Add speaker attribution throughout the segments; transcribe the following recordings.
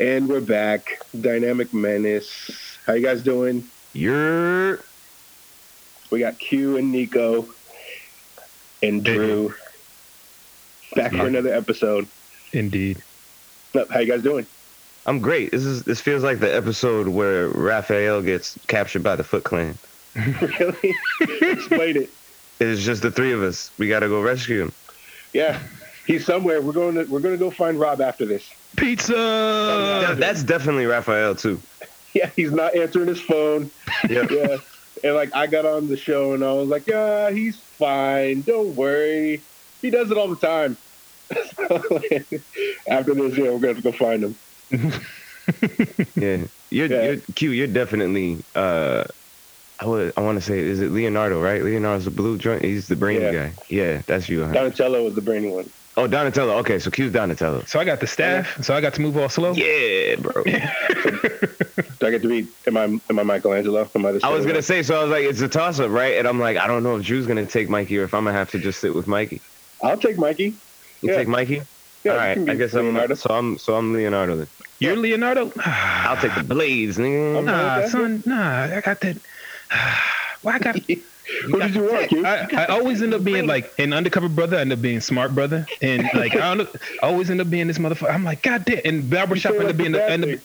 Speaker 1: And we're back. Dynamic Menace. How you guys doing?
Speaker 2: You're
Speaker 1: We got Q and Nico and Drew back for another episode.
Speaker 3: Indeed.
Speaker 1: Look, How you guys doing?
Speaker 2: I'm great. This is this feels like the episode where Raphael gets captured by the Foot Clan.
Speaker 1: really? Explain it.
Speaker 2: It's just the three of us. We gotta go rescue him.
Speaker 1: Yeah. He's somewhere. We're going to we're going to go find Rob after this.
Speaker 3: Pizza.
Speaker 2: That- that's definitely Raphael too.
Speaker 1: Yeah, he's not answering his phone.
Speaker 2: Yeah.
Speaker 1: Yeah. and like I got on the show and I was like, "Yeah, he's fine. Don't worry. He does it all the time." after this, yeah, we're going to have to go find him.
Speaker 2: yeah. You're,
Speaker 1: Yeah.
Speaker 2: you're Q. You're definitely. Uh, I would. I want to say, is it Leonardo? Right? Leonardo's the blue joint. He's the brain
Speaker 1: Yeah.
Speaker 2: guy. Yeah, that's you. huh?
Speaker 1: Donatello was the brainy one.
Speaker 2: Oh, Donatello. Okay, so Q's Donatello.
Speaker 3: So I got the staff. So I got to move all slow.
Speaker 2: Yeah, bro.
Speaker 1: Do I get to be? Am I am I Michelangelo? Am I the?
Speaker 2: I was
Speaker 1: silver
Speaker 2: gonna say. So I was like, it's a toss up, right? And I'm like, I don't know if Drew's gonna take Mikey or if I'm gonna have to just sit with Mikey.
Speaker 1: one? I'll take Mikey.
Speaker 2: You
Speaker 1: Yeah.
Speaker 2: take Mikey.
Speaker 1: Yeah,
Speaker 2: All
Speaker 1: you
Speaker 2: right.
Speaker 1: can be
Speaker 2: I guess
Speaker 1: Leonardo.
Speaker 2: I'm. So I'm. So I'm Leonardo then.
Speaker 3: You're Leonardo.
Speaker 2: I'll take the blades, nigga.
Speaker 1: I'm-
Speaker 3: Nah,
Speaker 1: Okay.
Speaker 3: son. Nah, I got that. Why I got?
Speaker 1: Who did you want? Q?
Speaker 3: I, I always end up being like an undercover brother. I end up being smart brother, and like I don't know, I always end up being this motherfucker. I'm like, God damn!
Speaker 1: You
Speaker 3: And
Speaker 1: say
Speaker 3: barbershop
Speaker 1: it
Speaker 3: end
Speaker 1: like
Speaker 3: up being
Speaker 1: it's a
Speaker 3: the
Speaker 1: bad
Speaker 3: end up,
Speaker 1: thing.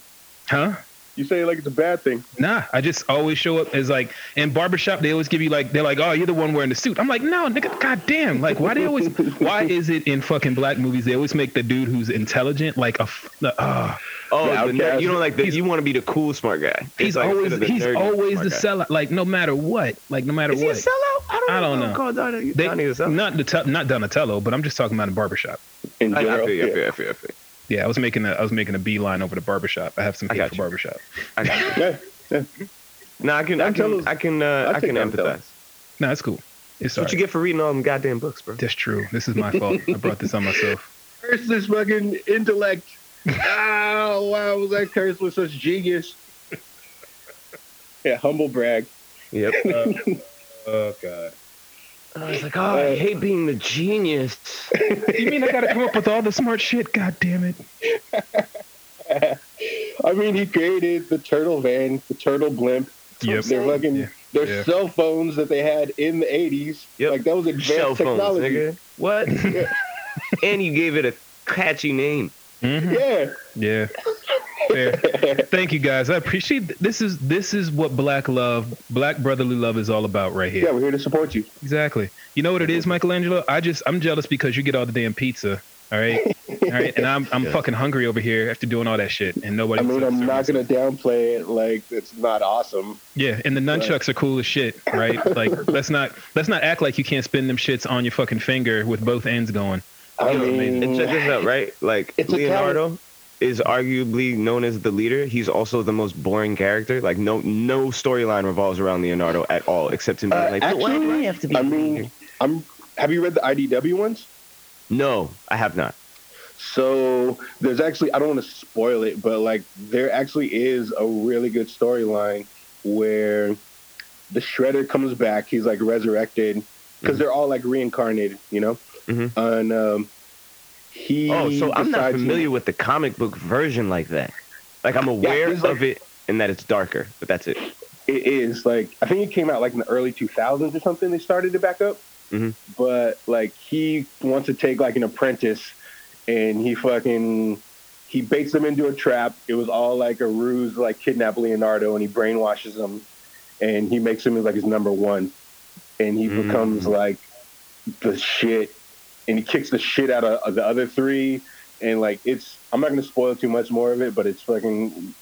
Speaker 3: huh?
Speaker 1: You say it like it's a bad thing.
Speaker 3: Nah, I just always show up as like in barbershop. They always give you like they're like, oh, you're the one wearing the suit. I'm like, no, nigga, goddamn. Like, why they always? why is it in fucking black movies they always make the dude who's intelligent like a? f- the- ah.
Speaker 2: Oh,
Speaker 1: Yeah, okay,
Speaker 2: the
Speaker 1: I
Speaker 2: nerd. You don't like the.
Speaker 3: he's-
Speaker 2: You want to be the cool smart guy.
Speaker 3: he's
Speaker 2: It's like
Speaker 3: always
Speaker 2: instead of
Speaker 3: he's
Speaker 2: nerdy
Speaker 3: always
Speaker 2: smart
Speaker 3: the
Speaker 2: guy.
Speaker 3: sellout. Like no matter what, like no matter
Speaker 2: Is he a
Speaker 3: what.
Speaker 2: sellout? I don't,
Speaker 3: I don't know.
Speaker 2: Call Donnie,
Speaker 3: They-
Speaker 2: Donnie a sellout.
Speaker 3: not the not Donatello, but I'm just talking about a barbershop.
Speaker 1: In
Speaker 2: I, I
Speaker 1: general,
Speaker 2: feel you, I
Speaker 1: yeah.
Speaker 2: feel you, I feel you, I feel you.
Speaker 3: Yeah, I was making a I was making a beeline over the barbershop. I have some
Speaker 2: I
Speaker 3: hate
Speaker 2: got
Speaker 3: for
Speaker 2: you.
Speaker 3: barbershop.
Speaker 2: I got you.
Speaker 1: Yeah.
Speaker 2: No, I can, I
Speaker 1: Donatello's-
Speaker 2: can, I can, uh,
Speaker 1: I
Speaker 2: I can
Speaker 1: think Donatello.
Speaker 2: empathize.
Speaker 3: No, that's cool. It's
Speaker 2: That's what you
Speaker 3: alright.
Speaker 2: get for reading all them goddamn books, bro.
Speaker 3: That's true. This is my fault. I brought this on myself.
Speaker 1: Curse this fucking intellect. oh, wow, was that curse with such genius? Yeah, humble brag.
Speaker 2: Yep.
Speaker 3: Oh god.
Speaker 2: I was like, oh,
Speaker 1: Uh,
Speaker 2: I hate being the genius.
Speaker 3: You mean I gotta come up with all the smart shit? God damn it.
Speaker 1: I mean, he created the turtle van, the turtle blimp.
Speaker 3: Yep.
Speaker 1: Their fucking,
Speaker 3: Yeah.
Speaker 1: their
Speaker 3: Yeah.
Speaker 1: cell phones that they had in the '80s.
Speaker 2: Yep.
Speaker 1: Like that was advanced
Speaker 2: Shell phones,
Speaker 1: technology.
Speaker 2: nigga. What? and you gave it a catchy name.
Speaker 3: Mhm.
Speaker 1: Yeah.
Speaker 3: Yeah. Fair. Thank you guys. I appreciate th- this is this is what black love, black brotherly love is all about right here.
Speaker 1: yeah, we're here to support you.
Speaker 3: Exactly. You know what it is, Michelangelo? I just I'm jealous because you get all the damn pizza. All right. All right. And I'm I'm
Speaker 2: Yeah.
Speaker 3: fucking hungry over here after doing all that shit and nobody
Speaker 1: I mean,
Speaker 3: wants to
Speaker 1: I'm
Speaker 3: serve
Speaker 1: not
Speaker 3: me.
Speaker 1: gonna downplay it. Like it's not awesome.
Speaker 3: Yeah, and the nunchucks are cool as shit, right? Like let's not let's not act like you can't spin them shits on your fucking finger with both ends going.
Speaker 1: I
Speaker 3: Yo, man,
Speaker 1: mean,
Speaker 2: And check this out, right? Like
Speaker 1: It's a
Speaker 2: Leonardo is arguably known as the leader. He's also the most boring character. Like no no storyline revolves around Leonardo at all, except him being
Speaker 1: Uh,
Speaker 2: like, "But why do I
Speaker 1: actually,
Speaker 2: have to be
Speaker 1: I
Speaker 2: the
Speaker 1: mean-
Speaker 2: leader?"
Speaker 1: I'm. Have you read the IDW ones?
Speaker 2: No, I have not.
Speaker 1: So there's actually I don't want to spoil it, but like there actually is a really good storyline where the Shredder comes back. He's like resurrected because
Speaker 2: Mhm.
Speaker 1: they're all like reincarnated, you know.
Speaker 2: Mhm.
Speaker 1: And um, he.
Speaker 2: Oh, so I'm not
Speaker 1: decides he-
Speaker 2: familiar with the comic book version like that. Like I'm aware
Speaker 1: he's like-
Speaker 2: of it and that it's darker, but that's it.
Speaker 1: it is like I think it came out like in the early 2000s or something. They started it back up,
Speaker 2: Mhm.
Speaker 1: but like he wants to take like an apprentice, and he fucking he baits them into a trap. It was all like a ruse, to, like kidnap Leonardo, and he brainwashes him, and he makes him like his number one, and he
Speaker 2: Mm.
Speaker 1: becomes like the shit, and he kicks the shit out of, of the other three, and like it's I'm not gonna spoil too much more of it, but it's fucking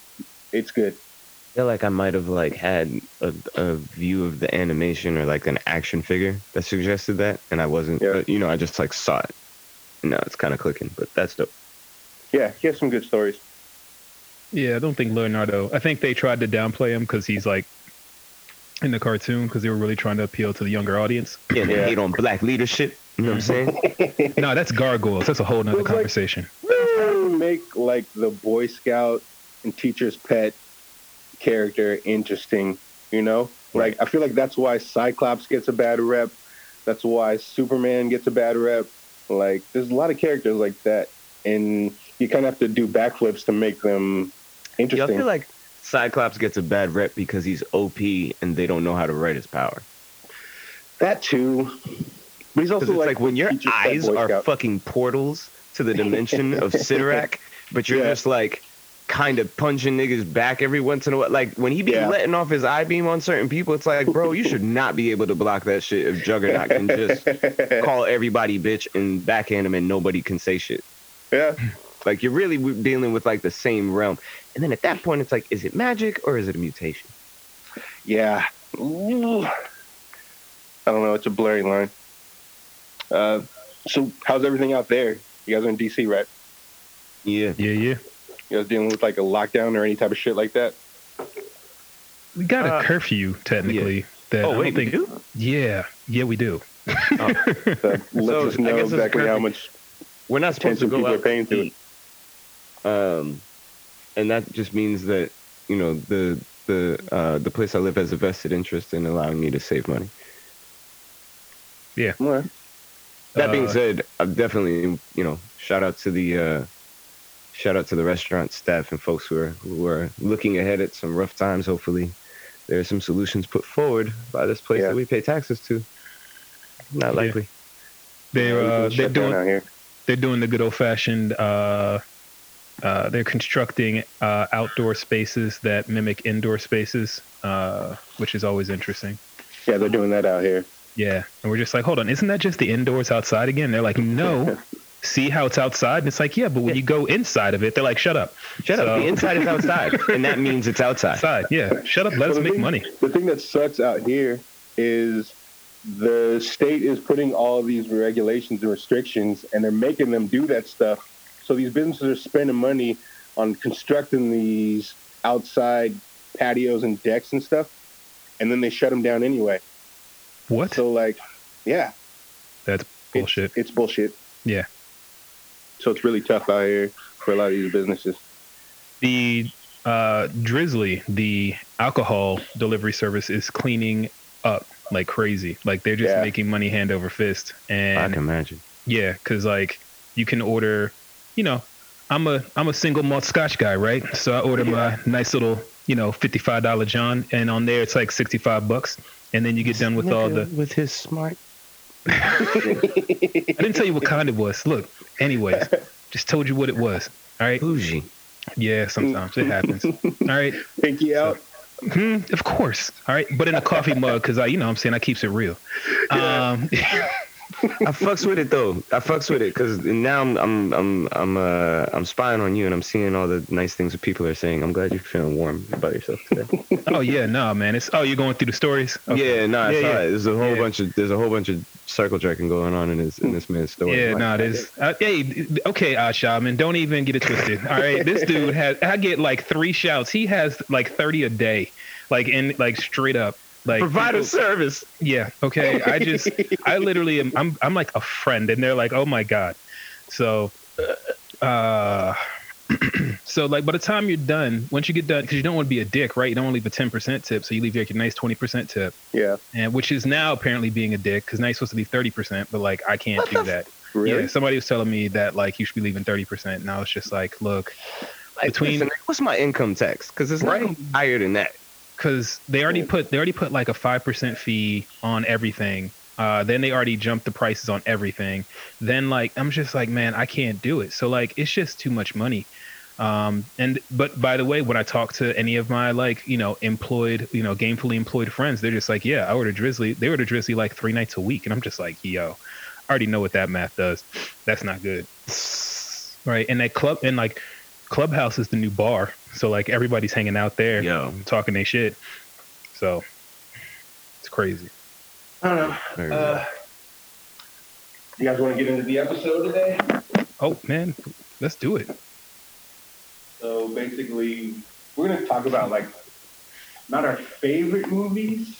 Speaker 1: it's good.
Speaker 2: I feel like I might have like had a, a view of the animation or like an action figure that suggested that, and I wasn't.
Speaker 1: Yeah.
Speaker 2: But, you know, I just like saw it. And now it's kind of clicking, but that's dope.
Speaker 1: Yeah, he has some good stories.
Speaker 3: Yeah, I don't think Leonardo. I think they tried to downplay him because he's like in the cartoon because they were really trying to appeal to the younger audience.
Speaker 2: Yeah, they
Speaker 1: Yeah. Mm-hmm.
Speaker 2: hate on black leadership. You know what I'm saying?
Speaker 3: no, that's gargoyles. That's a whole nother
Speaker 1: Looks like-
Speaker 3: conversation.
Speaker 1: How do you make like the Boy Scout and teacher's pet character interesting? You know, like I feel like that's why Cyclops gets a bad rep. That's why Superman gets a bad rep. Like there's a lot of characters like that, and you kind of have to do backflips to make them
Speaker 2: Y'all
Speaker 1: interesting.
Speaker 2: feel like Cyclops gets a bad rep because he's OP and they don't know how to write his power.
Speaker 1: that too. But he's also
Speaker 2: Because it's like, when your
Speaker 1: teacher said
Speaker 2: eyes
Speaker 1: Boy
Speaker 2: are
Speaker 1: Scout.
Speaker 2: fucking portals to the dimension of Sidorak, but you're
Speaker 1: Yeah.
Speaker 2: just like kind of punching niggas back every once in a while. Like when he be
Speaker 1: Yeah.
Speaker 2: letting off his eye beam on certain people, it's like, bro, you should not be able to block that shit if Juggernaut can just call everybody bitch and backhand him and nobody can say shit.
Speaker 1: yeah.
Speaker 2: Like you're really w- dealing with like the same realm. And then at that point, it's like, is it magic or is it a mutation?
Speaker 1: Yeah. Ooh. I don't know. It's a blurry line. Uh, so, how's everything out there? You guys are in DC, right?
Speaker 2: Yeah.
Speaker 3: Yeah, yeah.
Speaker 1: You guys dealing with like a lockdown or any type of shit like that?
Speaker 3: We got a
Speaker 2: Uh,
Speaker 3: curfew technically. That I
Speaker 2: Oh
Speaker 3: don't
Speaker 2: wait,
Speaker 3: think-
Speaker 2: you do?
Speaker 3: Yeah, yeah, we do.
Speaker 1: So, let
Speaker 2: So,
Speaker 1: us
Speaker 2: I
Speaker 1: know
Speaker 2: guess it's
Speaker 1: exactly how
Speaker 2: perfect.
Speaker 1: much
Speaker 2: We're not supposed to
Speaker 1: attention
Speaker 2: go
Speaker 1: people are
Speaker 2: out.
Speaker 1: paying to it.
Speaker 2: eat. Um, and that just means that you know the the uh, the place I live has a vested interest in allowing me to save money.
Speaker 1: Well,
Speaker 2: That being
Speaker 3: Uh,
Speaker 2: said, I'm definitely you know shout out to the uh, shout out to the restaurant staff and folks who are who are looking ahead at some rough times. Hopefully, there are some solutions put forward by this place
Speaker 1: Yeah.
Speaker 2: that we pay taxes to. Not
Speaker 3: Yeah.
Speaker 2: likely.
Speaker 3: They're uh,
Speaker 1: everything's
Speaker 3: they're
Speaker 1: shut down
Speaker 3: doing
Speaker 1: out here.
Speaker 3: they're doing the good old fashioned. Uh, uh, they're constructing uh, outdoor spaces that mimic indoor spaces, uh, which is always interesting.
Speaker 1: Yeah, they're doing that out here.
Speaker 3: Yeah, and we're just like, hold on, isn't that just the indoors outside again? They're like, no. See how it's outside? And it's like, yeah, but when you go inside of it, they're like, shut up.
Speaker 2: Shut
Speaker 3: So-
Speaker 2: up. The inside is outside, and that means it's outside.
Speaker 3: Outside, yeah, shut up. Let
Speaker 1: Well,
Speaker 3: us
Speaker 1: the
Speaker 3: make
Speaker 1: thing-
Speaker 3: money.
Speaker 1: The thing that sucks out here is the state is putting all these regulations and restrictions, and they're making them do that stuff. So these businesses are spending money on constructing these outside patios and decks and stuff, and then they shut them down anyway.
Speaker 3: What?
Speaker 1: So like, yeah,
Speaker 3: That's bullshit.
Speaker 1: it's bullshit.
Speaker 3: Yeah.
Speaker 1: So it's really tough out here for a lot of these businesses.
Speaker 3: the uh, Drizzly, the alcohol delivery service, is cleaning up like crazy. Like they're just
Speaker 1: Yeah.
Speaker 3: making money hand over fist.
Speaker 2: I
Speaker 3: And
Speaker 2: can imagine.
Speaker 3: yeah, because like you can order, you know, I'm a I'm a single malt Scotch guy, right? So I order my nice little, you know, fifty five dollar John, and on there it's like sixty five bucks. And then you get done with all the.
Speaker 2: with his smart
Speaker 3: I didn't tell you what kind it was. Look, anyways, just told you what it was. All right.
Speaker 2: bougie.
Speaker 3: Yeah, sometimes it happens. All right.
Speaker 1: Pinky out.
Speaker 3: Hmm, of course. All right. But in a coffee mug, because I, you know what I'm saying, I keeps it real. Um,
Speaker 2: I fucks with it though. I fucks with it because now I'm I'm I'm I'm uh I'm spying on you and I'm seeing all the nice things that people are saying. I'm glad you're feeling warm about yourself today.
Speaker 3: oh, yeah. No, man. It's, oh, you're going through the stories? Okay.
Speaker 2: Yeah, no, nah,
Speaker 3: Yeah,
Speaker 2: yeah,
Speaker 3: yeah.
Speaker 2: There's a whole
Speaker 3: Yeah.
Speaker 2: bunch of there's a whole bunch of circle jerking going on in this in this man's story.
Speaker 3: Yeah,
Speaker 2: Like,
Speaker 3: no, there's. Uh, hey, okay, uh, Shaman, don't even get it twisted. All right, this dude has. I get like three shouts. He has like thirty a day, like in like straight up. Like
Speaker 2: provide a
Speaker 3: people-
Speaker 2: service.
Speaker 3: Yeah. Okay. I just, I literally am, I'm, I'm like a friend and they're like, oh my God. So, uh, so like by the time you're done, once you get done, cause you don't want to be a dick, right? You don't want to leave a 10% tip. So you leave like a nice 20% tip
Speaker 1: Yeah.
Speaker 3: and which is now apparently being a dick. Cause now you're supposed to leave 30%, but like, I can't do that.
Speaker 1: Really?
Speaker 3: Yeah. Somebody was telling me that like you should be leaving 30%. Now it's just like, look,
Speaker 2: Like,
Speaker 3: Between-
Speaker 2: listen, what's my income tax? Because it's
Speaker 3: Right.
Speaker 2: not gonna be higher than that.
Speaker 3: because they already put they already put like a five percent fee on everything. Uh, then they already jumped the prices on everything. Then like I'm just like man, I can't do it. So like it's just too much money. Um, and but by the way, when I talk to any of my like you know employed you know gainfully employed friends, they're just like yeah, I order drizzly. They order drizzly like three nights a week, and I'm just like yo, I already know what that math does. That's not good, right? And that club and like clubhouse is the new bar, so like everybody's hanging out there
Speaker 2: Yo,
Speaker 3: talking they shit. So it's crazy.
Speaker 1: I don't
Speaker 2: very
Speaker 1: know. Uh, you guys want to get into the episode today?
Speaker 3: Oh man, let's do it.
Speaker 1: So basically, we're gonna talk about like not our favorite movies,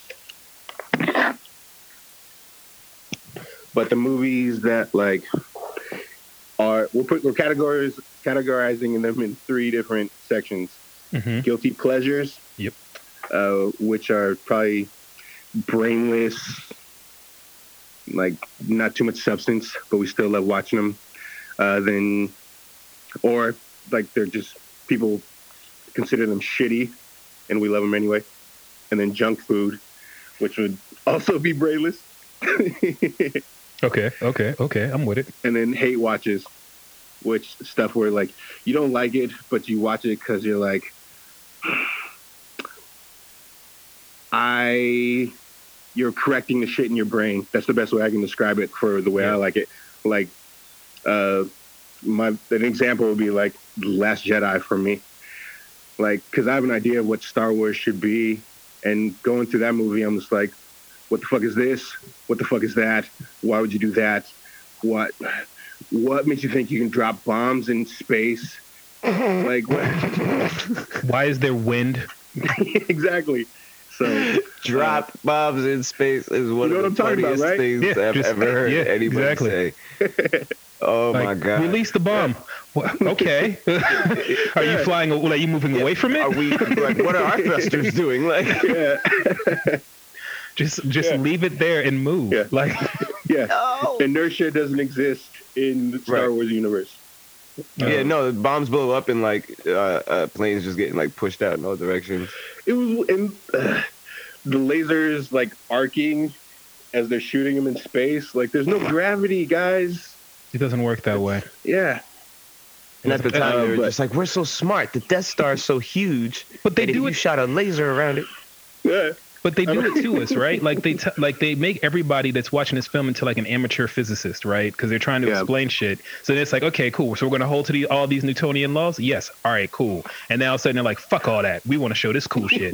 Speaker 1: but the movies that like are we're put we're categories categorizing them in three different sections:
Speaker 3: Mm-hmm.
Speaker 1: guilty pleasures,
Speaker 3: Yep.
Speaker 1: uh, which are probably brainless, like not too much substance, but we still love watching them. Uh, then or like they're just people consider them shitty, and we love them anyway. And then junk food, which would also be brainless.
Speaker 3: Okay, okay, okay. I'm with it.
Speaker 1: and then hate watches, which stuff where like you don't like it, but you watch it because you're like, I, you're correcting the shit in your brain. That's the best way I can describe it for the way I
Speaker 3: Yeah.
Speaker 1: like it. Like, uh, my an example would be like The Last Jedi for me, like because I have an idea of what Star Wars should be, and going through that movie, I'm just like, what the fuck is this? What the fuck is that? Why would you do that? What what makes you think you can drop bombs in space? like what?
Speaker 3: Why is there wind?
Speaker 1: exactly. So
Speaker 2: Drop bombs in space is one
Speaker 1: You know what I'm
Speaker 2: of the
Speaker 1: talking about,
Speaker 2: funniest
Speaker 1: right?
Speaker 2: things
Speaker 3: Yeah,
Speaker 2: I've
Speaker 3: just-
Speaker 2: ever heard
Speaker 3: yeah,
Speaker 2: anybody
Speaker 3: exactly.
Speaker 2: say. Oh my
Speaker 3: Like,
Speaker 2: god!
Speaker 3: Release the bomb. Wha- Okay. Are you
Speaker 1: Yeah.
Speaker 3: flying? a- Like you moving away from
Speaker 2: Are
Speaker 3: it?
Speaker 2: we? Like, what are our thrusters doing? Like,
Speaker 1: yeah,
Speaker 3: Just just
Speaker 1: Yeah.
Speaker 3: leave it there and move.
Speaker 1: Yeah.
Speaker 3: Like
Speaker 1: yeah.
Speaker 2: no.
Speaker 1: Inertia doesn't exist in the Star
Speaker 2: Right.
Speaker 1: Wars universe.
Speaker 2: Yeah,
Speaker 3: Um,
Speaker 2: no. The bombs blow up and like uh, uh, planes just getting like pushed out in all directions.
Speaker 1: It was and uh, the lasers like arcing as they're shooting them in space. Like there's no gravity, guys.
Speaker 3: It doesn't work that way.
Speaker 1: Yeah,
Speaker 2: And at the
Speaker 3: Uh,
Speaker 2: time, they were
Speaker 1: but-
Speaker 2: just like, "We're so smart. The Death Star is so huge.
Speaker 3: But they
Speaker 2: that if
Speaker 3: do
Speaker 2: you
Speaker 3: it.
Speaker 2: shot a laser around it.
Speaker 1: yeah.
Speaker 3: But they do it to us, right? Like they t- like they make everybody that's watching this film into like an amateur physicist, right? Because they're trying to
Speaker 1: Yeah.
Speaker 3: explain shit. So then it's like, okay, cool. So we're going to hold to the, all these Newtonian laws. Yes. All right, cool. And now all of a sudden they're like, fuck all that. We want to show this cool shit.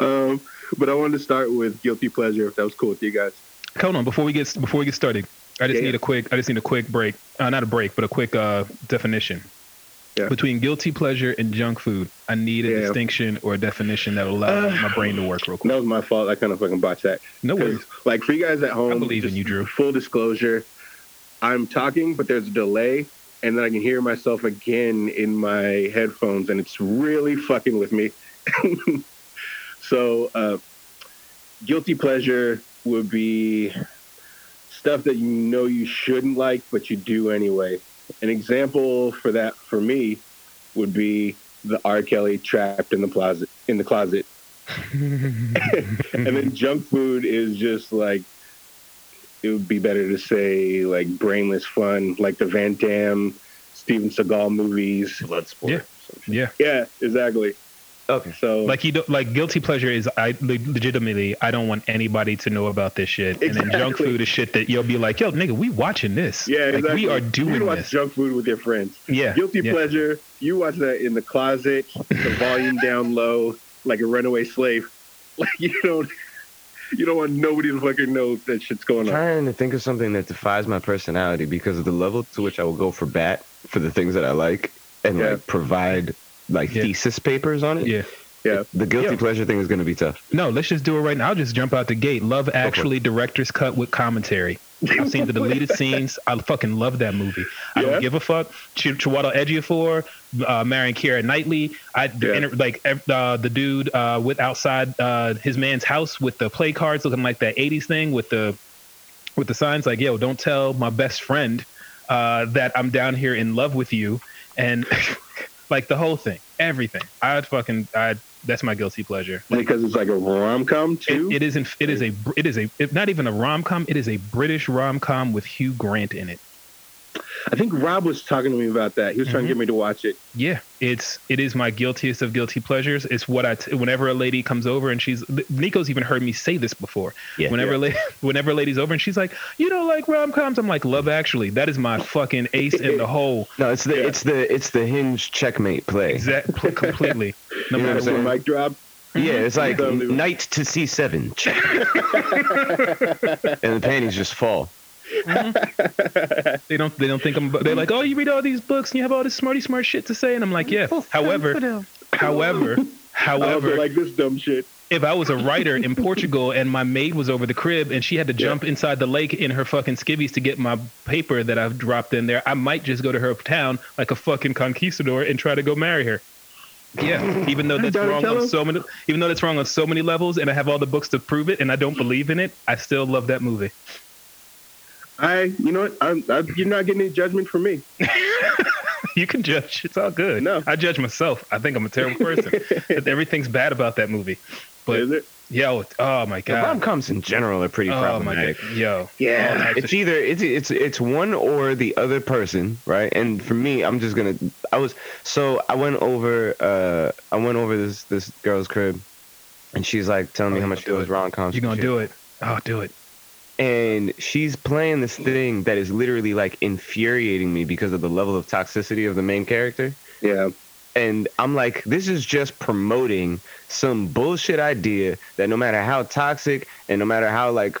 Speaker 1: Um, but I wanted to start with guilty pleasure, if that was cool with you guys.
Speaker 3: Hold on, before we get before we get started, I just
Speaker 1: Yeah,
Speaker 3: need
Speaker 1: yeah.
Speaker 3: a quick I just need a quick break. Uh, not a break, but a quick uh, definition.
Speaker 1: Yeah.
Speaker 3: Between guilty pleasure and junk food, I need a
Speaker 1: Yeah.
Speaker 3: distinction or a definition that will allow
Speaker 1: Uh,
Speaker 3: my brain to work real quick.
Speaker 1: That was my fault. I kind of fucking botched that.
Speaker 3: No
Speaker 1: 'Cause,
Speaker 3: worries.
Speaker 1: Like for you guys at home,
Speaker 3: I believe in
Speaker 1: just
Speaker 3: you, Drew.
Speaker 1: Full disclosure, I'm talking, but there's a delay, and then I can hear myself again in my headphones, and it's really fucking with me. so, uh, guilty pleasure would be stuff that you know you shouldn't like, but you do anyway. An example for that for me would be the R. Kelly trapped in the closet in the closet and
Speaker 3: Mm-hmm.
Speaker 1: then junk food is just like it would be better to say like brainless fun, like the Van Damme, Steven Seagal movies.
Speaker 2: Bloodsport.
Speaker 3: Yeah. yeah.
Speaker 1: Yeah, exactly.
Speaker 2: Okay.
Speaker 1: So
Speaker 3: Like you don't like guilty pleasure is I le- legitimately I don't want anybody to know about this shit. And then junk
Speaker 1: Exactly.
Speaker 3: food is shit that you'll be like, yo, nigga, we watching this.
Speaker 1: yeah,
Speaker 3: like
Speaker 1: exactly.
Speaker 3: we are
Speaker 1: you
Speaker 3: doing
Speaker 1: watch
Speaker 3: this.
Speaker 1: junk food with your friends.
Speaker 3: Yeah.
Speaker 1: Guilty
Speaker 3: yeah.
Speaker 1: pleasure. You watch that in the closet, the volume down low, like a runaway slave. Like you don't, you don't want nobody to fucking know that shit's going on.
Speaker 2: trying to think of something that defies my personality because of the level to which I will go for bat for the things that I like and
Speaker 1: Yeah.
Speaker 2: like provide like
Speaker 3: Yeah.
Speaker 2: thesis papers on it.
Speaker 3: Yeah.
Speaker 2: The guilty
Speaker 3: Yeah.
Speaker 2: pleasure thing is going to be tough.
Speaker 3: No, let's just do it right now. I'll just jump out the gate. Love Actually director's cut with commentary. I've seen the deleted scenes. I fucking love that movie. I
Speaker 1: Yeah.
Speaker 3: don't give a fuck. Ch- Chiwetel Ejiofor, uh, Marion Kira Knightley. I the
Speaker 1: Yeah.
Speaker 3: inter- like ev- uh, the dude uh, with outside uh, his man's house with the play cards looking like that '80s thing with the with the signs like, "Yo, don't tell my best friend uh, that I'm down here in love with you," and like the whole thing, everything. I'd fucking I. That's my guilty pleasure.
Speaker 1: Because it's like a rom com too.
Speaker 3: It, it isn't. It is a. Br- It is a. It, not even a rom com. It is a British rom com with Hugh Grant in it.
Speaker 1: I think Rob was talking to me about that. He was trying to get
Speaker 3: Mhm.
Speaker 1: me to watch it.
Speaker 3: Yeah, it's. It is my guiltiest of guilty pleasures. It's what I. T- whenever a lady comes over and she's. Nico's even heard me say this before.
Speaker 2: Yeah.
Speaker 3: Whenever a la- whenever a lady's over and she's like, you don't like rom coms. I'm like, Love Actually. That is my fucking ace in the hole.
Speaker 2: No, it's the
Speaker 1: Yeah.
Speaker 2: it's the it's the hinge checkmate play.
Speaker 3: Exactly. Completely.
Speaker 2: You know what
Speaker 3: No
Speaker 2: I'm
Speaker 3: matter
Speaker 2: saying?
Speaker 3: what.
Speaker 1: Mic drop.
Speaker 2: Yeah, it's like
Speaker 1: Unbelievable.
Speaker 2: knight to c7 check, and the panties just fall.
Speaker 3: They don't. They don't think I'm. They're like, oh, you read all these books and you have all this smarty smart shit to say. And I'm like, yeah. However, however,
Speaker 2: Oh,
Speaker 1: I
Speaker 3: however,
Speaker 1: also like this dumb shit.
Speaker 3: if I was a writer in Portugal and my maid was over the crib and she had to jump inside the lake in her fucking skivvies to get my paper that I've dropped in there, I might just go to her town like a fucking conquistador and try to go marry her. Yeah, even though that's wrong on so many, even though that's wrong on so many levels, and I have all the books to prove it, and I don't believe in it, I still love that movie.
Speaker 1: I, you know what? I'm, I, you're not getting any judgment from me.
Speaker 3: You can judge. It's all good.
Speaker 1: No.
Speaker 3: I judge myself. I think I'm a terrible person. Everything's bad about that movie. But-
Speaker 1: Is it?
Speaker 3: Yo, oh my
Speaker 2: The rom
Speaker 3: god.
Speaker 2: coms in general are pretty
Speaker 3: Oh my god.
Speaker 2: problematic.
Speaker 3: Yo. All
Speaker 2: Yeah,
Speaker 3: types
Speaker 2: it's
Speaker 3: of-
Speaker 2: either it's it's it's one or the other person, right? And for me, I'm just gonna. I was so I went over. uh I went over this this girl's crib, and she's like telling me
Speaker 3: Oh,
Speaker 2: how
Speaker 3: you
Speaker 2: much
Speaker 3: gonna
Speaker 2: it was
Speaker 3: do
Speaker 2: rom coms.
Speaker 3: You gonna do it? Oh, do it.
Speaker 2: And she's playing this thing that is literally like infuriating me because of the level of toxicity of the main character.
Speaker 1: Yeah.
Speaker 2: And I'm like, this is just promoting some bullshit idea that no matter how toxic and no matter how like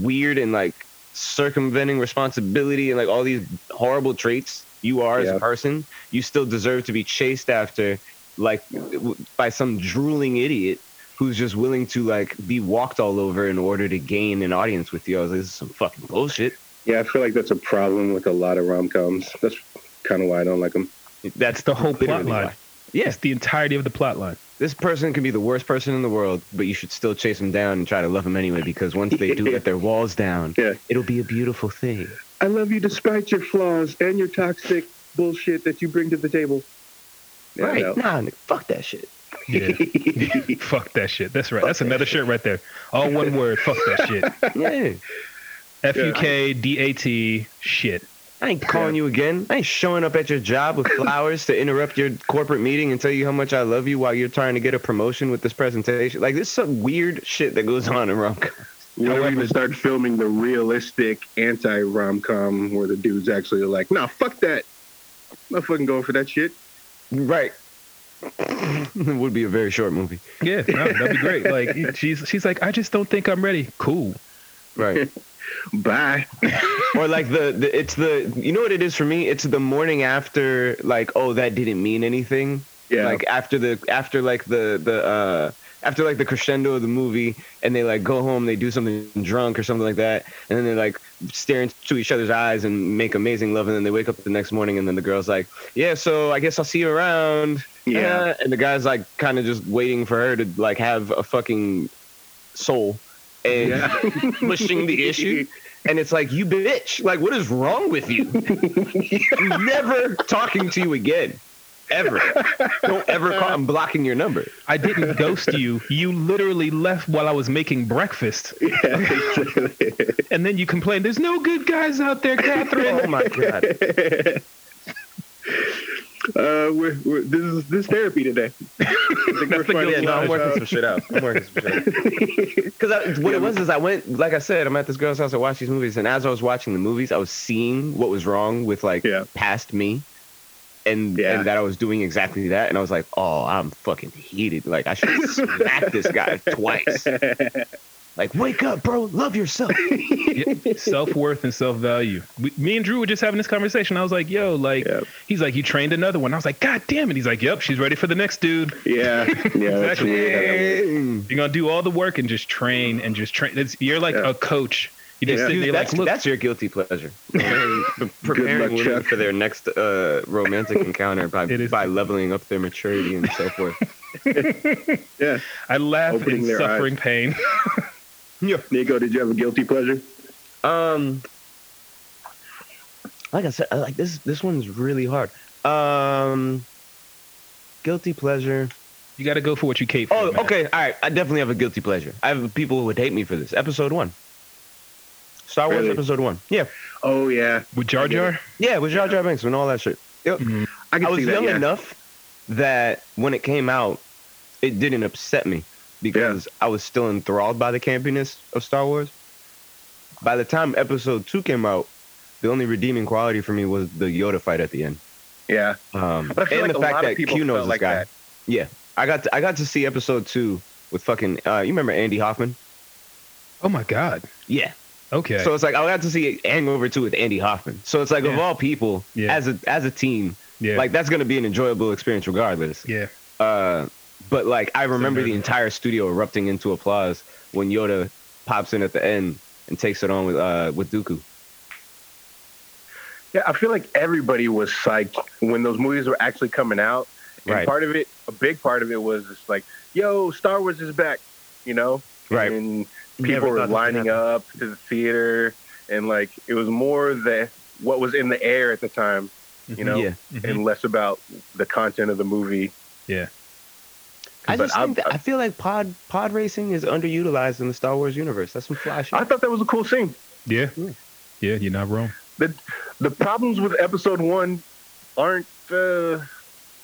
Speaker 2: weird and like circumventing responsibility and like all these horrible traits you are as
Speaker 1: Yeah.
Speaker 2: a person, you still deserve to be chased after like w- by some drooling idiot who's just willing to like be walked all over in order to gain an audience with you. I was like, this is some fucking bullshit.
Speaker 1: Yeah, I feel like that's a problem with a lot of rom coms. That's kind of why I don't like them.
Speaker 2: That's
Speaker 3: It's the whole plot
Speaker 2: literally
Speaker 3: line.
Speaker 2: why. Yeah.
Speaker 3: It's the entirety of the plot line.
Speaker 2: this person can be the worst person in the world, but you should still chase them down and try to love them anyway because once they do let their walls down,
Speaker 1: Yeah.
Speaker 2: it'll be a beautiful thing.
Speaker 1: I love you despite your flaws and your toxic bullshit that you bring to the table. Yeah,
Speaker 2: right?
Speaker 1: no.
Speaker 2: Nah, nigga, fuck that shit.
Speaker 3: Yeah. Fuck that shit. That's right. That's another shirt right there. All one word. Fuck that shit.
Speaker 2: Yeah.
Speaker 3: F U K D A T shit.
Speaker 2: I ain't calling you again. I ain't showing up at your job with flowers to interrupt your corporate meeting and tell you how much I love you while you're trying to get a promotion with this presentation. Like, there's some weird shit that goes on in rom
Speaker 1: We're
Speaker 2: However-
Speaker 1: going to start filming the realistic anti rom com where the dudes actually are like, nah, fuck that. I'm not fucking going for that shit.
Speaker 2: Right. it would be a very short movie.
Speaker 3: Yeah, no, that'd be great. Like she's she's like, I just don't think I'm ready. Cool.
Speaker 2: Right.
Speaker 1: Bye.
Speaker 2: or like the, the it's the you know what it is for me it's the morning after like oh that didn't mean anything
Speaker 1: Yeah.
Speaker 2: like after the after like the the uh after like the crescendo of the movie and they like go home they do something drunk or something like that and then they like stare into each other's eyes and make amazing love and then they wake up the next morning and then the girl's like yeah so i guess i'll see you around
Speaker 1: yeah.
Speaker 2: Uh, and the guy's like kind of just waiting for her to like have a fucking soul and
Speaker 1: yeah.
Speaker 2: pushing the issue and it's like you bitch like what is wrong with you I'm never talking to you again ever don't ever call i'm blocking your number
Speaker 3: I didn't ghost you. You literally left while I was making breakfast. And then you complain, there's no good guys out there, Catherine.
Speaker 2: oh my god
Speaker 1: Uh, we're, we're, this is this is therapy today. I think we're
Speaker 3: That's a good
Speaker 2: yeah
Speaker 1: finding
Speaker 2: no i'm
Speaker 1: out,
Speaker 2: working
Speaker 1: uh,
Speaker 2: some shit out i'm working some shit out because what it was is i went like i said i'm at this girl's house i watched these movies and as i was watching the movies i was seeing what was wrong with like
Speaker 1: Yeah.
Speaker 2: past me and,
Speaker 1: Yeah.
Speaker 2: and that I was doing exactly that, and I was like, "Oh, I'm fucking heated. Like I should smack this guy twice. Like, wake up, bro. Love yourself."
Speaker 3: self worth and self value. Me and Drew were just having this conversation. I was like, yo, like,
Speaker 1: Yeah.
Speaker 3: he's like, you trained another one. I was like, God damn it. He's like, yep, she's ready for the next dude.
Speaker 1: yeah, yeah, that's
Speaker 3: Exactly.
Speaker 1: weird how that works.
Speaker 2: Dude,
Speaker 3: You're going to do all the work and just train and just train. It's, you're like
Speaker 1: Yeah.
Speaker 3: a coach. You're just
Speaker 1: Yeah.
Speaker 3: sitting there
Speaker 2: that's,
Speaker 3: like, look,
Speaker 2: that's your guilty pleasure. Preparing- Preparing
Speaker 1: luck,
Speaker 2: women
Speaker 1: Chuck.
Speaker 2: for their next uh, romantic encounter by,
Speaker 3: It is.
Speaker 2: by leveling up their maturity and so forth.
Speaker 1: Yeah,
Speaker 3: I laugh
Speaker 1: opening
Speaker 3: in
Speaker 1: their
Speaker 3: suffering pain.
Speaker 1: Nico, did you have a guilty pleasure?
Speaker 2: Um, like I said, I like this this one's really hard. Um, guilty pleasure.
Speaker 3: you got to go for what you cape for.
Speaker 2: Oh,
Speaker 3: man.
Speaker 2: okay. All right. I definitely have a guilty pleasure. I have people who would hate me for this. Episode one. Star Wars
Speaker 1: Really?
Speaker 2: Episode one. Yeah.
Speaker 1: Oh yeah,
Speaker 3: With Jar Jar?
Speaker 2: Yeah, with Jar Jar Binks and all that shit. Yep.
Speaker 3: Mhm.
Speaker 1: I can
Speaker 2: I was
Speaker 1: see that.
Speaker 2: young
Speaker 1: yeah.
Speaker 2: enough that when it came out, it didn't upset me because I was still enthralled by the campiness of Star Wars. By the time episode two came out, the only redeeming quality for me was the Yoda fight at the end.
Speaker 1: Yeah,
Speaker 2: Um,
Speaker 1: But I feel
Speaker 2: and
Speaker 1: like
Speaker 2: the
Speaker 1: a
Speaker 2: fact
Speaker 1: lot of
Speaker 2: that
Speaker 1: people
Speaker 2: Q knows
Speaker 1: felt
Speaker 2: this
Speaker 1: like
Speaker 2: guy.
Speaker 1: that.
Speaker 2: Yeah, I got to, I got to see episode two with fucking uh, you remember Andy Hoffman?
Speaker 3: Oh, my God.
Speaker 2: Yeah.
Speaker 3: Okay.
Speaker 2: So it's like I got to see Hangover two with Andy Hoffman. So it's like of
Speaker 3: Yeah.
Speaker 2: all people,
Speaker 3: Yeah.
Speaker 2: as a as a team,
Speaker 3: yeah.
Speaker 2: like that's gonna be an enjoyable experience regardless.
Speaker 3: yeah.
Speaker 2: Uh, but like I remember the
Speaker 3: nervous.
Speaker 2: entire studio erupting into applause when Yoda pops in at the end and takes it on with uh with Dooku.
Speaker 1: yeah. I feel like everybody was psyched when those movies were actually coming out. And
Speaker 2: Right.
Speaker 1: part of it, a big part of it was just like, yo, Star Wars is back, you know?
Speaker 2: Right.
Speaker 1: And
Speaker 2: Never
Speaker 1: people
Speaker 2: thought
Speaker 1: were
Speaker 2: that would
Speaker 1: lining
Speaker 2: happen.
Speaker 1: up to the theater. and like it was more the what was in the air at the time, you know,
Speaker 2: yeah.
Speaker 3: Mm-hmm.
Speaker 1: and less about the content of the movie.
Speaker 3: Yeah.
Speaker 2: I
Speaker 1: But
Speaker 2: just
Speaker 1: I-
Speaker 2: think that, I feel like pod pod racing is underutilized in the Star Wars universe. That's some fly shit.
Speaker 1: I thought that was a cool scene.
Speaker 3: Yeah. Yeah, you're not wrong.
Speaker 1: The problems with episode one aren't uh,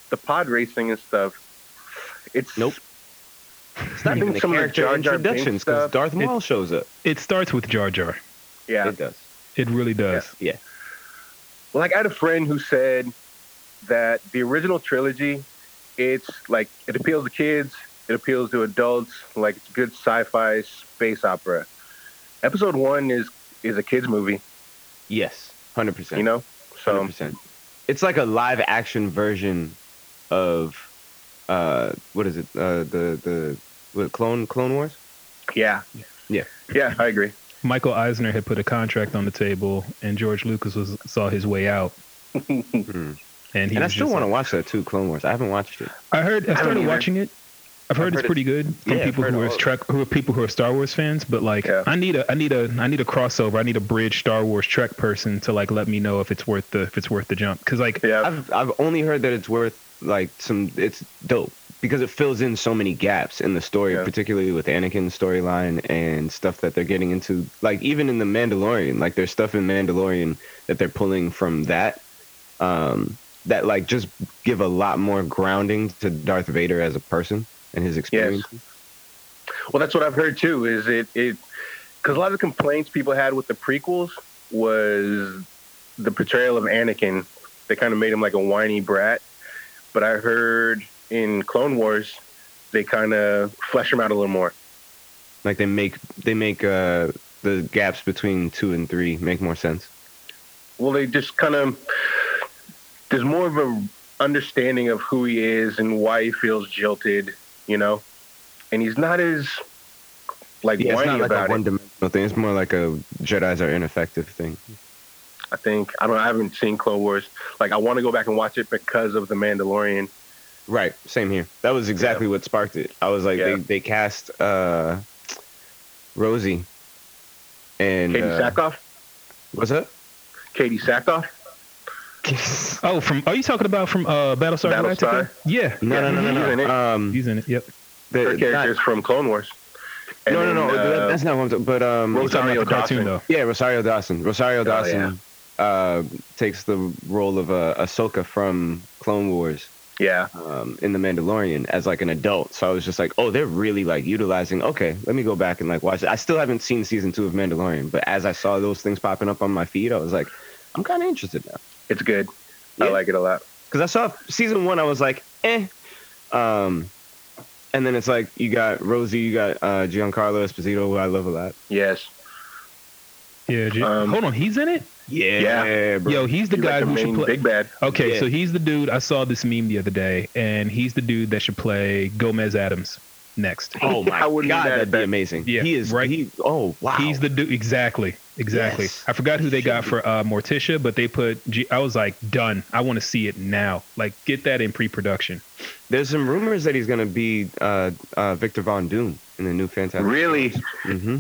Speaker 1: the pod racing and stuff. It's
Speaker 2: Nope. it's not
Speaker 1: I
Speaker 2: even
Speaker 1: think
Speaker 2: the
Speaker 1: some of the
Speaker 2: character
Speaker 1: Jar Jar Binks
Speaker 2: introductions because
Speaker 1: stuff-
Speaker 2: Darth
Speaker 3: it-
Speaker 2: Maul shows up.
Speaker 3: It starts with Jar Jar.
Speaker 1: yeah.
Speaker 2: It does.
Speaker 3: It really does.
Speaker 2: Yeah.
Speaker 1: Well, like I had a friend who said that the original trilogy, it's like it appeals to kids, it appeals to adults, like it's good sci-fi space opera. Episode one is is a kids movie,
Speaker 2: Yes. Hundred percent.
Speaker 1: you know. So
Speaker 2: Hundred percent. It's like a live action version of uh what is it? Uh the the what, clone Clone Wars?
Speaker 1: yeah,
Speaker 2: Yeah.
Speaker 1: yeah, I agree.
Speaker 3: Michael Eisner had put a contract on the table, and George Lucas was, saw his way out.
Speaker 1: Hmm.
Speaker 2: Mhm.
Speaker 3: And he
Speaker 2: And I
Speaker 3: was
Speaker 2: still
Speaker 3: just
Speaker 2: want to
Speaker 3: like-
Speaker 2: watch that too, Clone Wars. I haven't watched it.
Speaker 3: I heard. I
Speaker 1: I don't
Speaker 3: started
Speaker 1: either.
Speaker 3: watching it. I've heard
Speaker 2: I've
Speaker 3: it's
Speaker 2: heard
Speaker 3: pretty good from
Speaker 2: yeah, I've
Speaker 3: people
Speaker 2: heard
Speaker 3: who
Speaker 2: all
Speaker 3: are
Speaker 2: of it.
Speaker 3: Trek, who are people who are Star Wars fans. But like,
Speaker 1: Yeah.
Speaker 3: I need a, I need a, I need a crossover. I need a bridge Star Wars Trek person to like let me know if it's worth the, if it's worth the jump. Because like,
Speaker 1: Yeah,
Speaker 2: I've I've only heard that it's worth like some. It's dope because it fills in so many gaps in the story,
Speaker 1: Yeah.
Speaker 2: particularly with Anakin's storyline and stuff that they're getting into. Like even in the Mandalorian, like there's stuff in Mandalorian that they're pulling from that. Um, that like just give a lot more grounding to Darth Vader as a person and his experience.
Speaker 1: well, that's what I've heard too. Is it it because a lot of the complaints people had with the prequels was the portrayal of Anakin. They kind of made him like a whiny brat, but I heard in Clone Wars they kind of flesh him out a little more.
Speaker 2: Like they make they make uh the gaps between two and three make more sense.
Speaker 1: well they just kind of there's more of a understanding of who he is and why he feels jilted you know and he's not as like
Speaker 2: Yeah, it's
Speaker 1: whiny
Speaker 2: not like a
Speaker 1: about
Speaker 2: one
Speaker 1: it
Speaker 2: dimensional thing. It's more like a Jedi's are ineffective thing.
Speaker 1: i think i don't i haven't seen clone wars like i want to go back and watch it because of the mandalorian
Speaker 2: Right. Same here. That was exactly what sparked it. I was like,
Speaker 1: Yeah.
Speaker 2: they, they cast uh, Rosie and
Speaker 1: katie
Speaker 2: uh,
Speaker 1: sackhoff
Speaker 2: what's up?
Speaker 1: katie sackhoff
Speaker 3: oh, from are you talking about from uh, Battlestar Galactica?
Speaker 1: Battlestar.
Speaker 3: Yeah,
Speaker 2: no, no, no,
Speaker 1: He's
Speaker 2: no,
Speaker 1: in
Speaker 2: no.
Speaker 1: it.
Speaker 2: Um,
Speaker 3: using it. Yep.
Speaker 2: the,
Speaker 1: her character is
Speaker 2: not,
Speaker 1: from clone wars And
Speaker 2: no, no,
Speaker 1: then,
Speaker 2: no.
Speaker 1: uh,
Speaker 2: that- that's not what I'm talking. But um,
Speaker 1: Ros-
Speaker 3: We're talking about the
Speaker 1: Rosario
Speaker 3: cartoon
Speaker 1: Dawson.
Speaker 3: though.
Speaker 2: yeah, Rosario Dawson. Rosario
Speaker 1: Oh,
Speaker 2: Dawson uh, takes the role of uh, Ahsoka from Clone Wars.
Speaker 1: yeah
Speaker 2: um, in The Mandalorian as like an adult. So I was just like, oh, they're really like utilizing. Okay, let me go back and like watch it. I still haven't seen season two of Mandalorian, but as I saw those things popping up on my feed, I was like, I'm kind of interested now
Speaker 1: it's good i
Speaker 2: Yeah.
Speaker 1: like it a lot
Speaker 2: because I saw season one. I was like, eh. Um, and then it's like you got Rosie, you got uh, Giancarlo Esposito, who I love a lot.
Speaker 1: yes
Speaker 3: Yeah. J-
Speaker 1: Um,
Speaker 3: Hold on, he's in it.
Speaker 2: Yeah, bro.
Speaker 3: Yo, he's the
Speaker 1: He's
Speaker 3: guy
Speaker 1: like the
Speaker 3: who should
Speaker 1: main
Speaker 3: play.
Speaker 1: big bad
Speaker 3: Okay,
Speaker 2: Yeah.
Speaker 3: so he's the dude. I saw this meme the other day, and he's the dude that should play Gomez Adams next.
Speaker 2: oh my
Speaker 1: I wouldn't be
Speaker 2: god,
Speaker 1: mad at
Speaker 2: that'd be
Speaker 1: that.
Speaker 2: amazing.
Speaker 3: Yeah,
Speaker 2: he is
Speaker 3: right.
Speaker 2: He, oh wow,
Speaker 3: He's the dude. Exactly. Exactly.
Speaker 2: Yes.
Speaker 3: I forgot who they got for uh, Morticia, but they put. G- I was like, done. I want to see it now. Like, get that in pre-production.
Speaker 2: There's some rumors that he's gonna be uh, uh, Victor Von Doom in the new Fantastic.
Speaker 1: really
Speaker 2: Mm-hmm.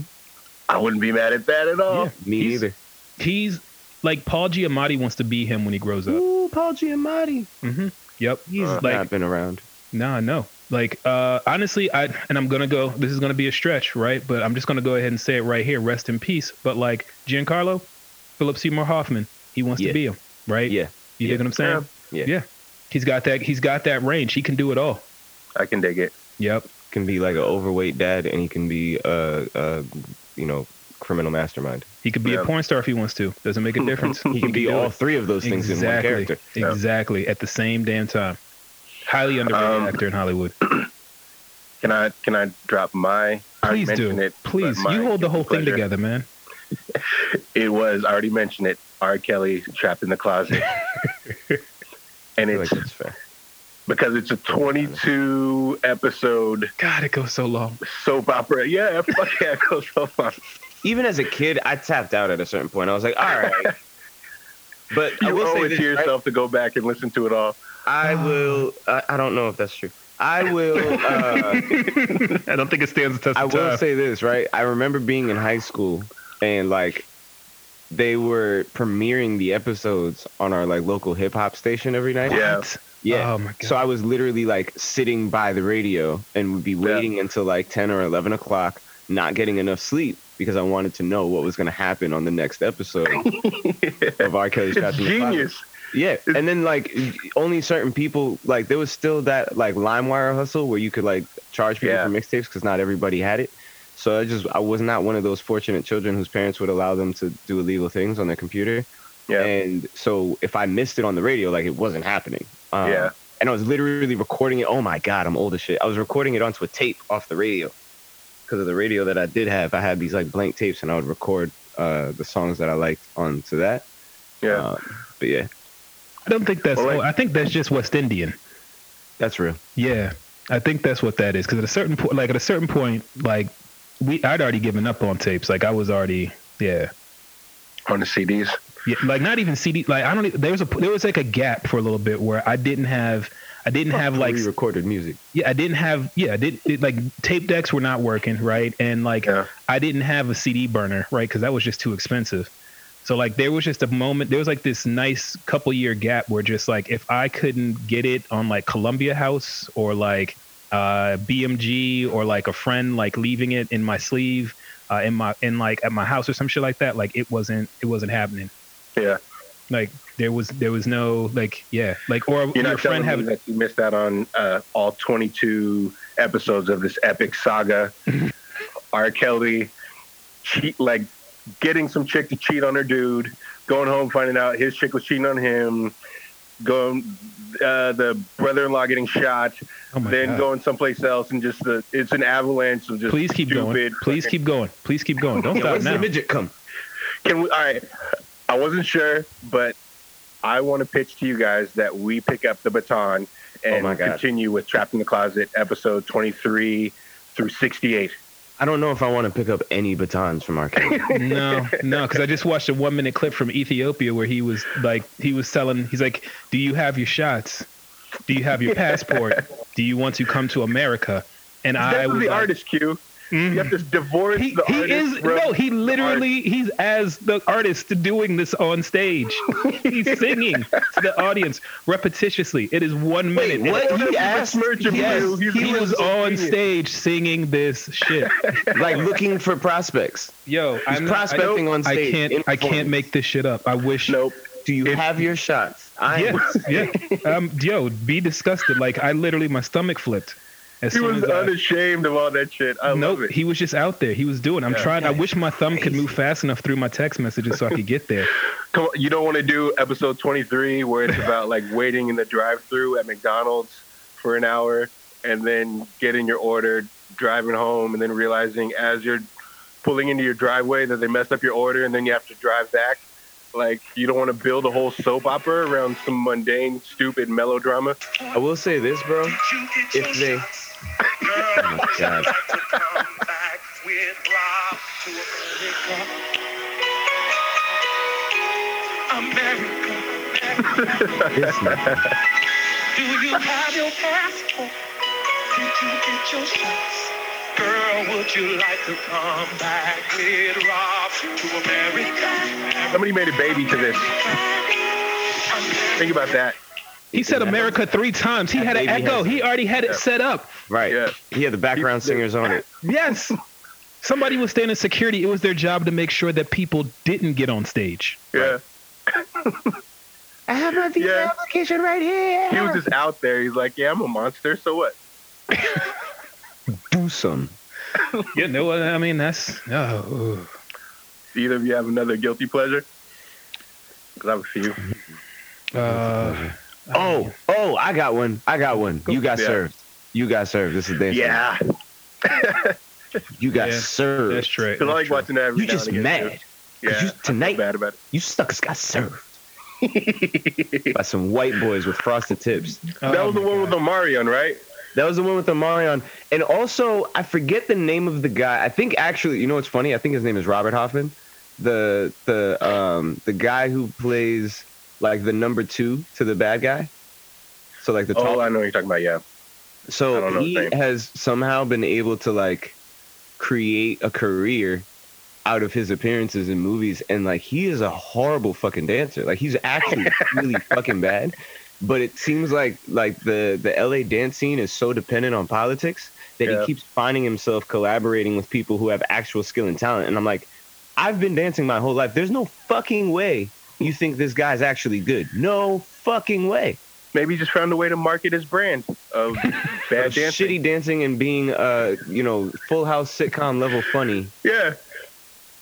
Speaker 1: i wouldn't be mad at that at all
Speaker 3: Yeah.
Speaker 2: Me
Speaker 3: He's-
Speaker 2: neither.
Speaker 3: He's like Paul Giamatti wants to be him when he grows up.
Speaker 2: Ooh, Paul Giamatti.
Speaker 3: hmm Yep.
Speaker 2: He's
Speaker 1: Uh,
Speaker 3: like-
Speaker 2: not been around.
Speaker 3: Nah, no. Like, uh, honestly, I and I'm gonna go. This is gonna be a stretch, right? But I'm just gonna go ahead and say it right here. Rest in peace. But like Giancarlo, Philip Seymour Hoffman, he wants
Speaker 2: Yeah.
Speaker 3: to be him, right?
Speaker 2: Yeah.
Speaker 3: You
Speaker 2: Yeah.
Speaker 3: dig what I'm saying?
Speaker 2: Yeah.
Speaker 3: He's got that. He's got that range. He can do it all.
Speaker 1: i can dig it
Speaker 3: Yep.
Speaker 2: Can be like an overweight dad, and he can be a, a you know criminal mastermind.
Speaker 3: He could be
Speaker 1: Yeah.
Speaker 3: a porn star if he wants to. Doesn't make a difference.
Speaker 2: He can be
Speaker 3: do
Speaker 2: all
Speaker 3: it.
Speaker 2: three of those things in one
Speaker 3: exactly.
Speaker 2: character.
Speaker 1: Yeah.
Speaker 3: Exactly. At the same damn time. Highly underrated
Speaker 1: Um,
Speaker 3: actor in Hollywood.
Speaker 1: Can I can I drop my? I already
Speaker 3: Please do.
Speaker 1: mentioned It, but
Speaker 3: Please,
Speaker 1: my
Speaker 3: you hold the
Speaker 1: guilty
Speaker 3: whole thing
Speaker 1: pleasure.
Speaker 3: together, man.
Speaker 1: It was I already mentioned it. R. Kelly trapped in the closet, and
Speaker 2: I feel like
Speaker 1: it's
Speaker 2: that's fair.
Speaker 1: because it's a 22 episode
Speaker 3: God, it goes so long.
Speaker 1: soap opera. Yeah, fuck yeah, it goes so far.
Speaker 2: Even as a kid, I tapped out at a certain point. I was like, all right. But I
Speaker 1: You
Speaker 2: will
Speaker 1: owe
Speaker 2: say
Speaker 1: it
Speaker 2: this,
Speaker 1: to
Speaker 2: right?
Speaker 1: yourself to go back and listen to it all.
Speaker 2: I will. I, I don't know if that's true. I will. Uh,
Speaker 3: I don't think it stands the test
Speaker 2: I
Speaker 3: of time.
Speaker 2: will say this, right? I remember being in high school and like they were premiering the episodes on our like local hip hop station every night.
Speaker 1: Yeah.
Speaker 3: What?
Speaker 2: Yeah.
Speaker 3: Oh my god.
Speaker 2: so I was literally like sitting by the radio and would be waiting until like 10 or 11 o'clock, not getting enough sleep because I wanted to know what was going to happen on the next episode of R. Kelly's
Speaker 1: It's
Speaker 2: Trapped in the Closet.
Speaker 1: genius.
Speaker 2: Yeah, and then like only certain people like there was still that like LimeWire hustle where you could like charge people
Speaker 1: Yeah.
Speaker 2: for mixtapes because not everybody had it. So I just I was not one of those fortunate children whose parents would allow them to do illegal things on their computer.
Speaker 1: Yeah.
Speaker 2: And so if I missed it on the radio, like it wasn't happening. Um,
Speaker 1: Yeah.
Speaker 2: And I was literally recording it. Oh my god, I'm old as shit. I was recording it onto a tape off the radio because of the radio that I did have. I had these like blank tapes, and I would record uh, the songs that I liked onto that.
Speaker 1: Yeah.
Speaker 2: Uh, but yeah,
Speaker 3: I don't think that's.
Speaker 1: Well, like-
Speaker 3: oh, I think that's just West Indian.
Speaker 2: that's real.
Speaker 3: Yeah, I think that's what that is. Because at a certain point, like at a certain point, like we, I'd already given up on tapes. Like I was already, yeah,
Speaker 1: On the CDs.
Speaker 3: yeah. Like not even CD. Like I don't. e- There was a there was like a gap for a little bit where I didn't have. I didn't have like
Speaker 2: recorded music.
Speaker 3: yeah I didn't have yeah I did it, like tape decks were not working right and like
Speaker 1: Yeah.
Speaker 3: I didn't have a CD burner right because that was just too expensive so like there was just a moment there was like this nice couple year gap where just like if I couldn't get it on like Columbia House or like uh, BMG or like a friend like leaving it in my sleeve uh, in my in like at my house or some shit like that like it wasn't it wasn't happening
Speaker 1: Yeah.
Speaker 3: like there was there was no like yeah like or
Speaker 1: You're
Speaker 3: your
Speaker 1: not telling
Speaker 3: friend
Speaker 1: me
Speaker 3: having
Speaker 1: that you missed out on uh, all 22 episodes of this epic saga. R. Kelly cheat, like getting some chick to cheat on her dude, going home finding out his chick was cheating on him, going uh, the brother-in-law getting shot,
Speaker 3: oh my
Speaker 1: then
Speaker 3: God.
Speaker 1: going someplace else, and just the it's an avalanche of just
Speaker 3: Please keep going.
Speaker 1: stupid
Speaker 3: Please
Speaker 1: fucking-
Speaker 3: keep going. Please keep going. Don't stop now.
Speaker 2: midget come?
Speaker 1: Can we? All right. I wasn't sure, but I want to pitch to you guys that we pick up the baton
Speaker 3: Oh
Speaker 1: and
Speaker 2: my God.
Speaker 1: continue with Trapped in the Closet, episode 23 through 68.
Speaker 2: I don't know if I want to pick up any batons from R. Kelly.
Speaker 3: No, no, because I just watched a one minute clip from Ethiopia where he was like, he was telling, he's like, "Do you have your shots? Do you have your passport? Do you want to come to America?" And I
Speaker 1: That's
Speaker 3: was
Speaker 1: the
Speaker 3: like,
Speaker 1: artist cue.
Speaker 3: "Mm."
Speaker 1: You have to divorce
Speaker 3: He,
Speaker 1: the
Speaker 3: he
Speaker 1: artist.
Speaker 3: is
Speaker 1: from-
Speaker 3: no, he literally he's as the artist doing this on stage. he's singing to the audience repetitiously. It is one minute. And
Speaker 2: what?
Speaker 1: Whatever
Speaker 2: He asked-
Speaker 1: merchant
Speaker 2: yes,
Speaker 1: brew, he's
Speaker 3: He
Speaker 1: doing
Speaker 3: was
Speaker 1: something
Speaker 3: on
Speaker 1: genius.
Speaker 3: stage singing this shit.
Speaker 2: like looking for prospects.
Speaker 3: Yo,
Speaker 2: He's
Speaker 3: I'm not, I,
Speaker 2: prospecting on
Speaker 3: I
Speaker 2: stage. in
Speaker 3: can't. I can't
Speaker 2: performance.
Speaker 3: make this shit up. I wish.
Speaker 1: Nope.
Speaker 2: Do you
Speaker 3: if-
Speaker 2: have your shots? I am-
Speaker 3: Yes. Yeah. Um. Yo, be disgusted. Like I literally, my stomach flipped. As
Speaker 1: He was
Speaker 3: as I-
Speaker 1: unashamed of all that shit. I
Speaker 3: uh, nope.
Speaker 1: love it.
Speaker 3: He was just out there. He was doing. I'm
Speaker 1: Yeah.
Speaker 3: trying. I wish my thumb could
Speaker 2: Crazy.
Speaker 3: move fast enough through my text messages so I could get there.
Speaker 1: Come on, you don't want to do episode 23 where it's about like waiting in the drive-through at McDonald's for an hour and then getting your order, driving home, and then realizing as you're pulling into your driveway that they messed up your order and then you have to drive back. Like you don't want to build a whole soap opera around some mundane, stupid melodrama.
Speaker 2: I will say this, bro. If they,
Speaker 4: Girl,
Speaker 2: my God.
Speaker 4: to come back with love to America. America,
Speaker 2: this nigga.
Speaker 4: do you have your passport? Did you get your shots? Girl, would you like to come back with love to America?
Speaker 1: Somebody made a baby to this. Think about that.
Speaker 3: He said America three times. He had an
Speaker 2: That baby
Speaker 3: echo.
Speaker 2: has-
Speaker 3: He already had it set up.
Speaker 2: right?
Speaker 1: Yeah.
Speaker 2: Yeah. He had the background singers on it.
Speaker 3: Yes. Somebody was standing security. It was their job to make sure that people didn't get on stage.
Speaker 1: Yeah.
Speaker 2: I have my
Speaker 1: visa Yeah.
Speaker 2: application right here.
Speaker 1: He was just out there. He's like, Yeah, I'm a monster, so what?
Speaker 2: do some.
Speaker 3: You know what I mean? That's oh.
Speaker 1: Either of you have another guilty pleasure? Because I have a few.
Speaker 3: Uh,
Speaker 2: Oh, oh, I got one. I got one. You got
Speaker 1: Yeah.
Speaker 2: served. You got served. This is dangerous.
Speaker 1: Yeah.
Speaker 2: You got
Speaker 3: Yeah,
Speaker 2: served.
Speaker 3: that's true.
Speaker 1: Because I like watching that every
Speaker 2: You
Speaker 1: now
Speaker 2: just
Speaker 1: and again, too.
Speaker 2: mad. 'Cause you-
Speaker 1: I feel
Speaker 2: tonight-
Speaker 1: bad about it.
Speaker 2: You suckers got served by some white boys with frosted tips.
Speaker 1: that
Speaker 3: Oh
Speaker 1: was the one with Omarion, right?
Speaker 2: That was the one with Omarion. And also, I forget the name of the guy. I think actually, you know what's funny? I think his name is Robert Hoffman. The the um the guy who plays like the number two to the bad guy. So like the tall
Speaker 1: oh, I know what you're talking about. Yeah, I
Speaker 2: So
Speaker 1: don't know his
Speaker 2: he
Speaker 1: name.
Speaker 2: has somehow been able to like create a career out of his appearances in movies, and like he is a horrible fucking dancer. Like he's actually really fucking bad. But it seems like like the the LA dance scene is so dependent on politics that
Speaker 1: Yeah.
Speaker 2: he keeps finding himself collaborating with people who have actual skill and talent. And I'm like, I've been dancing my whole life. There's no fucking way you think this guy's actually good. No fucking way.
Speaker 1: Maybe he just found a way to market his brand of bad
Speaker 2: Of
Speaker 1: dancing.
Speaker 2: Shitty dancing and being uh, you know, full house sitcom level funny
Speaker 1: Yeah,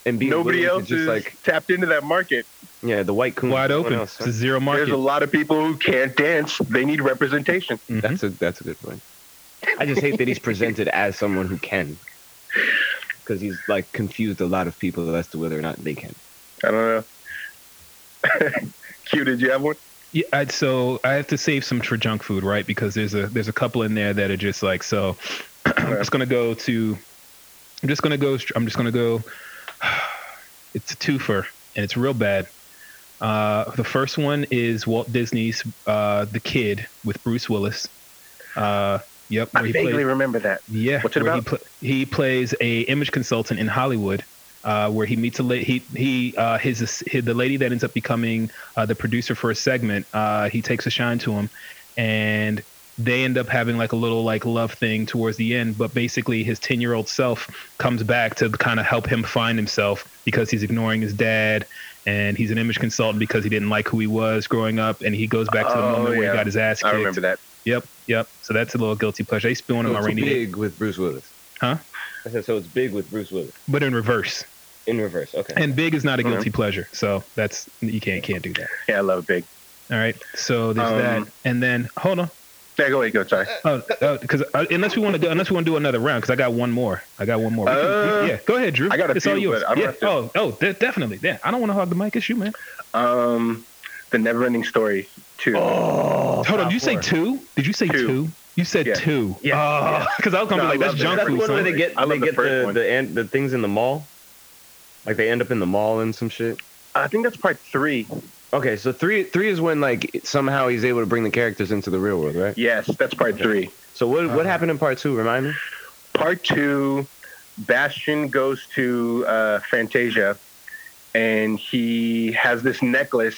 Speaker 2: and being
Speaker 1: nobody
Speaker 2: willing to
Speaker 1: else
Speaker 2: just
Speaker 1: is
Speaker 2: like
Speaker 1: tapped into that market.
Speaker 2: yeah, the white coon
Speaker 3: Wide
Speaker 2: someone
Speaker 3: open.
Speaker 2: else,
Speaker 3: It's a zero market.
Speaker 1: There's a lot of people who can't dance. They need representation.
Speaker 3: Mhm.
Speaker 2: That's a that's a good point. I just hate that he's presented as someone who can, because he's like confused a lot of people as to whether or not they can.
Speaker 1: I don't know. Q, did you have one?
Speaker 3: Yeah, i so I have to save some for junk food, right? Because there's a there's a couple in there that are just like so. I'm just gonna go to. I'm just gonna go. str- I'm just gonna go. It's a twofer, and it's real bad. Uh, the first one is Walt Disney's uh, The Kid with Bruce Willis. Uh, yep, where
Speaker 1: I
Speaker 3: he
Speaker 1: vaguely
Speaker 3: played-
Speaker 1: remember that.
Speaker 3: yeah,
Speaker 1: What's it
Speaker 3: where
Speaker 1: about?
Speaker 3: He, pl- he plays a image consultant in Hollywood, uh, where he meets a la- he he uh, his, his the lady that ends up becoming uh, the producer for a segment. Uh, he takes a shine to him, and they end up having like a little like love thing towards the end. But basically, his ten year old self comes back to kind of help him find himself because he's ignoring his dad. And he's an image consultant because he didn't like who he was growing up, and he goes back to the
Speaker 1: Oh,
Speaker 3: moment where
Speaker 1: yeah.
Speaker 3: he got his ass
Speaker 1: I
Speaker 3: kicked.
Speaker 1: remember that.
Speaker 3: Yep, yep. So that's a little guilty pleasure. They spilling on my
Speaker 2: So it's
Speaker 3: rainy day.
Speaker 2: big with Bruce Willis,
Speaker 3: Huh?
Speaker 2: I said so it's big with Bruce Willis
Speaker 3: but in reverse.
Speaker 2: in reverse. Okay,
Speaker 3: And big is not a
Speaker 1: Mhm.
Speaker 3: guilty pleasure, so that's you can't can't do that.
Speaker 1: Yeah, I love Big.
Speaker 3: All right, so there's
Speaker 1: Um,
Speaker 3: that, and then hold on,
Speaker 1: Yeah, go ahead, go sorry.
Speaker 3: oh, because unless we want to go, unless we want to do another round, because I got one more, I got one more. We can- we-
Speaker 1: Uh,
Speaker 3: yeah, go ahead, Drew.
Speaker 1: I got a
Speaker 3: it's all
Speaker 1: few,
Speaker 3: yours.
Speaker 1: but I'm
Speaker 3: yeah.
Speaker 1: gonna
Speaker 3: Oh, oh, de- definitely. Yeah, I don't want to hog the mic. It's you, man.
Speaker 1: Um, the Never Ending Story two.
Speaker 2: Oh.
Speaker 1: Oh.
Speaker 3: hold on,
Speaker 2: top
Speaker 3: did you say
Speaker 2: four.
Speaker 3: two? Did you say
Speaker 1: Two.
Speaker 3: two? You said
Speaker 1: Yeah.
Speaker 3: two.
Speaker 2: Yeah.
Speaker 3: Oh, because I was gonna
Speaker 1: No, I
Speaker 3: be like, that's
Speaker 1: love it.
Speaker 3: junk
Speaker 2: that's the
Speaker 3: food.
Speaker 2: one where
Speaker 3: son.
Speaker 2: they get
Speaker 1: I
Speaker 2: they
Speaker 1: love the
Speaker 2: get
Speaker 1: first
Speaker 2: the
Speaker 1: one.
Speaker 2: the, end, the things in the mall, like they end up in the mall and some shit.
Speaker 1: I think that's part three.
Speaker 2: Okay, so three three is when like somehow he's able to bring the characters into the real world, right?
Speaker 1: Yes, that's part three.
Speaker 2: So what what
Speaker 3: Uh-huh.
Speaker 2: happened in part two? Remind me.
Speaker 1: Part two, Bastion goes to uh, Fantasia, and he has this necklace,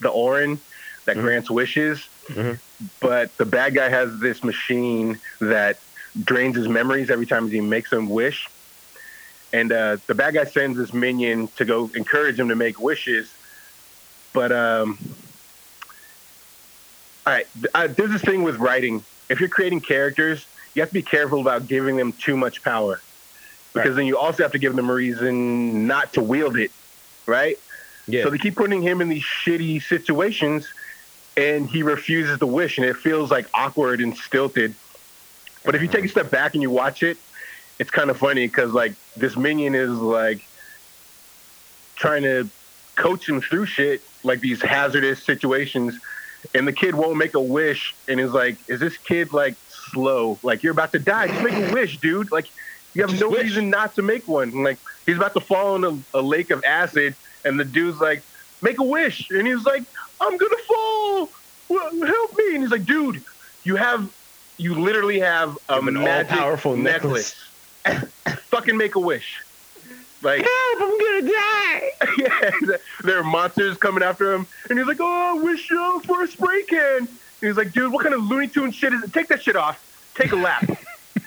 Speaker 1: the Orin, that
Speaker 2: Mhm.
Speaker 1: grants wishes.
Speaker 2: Mhm.
Speaker 1: But the bad guy has this machine that drains his memories every time he makes him wish. And uh, the bad guy sends his minion to go encourage him to make wishes. But um, all right, th- uh, there's this thing with writing. If you're creating characters, you have to be careful about giving them too much power, because then you also have to give them a reason not to wield it, right?
Speaker 2: Yeah.
Speaker 1: So they keep putting him in these shitty situations, and he refuses to wish, and it feels like awkward and stilted. But if you take a step back and you watch it, it's kind of funny because like this minion is like trying to coach him through shit, like these hazardous situations, and the kid won't make a wish, and is like, "Is this kid like slow? Like you're about to die? Just make a wish, dude! Like you have
Speaker 2: Just
Speaker 1: no
Speaker 2: wish."
Speaker 1: reason not to make one. And, like he's about to fall in a, a lake of acid, and the dude's like, "Make a wish," and he's like, "I'm gonna fall! Well, help me!" And he's like, "Dude, you have." You literally have a
Speaker 2: Give an
Speaker 1: magic
Speaker 2: all-powerful necklace.
Speaker 1: necklace. Fucking make a wish. Like
Speaker 2: Help! I'm gonna die.
Speaker 1: yeah, there are monsters coming after him, and he's like, "Oh, I wish you for a spray can." And he's like, "Dude, what kind of Looney Tune shit is it? Take that shit off. Take a lap.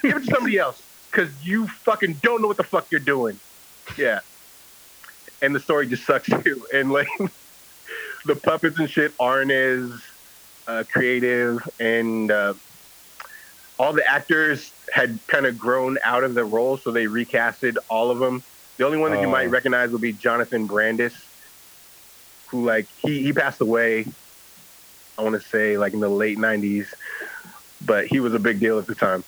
Speaker 1: Give it to somebody else, cause you fucking don't know what the fuck you're doing." Yeah, and the story just sucks too. And like, the puppets and shit aren't as uh, creative, and uh, all the actors had kind of grown out of the role, so they recasted all of them. The only one that you
Speaker 2: Oh.
Speaker 1: might recognize would be Jonathan Brandis, who like he he passed away. I want to say like in the late '90s, but he was a big deal at the time.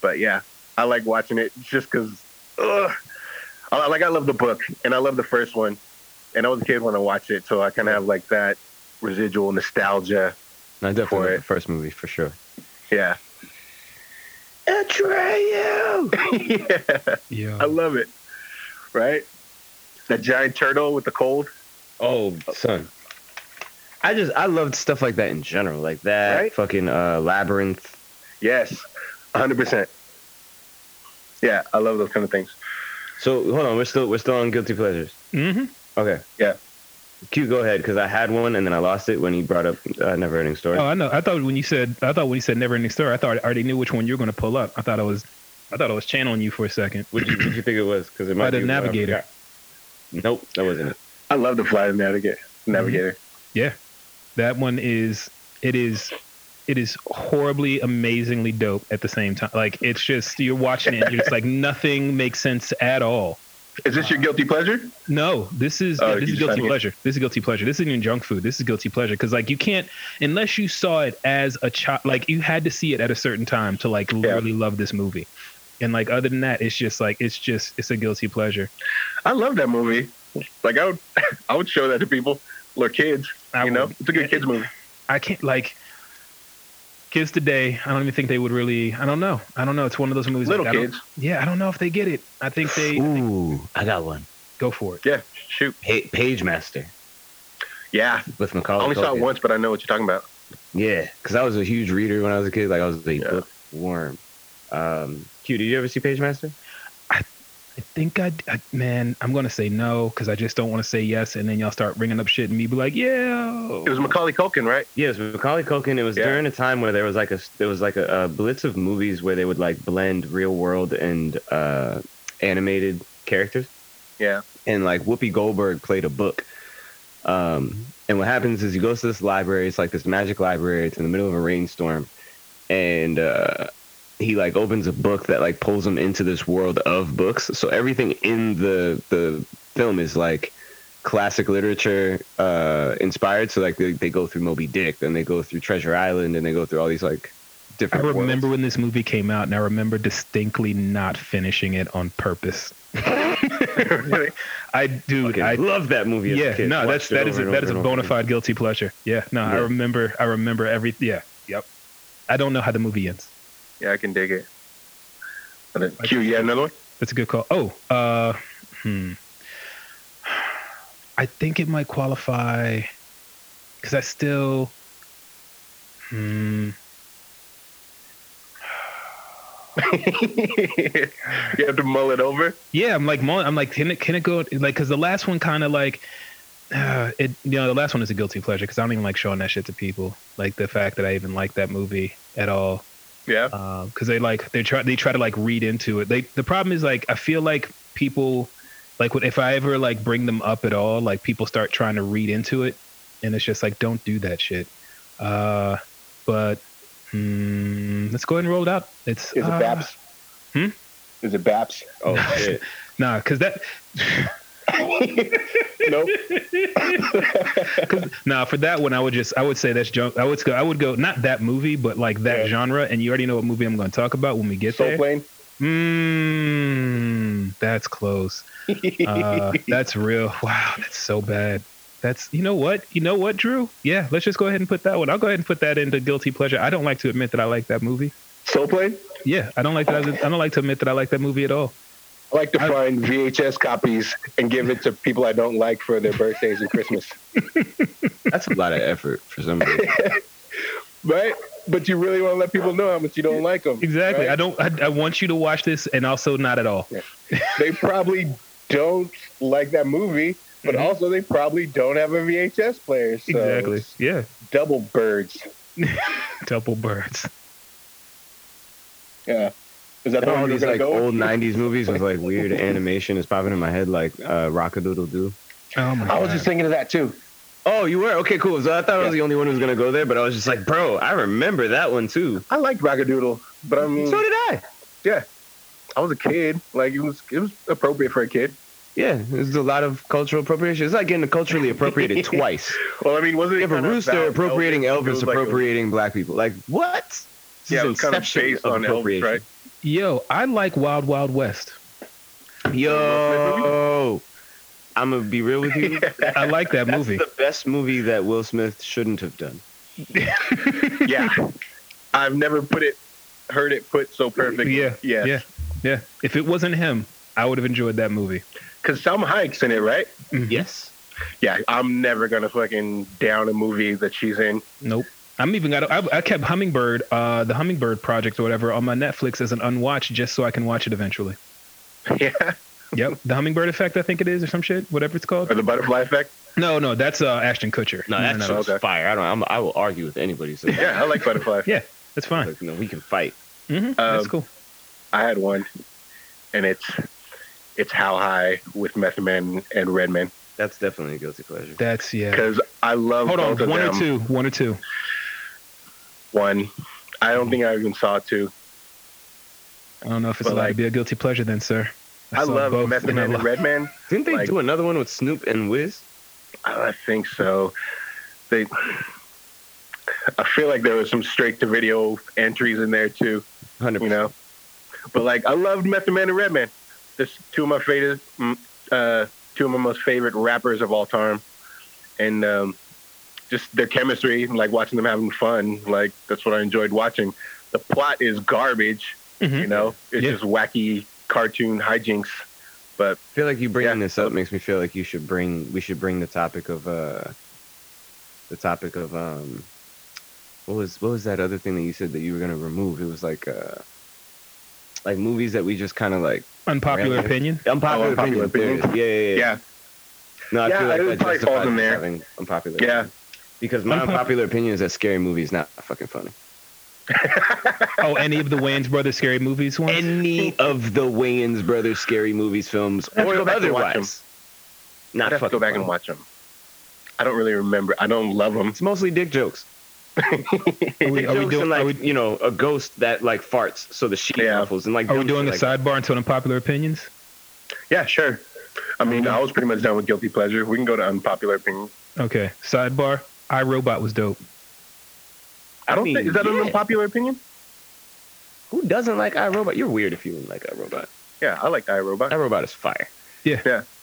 Speaker 1: But yeah, I like watching it just because, like I love the book and I love the first one, and I was a kid when I watched it, so I kind of have like that residual nostalgia. For
Speaker 2: I definitely
Speaker 1: it.
Speaker 2: the first movie for sure.
Speaker 1: Yeah,
Speaker 2: Atreyu.
Speaker 1: yeah,
Speaker 3: Yeah.
Speaker 1: I love it. Right, that giant turtle with the cold.
Speaker 2: Oh, son. I just I loved stuff like that in general, like that
Speaker 1: Right?
Speaker 2: fucking uh, labyrinth.
Speaker 1: Yes, 100%. Yeah, I love those kind of things.
Speaker 2: So hold on, we're still we're still on guilty pleasures.
Speaker 3: Mm-hmm.
Speaker 2: Okay.
Speaker 1: Yeah.
Speaker 2: Q, go ahead, because I had one and then I lost it when he brought up uh, Never Ending Story.
Speaker 3: Oh, I know. I thought when you said, I thought when you said never ending story, I thought I already knew which one you were going to pull up. I thought I was, I thought I was channeling you for a second.
Speaker 2: What did you, what'd you think it was? Because it
Speaker 3: By
Speaker 2: might
Speaker 3: the
Speaker 2: be what I
Speaker 3: Navigator.
Speaker 2: forgot. Nope, that wasn't it.
Speaker 1: I love the flight of navigator.
Speaker 3: Mm-hmm.
Speaker 1: Navigator.
Speaker 3: That one is, it is, it is horribly, amazingly dope at the same time. Like it's just you're watching it, and you're just like nothing makes sense at all.
Speaker 1: Is this your guilty pleasure?
Speaker 3: No, this is
Speaker 1: Oh,
Speaker 3: this
Speaker 1: you just
Speaker 3: is guilty
Speaker 1: had me-
Speaker 3: pleasure. This is guilty pleasure. This isn't even junk food. This is guilty pleasure because like you can't unless you saw it as a child. Like you had to see it at a certain time to like literally love this movie. And like other than that, it's just like it's just it's a guilty pleasure.
Speaker 1: I love that movie. Like I would, I would show that to people, little kids.
Speaker 3: I
Speaker 1: you know,
Speaker 3: would-
Speaker 1: it's a good kids movie.
Speaker 3: I can't like kids today. I don't even think they would really. I don't know. I don't know. It's one of those movies.
Speaker 1: Little
Speaker 3: like, I don't-
Speaker 1: kids.
Speaker 3: yeah, I don't know if they get it. I think they
Speaker 2: Ooh, I got one.
Speaker 3: go for it.
Speaker 1: Yeah, shoot.
Speaker 2: Pa- Page Master
Speaker 1: Yeah,
Speaker 2: with
Speaker 1: I
Speaker 3: Oh,
Speaker 2: Macaulay.
Speaker 1: only saw
Speaker 2: Culkin.
Speaker 1: it once, but I know what you're talking about.
Speaker 2: Yeah, because I was a huge reader when I was a kid. Like I was a
Speaker 1: Yeah.
Speaker 2: bookworm. Um, Q, did you ever see Page Master?
Speaker 3: I think I, I man. I'm gonna say no because I just don't want to say yes, and then y'all start ringing up shit and me be like, yeah.
Speaker 1: It was Macaulay Culkin, right?
Speaker 2: Yeah, it was Macaulay Culkin. It was
Speaker 1: Yeah.
Speaker 2: during a time where there was like a there was like a, a blitz of movies where they would like blend real world and uh, animated characters.
Speaker 1: Yeah.
Speaker 2: and like Whoopi Goldberg played a book. Um, and what happens is he goes to this library. It's like this magic library. It's in the middle of a rainstorm, and uh, he like opens a book that like pulls him into this world of books. So everything in the the film is like classic literature uh, inspired. So like they, they go through Moby Dick, and they go through Treasure Island, and they go through all these like
Speaker 3: I
Speaker 2: different. worlds.
Speaker 3: remember when this movie came out, and I remember distinctly not finishing it on purpose.
Speaker 1: Really?
Speaker 3: I dude,
Speaker 2: Fucking
Speaker 3: I
Speaker 2: love that movie. as a
Speaker 3: yeah,
Speaker 2: kid.
Speaker 3: no, that's
Speaker 2: Watched it
Speaker 3: that
Speaker 2: over
Speaker 3: is a,
Speaker 2: and
Speaker 3: that
Speaker 2: over
Speaker 3: is a
Speaker 2: and over
Speaker 3: bona
Speaker 2: again.
Speaker 3: fide guilty pleasure. Yeah, no, I
Speaker 2: Yeah.
Speaker 3: remember, I remember every. Yeah, yep. I don't know how the movie ends.
Speaker 1: yeah, I can dig it. And then Q, you had another one?
Speaker 3: That's a good call. Oh, uh, hmm. I think it might qualify because I still, hmm.
Speaker 1: you have to mull it over.
Speaker 3: Yeah, I'm like, mulling- I'm like, can it, can it go? Like, because the last one kind of like, uh, it, you know, the last one is a guilty pleasure because I don't even like showing that shit to people. Like the fact that I even like that movie at all,
Speaker 1: Yeah.
Speaker 3: because Uh, they like they try they try to like read into it. They the problem is like I feel like people like what- if I ever like bring them up at all, like people start trying to read into it, and it's just like don't do that shit. Uh, but hmm, let's go ahead and roll it out. It's
Speaker 1: Is it
Speaker 3: uh,
Speaker 1: Baps?
Speaker 3: hmm?
Speaker 1: Is it Baps?
Speaker 2: Oh shit.
Speaker 3: Nah, because that
Speaker 1: nope.
Speaker 3: Cause now for that one, I would just I would say that's junk. I would go I would go not that movie, but like that
Speaker 1: Yeah.
Speaker 3: genre. And you already know what movie I'm going to talk about when we get
Speaker 1: Soul
Speaker 3: there.
Speaker 1: Plane?
Speaker 3: Mmm, that's close. Uh, that's real. Wow, that's so bad. That's you know what you know what Drew. Yeah, let's just go ahead and put that one. I'll go ahead and put that into guilty pleasure. I don't like to admit that I like that movie.
Speaker 1: Soul Plane?
Speaker 3: Yeah, I don't like that. I don't like to admit that I like that movie at all.
Speaker 1: I like to
Speaker 3: I-
Speaker 1: find VHS copies and give it to people I don't like for their birthdays and Christmas.
Speaker 2: That's a lot of effort for somebody.
Speaker 1: Right? But you really want to let people know how much you don't like them.
Speaker 3: Exactly. I don't. I, I want you to watch this, and also not at all.
Speaker 1: They probably don't like that movie, but
Speaker 3: Mhm.
Speaker 1: also they probably don't have a VHS player. So
Speaker 3: Exactly.
Speaker 1: it's
Speaker 3: Yeah.
Speaker 1: Double birds.
Speaker 3: Double birds.
Speaker 1: Yeah. Is that the
Speaker 2: all
Speaker 1: one you're
Speaker 2: these
Speaker 1: gonna
Speaker 2: like
Speaker 1: go with?
Speaker 2: old '90s movies with like weird animation is popping in my head, like uh, Rockadoodle Doo.
Speaker 3: Oh my
Speaker 1: I
Speaker 3: God.
Speaker 1: was just thinking of that too.
Speaker 2: Oh, you were okay, cool. So I thought I was the only one who was gonna go there, but I was just like, bro, I remember that one too.
Speaker 1: I liked Rockadoodle, but I mean,
Speaker 2: So did I.
Speaker 1: I was a kid. Like it was, it was appropriate for a kid.
Speaker 2: Yeah, there's a lot of cultural appropriation. It's like getting culturally appropriated twice.
Speaker 1: Well, I mean, wasn't it?
Speaker 2: You have a
Speaker 1: kinda
Speaker 2: rooster
Speaker 1: about
Speaker 2: appropriating
Speaker 1: It
Speaker 2: Elvis,
Speaker 1: was like a-
Speaker 2: appropriating black people. Like what? This
Speaker 1: Yeah,
Speaker 2: is
Speaker 1: it was kind of
Speaker 2: inception
Speaker 1: based on Elvis,
Speaker 2: appropriation.
Speaker 1: right?
Speaker 3: Yo, I like Wild Wild West.
Speaker 2: Yo, I'm gonna be real with you.
Speaker 3: I like that
Speaker 2: That's
Speaker 3: movie.
Speaker 2: the best movie that Will Smith shouldn't have done.
Speaker 1: yeah, I've never put it, heard it put so perfectly.
Speaker 3: Yeah,
Speaker 1: yeah,
Speaker 3: yeah. Yeah. If it wasn't him, I would have enjoyed that movie.
Speaker 1: Because Selma Hayek's in it, right?
Speaker 3: Mhm.
Speaker 2: Yes.
Speaker 1: Yeah, I'm never gonna fucking down a movie that she's in.
Speaker 3: Nope. I'm even got. I, I kept Hummingbird, uh, the Hummingbird Project or whatever, on my Netflix as an unwatched, just so I can watch it eventually.
Speaker 1: yeah,
Speaker 3: Yep, the hummingbird effect, I think it is, or some shit, whatever it's called.
Speaker 1: Or the butterfly effect?
Speaker 3: No, no, that's uh, Ashton Kutcher.
Speaker 2: No, that's just
Speaker 1: okay.
Speaker 2: fire. I don't. I'm, I will argue with anybody. So
Speaker 1: Yeah, I like butterfly.
Speaker 3: Yeah. that's fine.
Speaker 2: Like, you know, we can fight.
Speaker 3: hmm that's
Speaker 1: Um,
Speaker 3: cool.
Speaker 1: I had one, and it's it's How High with Method Man and Redman
Speaker 2: That's definitely a guilty pleasure.
Speaker 3: That's yeah.
Speaker 1: because I love
Speaker 3: Hold on,
Speaker 1: both of
Speaker 3: one or
Speaker 1: them.
Speaker 3: two, one or two.
Speaker 1: One, I don't think I even saw two.
Speaker 3: I don't know if it's
Speaker 1: But,
Speaker 3: allowed to
Speaker 1: like-
Speaker 3: be a guguilty pleasure then, sir.
Speaker 1: I,
Speaker 3: saw
Speaker 1: love
Speaker 3: both,
Speaker 1: Method
Speaker 3: and I
Speaker 1: Man and
Speaker 3: lo-
Speaker 1: Redman.
Speaker 2: Didn't they
Speaker 1: Like-
Speaker 2: do another one with Snoop and Wiz?
Speaker 1: I think so. They, I feel like there was some straight to video entries in there too.
Speaker 2: Hundred.
Speaker 1: you know. But like, I loved Method Man and Redman. This two of my favorite, mm, uh, two of my most favorite rappers of all time, and um, just their chemistry, and, like watching them having fun. Like that's what I enjoyed watching. The plot is garbage,
Speaker 3: Mhm.
Speaker 1: you know. It's
Speaker 3: Yeah.
Speaker 1: just wacky cartoon hijinks. But
Speaker 2: I feel like you bringing
Speaker 1: Yeah.
Speaker 2: this up makes me feel like you should bring we should bring the topic of uh the topic of um what was what was that other thing that you said that you were gonna remove? It was like uh like movies that we just kind of like
Speaker 3: Unpopular
Speaker 2: Redman.
Speaker 3: opinion.
Speaker 2: unpopular,
Speaker 1: Oh, unpopular
Speaker 2: opinion.
Speaker 1: opinion.
Speaker 2: Yeah, yeah, yeah.
Speaker 1: yeah,
Speaker 2: No, I
Speaker 1: Yeah,
Speaker 2: feel like
Speaker 1: it
Speaker 2: that
Speaker 1: probably falls
Speaker 2: justifies
Speaker 1: in
Speaker 2: us
Speaker 1: there.
Speaker 2: having unpopular.
Speaker 1: Yeah.
Speaker 2: opinion. Because my
Speaker 3: Unpopu-
Speaker 2: unpopular opinion is that scary movie is not fucking funny.
Speaker 3: Oh, any of the Wayans brothers scary movies ones?
Speaker 2: Any of the Wayans brothers scary movies films
Speaker 1: I'd have to go
Speaker 2: or
Speaker 1: back and watch
Speaker 2: otherwise. Not
Speaker 1: I'd have to
Speaker 2: fucking
Speaker 1: go back
Speaker 2: funny.
Speaker 1: and watch them. I don't really remember. I don't love them.
Speaker 2: It's mostly dick jokes.
Speaker 3: Are we,
Speaker 2: Dick
Speaker 3: are we
Speaker 2: jokes
Speaker 3: doing?
Speaker 2: and, like
Speaker 3: are we,
Speaker 2: you know a ghost that like farts so the sheet
Speaker 1: Yeah.
Speaker 2: ruffles and like
Speaker 3: are we
Speaker 2: dumb
Speaker 3: doing a
Speaker 2: shit like
Speaker 3: sidebar into unpopular opinions?
Speaker 1: Yeah, sure. I mean, I was pretty much done with guilty pleasure. We can go to unpopular opinion.
Speaker 3: Okay, sidebar. I Robot was dope.
Speaker 2: that.
Speaker 1: I don't
Speaker 2: mean,
Speaker 1: think is that an
Speaker 2: yeah.
Speaker 1: unpopular opinion?
Speaker 2: Who doesn't like iRobot? You're weird if you wouldn't like iRobot.
Speaker 1: Yeah, I like iRobot.
Speaker 2: iRobot is fire.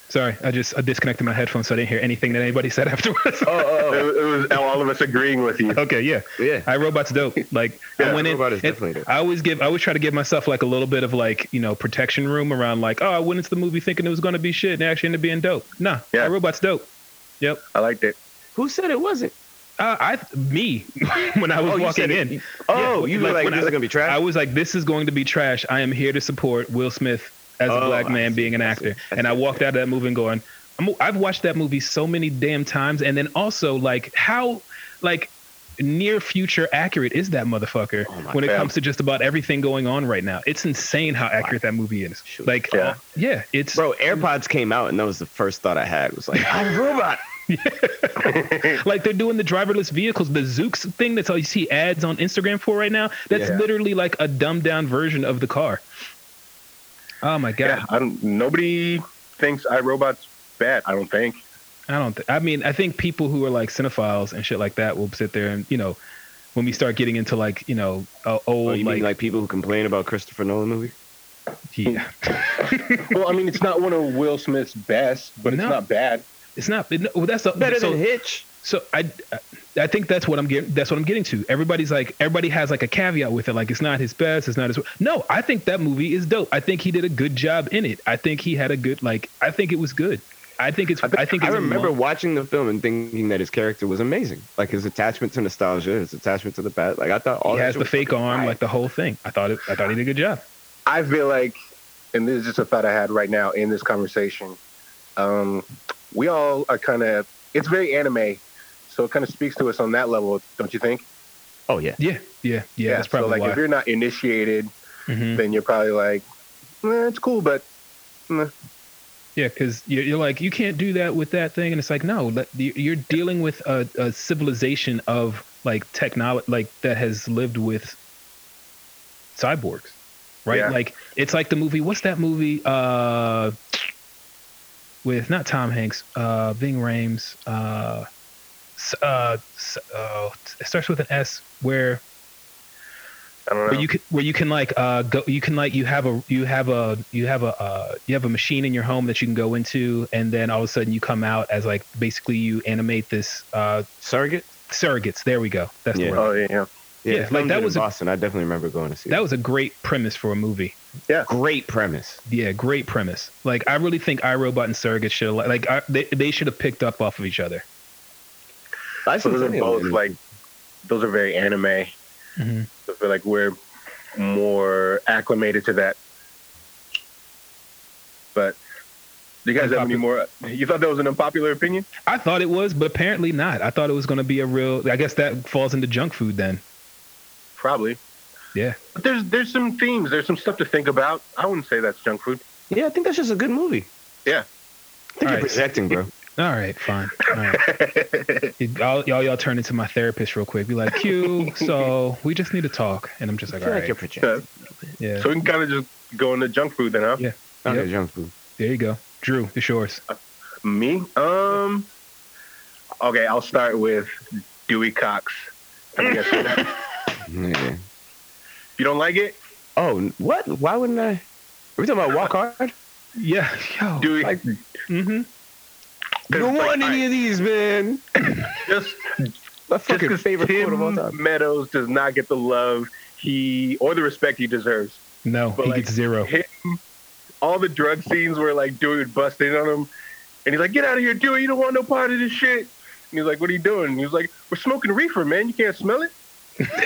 Speaker 3: Sorry, I just I disconnected my headphones, so I didn't hear anything that anybody said
Speaker 2: Oh,
Speaker 3: afterwards.
Speaker 1: It, was- it was all of us agreeing with you.
Speaker 3: okay, yeah,
Speaker 2: yeah.
Speaker 3: I Robot's dope. Like I
Speaker 1: Yeah,
Speaker 3: went in.
Speaker 2: iRobot is
Speaker 3: it-
Speaker 2: definitely dope.
Speaker 3: I always give I always try to give myself like a little bit of like, you know, protection room around like, oh, I went into the movie thinking it was gonna be shit and it actually ended up being dope. Nah,
Speaker 1: Yeah.
Speaker 3: yeah. robot's dope. Yep.
Speaker 1: I liked it.
Speaker 2: Who said it wasn't?
Speaker 3: Uh, I me when I was
Speaker 2: Oh, you
Speaker 3: walking
Speaker 2: said it-
Speaker 3: in.
Speaker 2: Oh,
Speaker 3: Yeah,
Speaker 2: you were
Speaker 3: like
Speaker 2: like,
Speaker 3: when
Speaker 2: this
Speaker 3: I-
Speaker 2: is gonna be
Speaker 3: I
Speaker 2: trash.
Speaker 3: was like, this is going to be trash. I am here to support Will Smith as a
Speaker 2: Oh,
Speaker 3: black
Speaker 2: I
Speaker 3: man
Speaker 2: see,
Speaker 3: being an
Speaker 2: I see,
Speaker 3: actor.
Speaker 2: I
Speaker 3: and
Speaker 2: see,
Speaker 3: I walked
Speaker 2: yeah.
Speaker 3: out of that movie and going, I'm, I've watched that movie so many damn times. And then also, like, how, like, near future accurate is that motherfucker
Speaker 2: Oh my
Speaker 3: when it
Speaker 1: God.
Speaker 3: comes to just about everything going on right now? It's insane how accurate that movie is.
Speaker 2: Shoot.
Speaker 3: Like,
Speaker 1: Yeah.
Speaker 3: yeah, yeah it's.
Speaker 2: Bro, AirPods came out and that was the first thought I had was like iRobot.
Speaker 3: Like they're doing the driverless vehicles, the Zooks thing that's all you see ads on Instagram for right now. That's
Speaker 1: Yeah.
Speaker 3: literally like a dumbed down version of the car. Oh my god!
Speaker 1: Yeah, I don't. Nobody thinks iRobot's bad. I don't think.
Speaker 3: I don't. Th- I mean, I think people who are like cinephiles and shit like that will sit there and you know, when we start getting into like you know, uh, old
Speaker 2: Oh, you
Speaker 3: like,
Speaker 2: mean like people who complain about Christopher Nolan movies?
Speaker 3: yeah,
Speaker 1: Well, I mean, it's not one of Will Smith's best, but it's
Speaker 3: No.
Speaker 1: not bad.
Speaker 3: it's not. It, no, well, that's the
Speaker 2: Better
Speaker 3: so,
Speaker 2: than Hitch.
Speaker 3: So I, I think that's what I'm getting. That's what I'm getting to. Everybody's like, everybody has like a caveat with it. Like it's not his best. It's not his. No, I think that movie is dope. I think he did a good job in it. I think he had a good like. I think it was good. I think it's. I think,
Speaker 2: I
Speaker 3: it's a
Speaker 2: remember
Speaker 3: mon-
Speaker 2: watching the film and thinking that his character was amazing. Like his attachment to nostalgia, his attachment to the past. Like I thought all
Speaker 3: he
Speaker 2: that
Speaker 3: has
Speaker 2: shit
Speaker 3: the
Speaker 2: was
Speaker 3: fake
Speaker 2: fucking
Speaker 3: arm,
Speaker 2: fire.
Speaker 3: like the whole thing. I thought it. I thought he did a good job.
Speaker 1: I feel like, and this is just a thought I had right now in this conversation. Um, we all are kind of. It's very anime, so it kind of speaks to us on that level, don't you think?
Speaker 2: oh yeah.
Speaker 3: Yeah, yeah, yeah. that's
Speaker 1: so
Speaker 3: probably
Speaker 1: like,
Speaker 3: why.
Speaker 1: if you're not initiated,
Speaker 3: Mhm.
Speaker 1: then you're probably like, eh, it's cool, but
Speaker 3: Yeah, because you're, you're like, you can't do that with that thing, and it's like, no, let- you- you're dealing with a, a civilization of like technology, like that has lived with cyborgs, right?
Speaker 1: Yeah.
Speaker 3: Like it's like the movie. What's that movie? Uh, with not Tom Hanks, uh, Ving Rhames. Uh, s- uh, s- uh, it starts with an S. Where
Speaker 1: I don't know.
Speaker 3: where you can where you can like uh go you can like you have a you have a you have a uh, you have a machine in your home that you can go into and then all of a sudden you come out as like basically you animate this uh
Speaker 2: Surrogate.
Speaker 3: surrogates there we go that's
Speaker 2: Yeah.
Speaker 3: the word
Speaker 1: oh yeah,
Speaker 3: Yeah,
Speaker 2: the
Speaker 3: like,
Speaker 2: film
Speaker 3: that
Speaker 2: did in
Speaker 3: was a-
Speaker 2: Boston. I definitely remember going to see.
Speaker 3: that
Speaker 2: it.
Speaker 3: was a great premise for a movie
Speaker 2: great premise.
Speaker 3: yeah great premise like i really think iRobot and surrogate should have like I, they, they should have picked up off of each other
Speaker 2: I
Speaker 1: So
Speaker 2: seen
Speaker 1: those are
Speaker 2: something on
Speaker 1: both
Speaker 2: the-
Speaker 1: like, those are very anime.
Speaker 3: Mhm.
Speaker 1: I feel like we're more acclimated to that. But Do you guys have any
Speaker 3: Unpopular-
Speaker 1: more? You thought that was an unpopular opinion?
Speaker 3: I thought it was, but apparently not. I thought it was going to be a real. I guess that falls into junk food then.
Speaker 1: Probably.
Speaker 3: Yeah.
Speaker 1: But there's there's some themes. There's some stuff to think about. I wouldn't say that's junk food.
Speaker 2: Yeah, I think that's just a good movie.
Speaker 1: Yeah.
Speaker 2: I think
Speaker 3: All
Speaker 2: you're
Speaker 3: right.
Speaker 2: projecting, bro.
Speaker 3: All right, fine. All right. I'll, y'all, y'all turn into my therapist real quick. Be like, Q. So we just need to talk, and I'm just
Speaker 2: I
Speaker 3: like,
Speaker 2: feel
Speaker 3: all
Speaker 2: like
Speaker 3: right,
Speaker 2: you're projecting.
Speaker 3: yeah.
Speaker 1: So we can kind of just go into junk food then, huh?
Speaker 3: Yeah.
Speaker 2: Okay,
Speaker 3: Yep.
Speaker 2: junk food.
Speaker 3: There you go, Drew. It's yours.
Speaker 1: Me? Um. Okay, I'll start with Dewey Cox. I guess if
Speaker 2: Yeah.
Speaker 1: you don't like it,
Speaker 2: Oh, n- what? Why wouldn't I? Are we talking about Walk Hard?
Speaker 3: Yeah. Yo.
Speaker 1: Dewey.
Speaker 2: like-
Speaker 3: Mm-hmm.
Speaker 2: You don't
Speaker 1: like,
Speaker 2: want
Speaker 1: all
Speaker 2: any
Speaker 1: right,
Speaker 2: of these, man.
Speaker 1: Just
Speaker 2: My
Speaker 1: just
Speaker 2: fucking
Speaker 1: 'cause
Speaker 2: favorite
Speaker 1: Tim
Speaker 2: quote of all time.
Speaker 1: Meadows does not get the love he or the respect he deserves.
Speaker 3: No,
Speaker 1: But
Speaker 3: he
Speaker 1: like-
Speaker 3: gets zero.
Speaker 1: him, all the drug scenes where like Dewey would bust in on him, and he's like, "Get out of here, Dewey! You don't want no part of this shit." And he's like, "What are you doing?" And he was like, "We're smoking reefer, man. You can't smell it."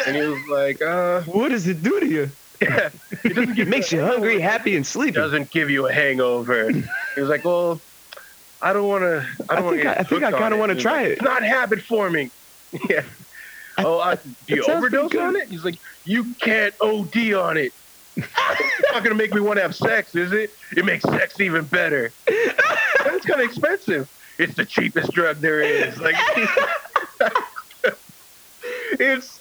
Speaker 1: and he was like, "Uh,
Speaker 2: What does it do to you?
Speaker 1: yeah, it doesn't
Speaker 2: It
Speaker 1: give
Speaker 2: makes you hungry, happy, and
Speaker 1: It
Speaker 2: sleepy.
Speaker 1: doesn't give you a hangover." he was like, "Well, I don't want to. I
Speaker 2: I
Speaker 1: don't want
Speaker 2: think I- I think I kinda wanna try it.
Speaker 1: It's not habit forming." yeah. Oh, I, do you
Speaker 2: sounds pretty
Speaker 1: overdose
Speaker 2: good.
Speaker 1: on it? He's like, you can't OD on it. it's not gonna make me want to have sex, is it? It makes sex even better. That's kind of expensive. It's the cheapest drug there is. Like, it's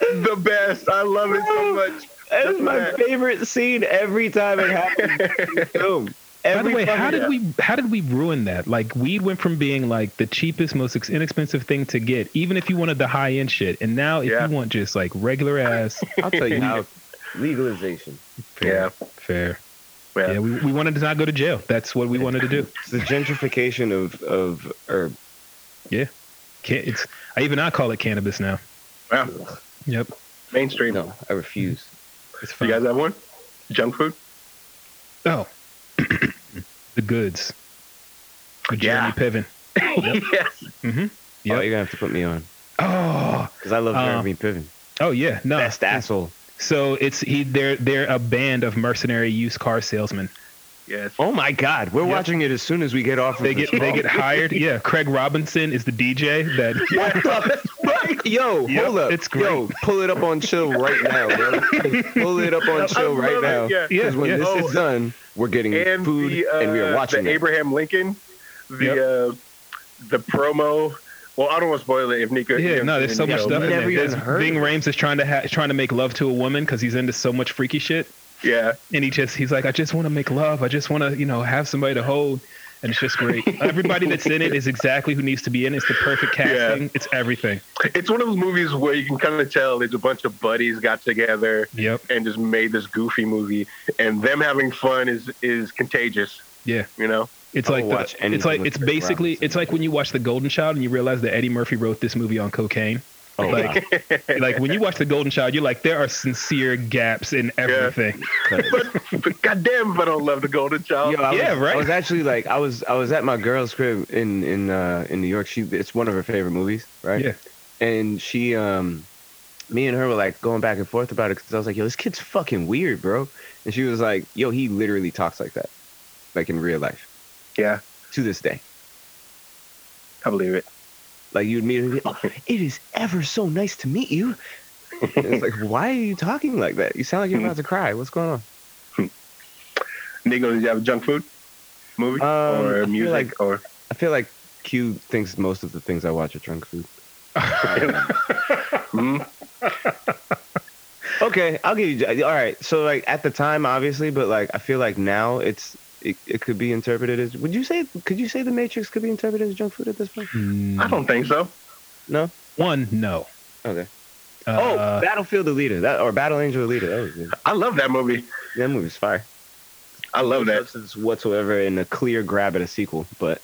Speaker 1: the best. I love it so much.
Speaker 2: That is my
Speaker 1: That's
Speaker 2: favorite scene every time it happens. Boom.
Speaker 3: By the
Speaker 2: Every
Speaker 3: way, how
Speaker 2: fucking-
Speaker 3: did we how did we ruin that? Like weed went from being like the cheapest, most ex- inexpensive thing to get, even if you wanted the high end shit, and now if
Speaker 1: Yeah.
Speaker 3: you want just like regular ass,
Speaker 2: I'll tell you how. Legalization.
Speaker 1: Yeah,
Speaker 3: fair.
Speaker 1: yeah.
Speaker 3: Yeah, we, we wanted to not go to jail. That's what we wanted to do.
Speaker 2: It's the gentrification of of herb.
Speaker 3: Can, it's I even I call it cannabis now.
Speaker 1: Wow.
Speaker 3: Yep.
Speaker 1: Mainstream.
Speaker 2: No, I refuse.
Speaker 3: It's fine.
Speaker 1: You guys have one? Junk food?
Speaker 3: oh, the goods. With
Speaker 1: Yeah.
Speaker 3: Jeremy Piven.
Speaker 1: yes.
Speaker 3: Mm-hmm.
Speaker 2: Oh,
Speaker 3: Yep.
Speaker 2: you're gonna have to put me on
Speaker 3: Oh,
Speaker 2: because I love
Speaker 3: Uh,
Speaker 2: Jeremy Piven.
Speaker 3: oh yeah. No,
Speaker 2: Best asshole.
Speaker 3: So it's he. They're they're a band of mercenary used car salesmen.
Speaker 1: Yes.
Speaker 2: Oh my God, we're
Speaker 3: Yep.
Speaker 2: watching it as soon as we get off. Of
Speaker 3: They get
Speaker 2: this
Speaker 3: they
Speaker 2: call.
Speaker 3: get hired. Yeah, Craig Robinson is the DJ. That
Speaker 2: What the fuck? Yo,
Speaker 3: Yep,
Speaker 2: hold up.
Speaker 3: it's great.
Speaker 2: Yo, pull it up on chill right now, bro. pull it up on chill
Speaker 1: I
Speaker 2: right
Speaker 1: love it,
Speaker 2: now.
Speaker 1: yeah.
Speaker 3: yeah,
Speaker 2: Because when
Speaker 3: yeah.
Speaker 2: this
Speaker 1: Oh,
Speaker 2: is done, we're getting
Speaker 1: and
Speaker 2: food
Speaker 1: the, uh,
Speaker 2: and we are watching
Speaker 1: the
Speaker 2: it.
Speaker 1: Abraham Lincoln, the
Speaker 3: Yep.
Speaker 1: uh, the promo. Well, I don't want to spoil it if Nico.
Speaker 3: yeah,
Speaker 1: you
Speaker 3: no,
Speaker 1: know,
Speaker 3: there's so
Speaker 1: you
Speaker 3: much
Speaker 1: know,
Speaker 3: stuff in
Speaker 2: never
Speaker 3: there.
Speaker 2: even
Speaker 3: There's,
Speaker 2: heard
Speaker 3: Bing
Speaker 2: of it.
Speaker 3: Rames is trying to ha- trying to make love to a woman because he's into so much freaky shit,
Speaker 1: Yeah,
Speaker 3: and he just he's like, I just want to make love. I just want to you know have somebody to hold, and it's just great. Everybody that's in it is exactly who needs to be in. it. It's the perfect
Speaker 1: Yeah.
Speaker 3: casting. It's everything.
Speaker 1: it's one of those movies where you can kind of tell it's a bunch of buddies got together
Speaker 3: Yep.
Speaker 1: and just made this goofy movie, and them having fun is is contagious.
Speaker 3: Yeah.
Speaker 1: you know.
Speaker 3: It's
Speaker 2: I'll
Speaker 3: like
Speaker 2: watch
Speaker 3: the, it's
Speaker 2: anything
Speaker 3: like
Speaker 2: with
Speaker 3: it's
Speaker 2: Craig
Speaker 3: basically
Speaker 2: Robinson.
Speaker 3: it's like when you watch The Golden Child and you realize that Eddie Murphy wrote this movie on cocaine.
Speaker 2: oh,
Speaker 3: like-
Speaker 2: wow.
Speaker 3: like when you watch The Golden Child, you're like, there are sincere gaps in everything.
Speaker 1: but, but goddamn, if I don't love the Golden Child.
Speaker 2: Yo, I
Speaker 3: Oh, Yeah,
Speaker 2: was,
Speaker 3: right.
Speaker 2: I was actually like, I was I was at my girl's crib in in uh, in New York. She it's one of her favorite movies, right?
Speaker 3: Yeah.
Speaker 2: And she, um, me and her were like going back and forth about it because I was like, yo, this kid's fucking weird, bro. And she was like, yo, he literally talks like that, like in real life
Speaker 1: yeah,
Speaker 2: to this day.
Speaker 1: I believe it.
Speaker 2: Like you'd meet her, and be, oh, it is ever so nice to meet you. And it's like, why are you talking like that? You sound like you're about to cry. What's going on?
Speaker 1: Nico, did you have junk food movie
Speaker 2: Um, I
Speaker 1: or
Speaker 2: feel
Speaker 1: music
Speaker 2: like-
Speaker 1: or?
Speaker 2: I feel like Q thinks most of the things I watch are drunk food.
Speaker 1: Hmm?
Speaker 2: okay, I'll give you. All right, so like at the time, obviously, but like I feel like now it's it, it could be interpreted as. Would you say? Could you say the Matrix could be interpreted as junk food at this point?
Speaker 1: I don't think so.
Speaker 3: Uh,
Speaker 2: No.
Speaker 3: One, no.
Speaker 2: Okay. oh,
Speaker 3: Uh,
Speaker 2: Battlefield Alita, that or Battle Angel Alita. That was good.
Speaker 1: I love that movie.
Speaker 2: That movie's fire.
Speaker 1: I love that.
Speaker 2: Substance whatsoever in a clear grab at a sequel, but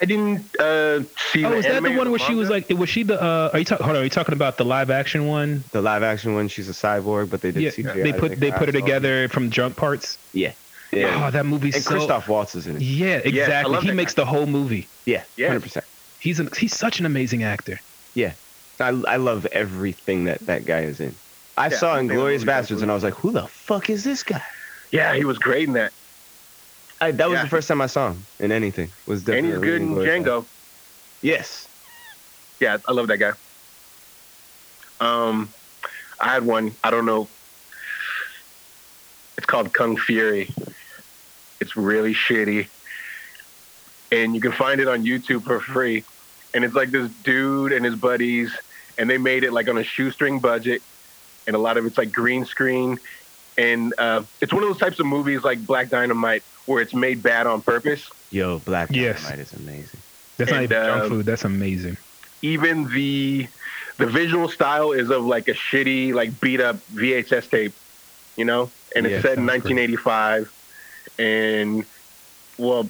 Speaker 1: I didn't uh, see.
Speaker 3: oh, is that the
Speaker 1: anime or
Speaker 3: one where she was
Speaker 1: manga.
Speaker 3: like, was she the? Uh, are you talking? Hold on, are you talking about the live action one?
Speaker 2: the live action one, she's a cyborg, but they did
Speaker 3: Yeah,
Speaker 2: CGI.
Speaker 3: they put they put it
Speaker 2: So-
Speaker 3: together from junk parts.
Speaker 2: Yeah,
Speaker 3: Oh, that movie's
Speaker 2: and
Speaker 3: so.
Speaker 2: Christoph Waltz is in it.
Speaker 3: Yeah,
Speaker 1: Yeah, I
Speaker 3: exactly.
Speaker 1: love
Speaker 3: he
Speaker 1: that
Speaker 3: makes the whole movie.
Speaker 2: Yeah,
Speaker 1: Yeah.
Speaker 2: hundred percent.
Speaker 3: He's an, he's such an amazing actor.
Speaker 2: I, I love everything that that guy is in. I
Speaker 1: Yeah,
Speaker 2: saw
Speaker 1: I think that
Speaker 2: Inglorious
Speaker 1: movie's
Speaker 2: Bastards
Speaker 1: absolutely-
Speaker 2: and I was like, who the fuck is this guy?
Speaker 1: Yeah, he was great in that.
Speaker 2: I, that was
Speaker 1: Yeah.
Speaker 2: the first time I saw him in anything. Was
Speaker 1: and
Speaker 2: definitely
Speaker 1: he's good in
Speaker 2: Inglourious
Speaker 1: Django.
Speaker 2: Yes.
Speaker 1: Yeah, I love that guy. Um, I had one. I don't know. It's called Kung Fury. It's really shitty, and you can find it on YouTube for free. And it's like this dude and his buddies, and they made it like on a shoestring budget, and a lot of it's like green screen, and uh, it's one of those types of movies like Black Dynamite where it's made bad on purpose.
Speaker 2: Yo, Black
Speaker 3: Yes.
Speaker 2: Dynamite is amazing.
Speaker 3: That's not
Speaker 1: And,
Speaker 3: even
Speaker 1: um,
Speaker 3: junk food. That's amazing.
Speaker 1: even the the visual style is of like a shitty like beat up VHS tape, you know, and it's
Speaker 3: Yeah,
Speaker 1: set in
Speaker 3: sounds great.
Speaker 1: 1985, and well,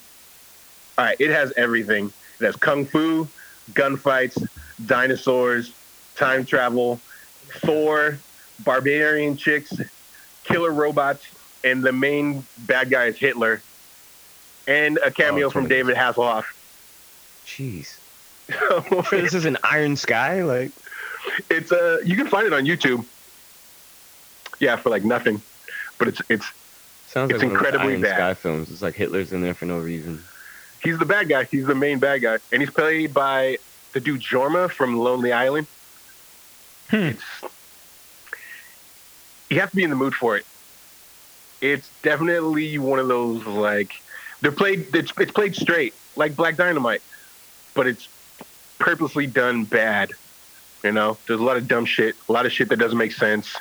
Speaker 1: all right, it has everything. It has kung fu, gunfights, dinosaurs, time travel, Thor, barbarian chicks, killer robots, and the main bad guy is Hitler, and
Speaker 3: Oh,
Speaker 1: a cameo from
Speaker 2: totally.
Speaker 1: David Hasselhoff.
Speaker 2: Jeez. This is an Iron Sky. Like
Speaker 1: It's uh you can find it on YouTube. Yeah, for like nothing. But it's it's It's
Speaker 2: sounds like one of those
Speaker 1: incredibly
Speaker 2: Iron
Speaker 1: bad.
Speaker 2: Sky films. It's like Hitler's in there for no reason.
Speaker 1: he's the bad guy. He's the main bad guy. And he's played by the dude Jorma from Lonely Island.
Speaker 3: Hmm.
Speaker 1: It's you have to be in the mood for it. It's definitely one of those like they're played it's, it's played straight, like Black Dynamite. But it's purposely done bad. You know? There's a lot of dumb shit, a lot of shit that doesn't make sense.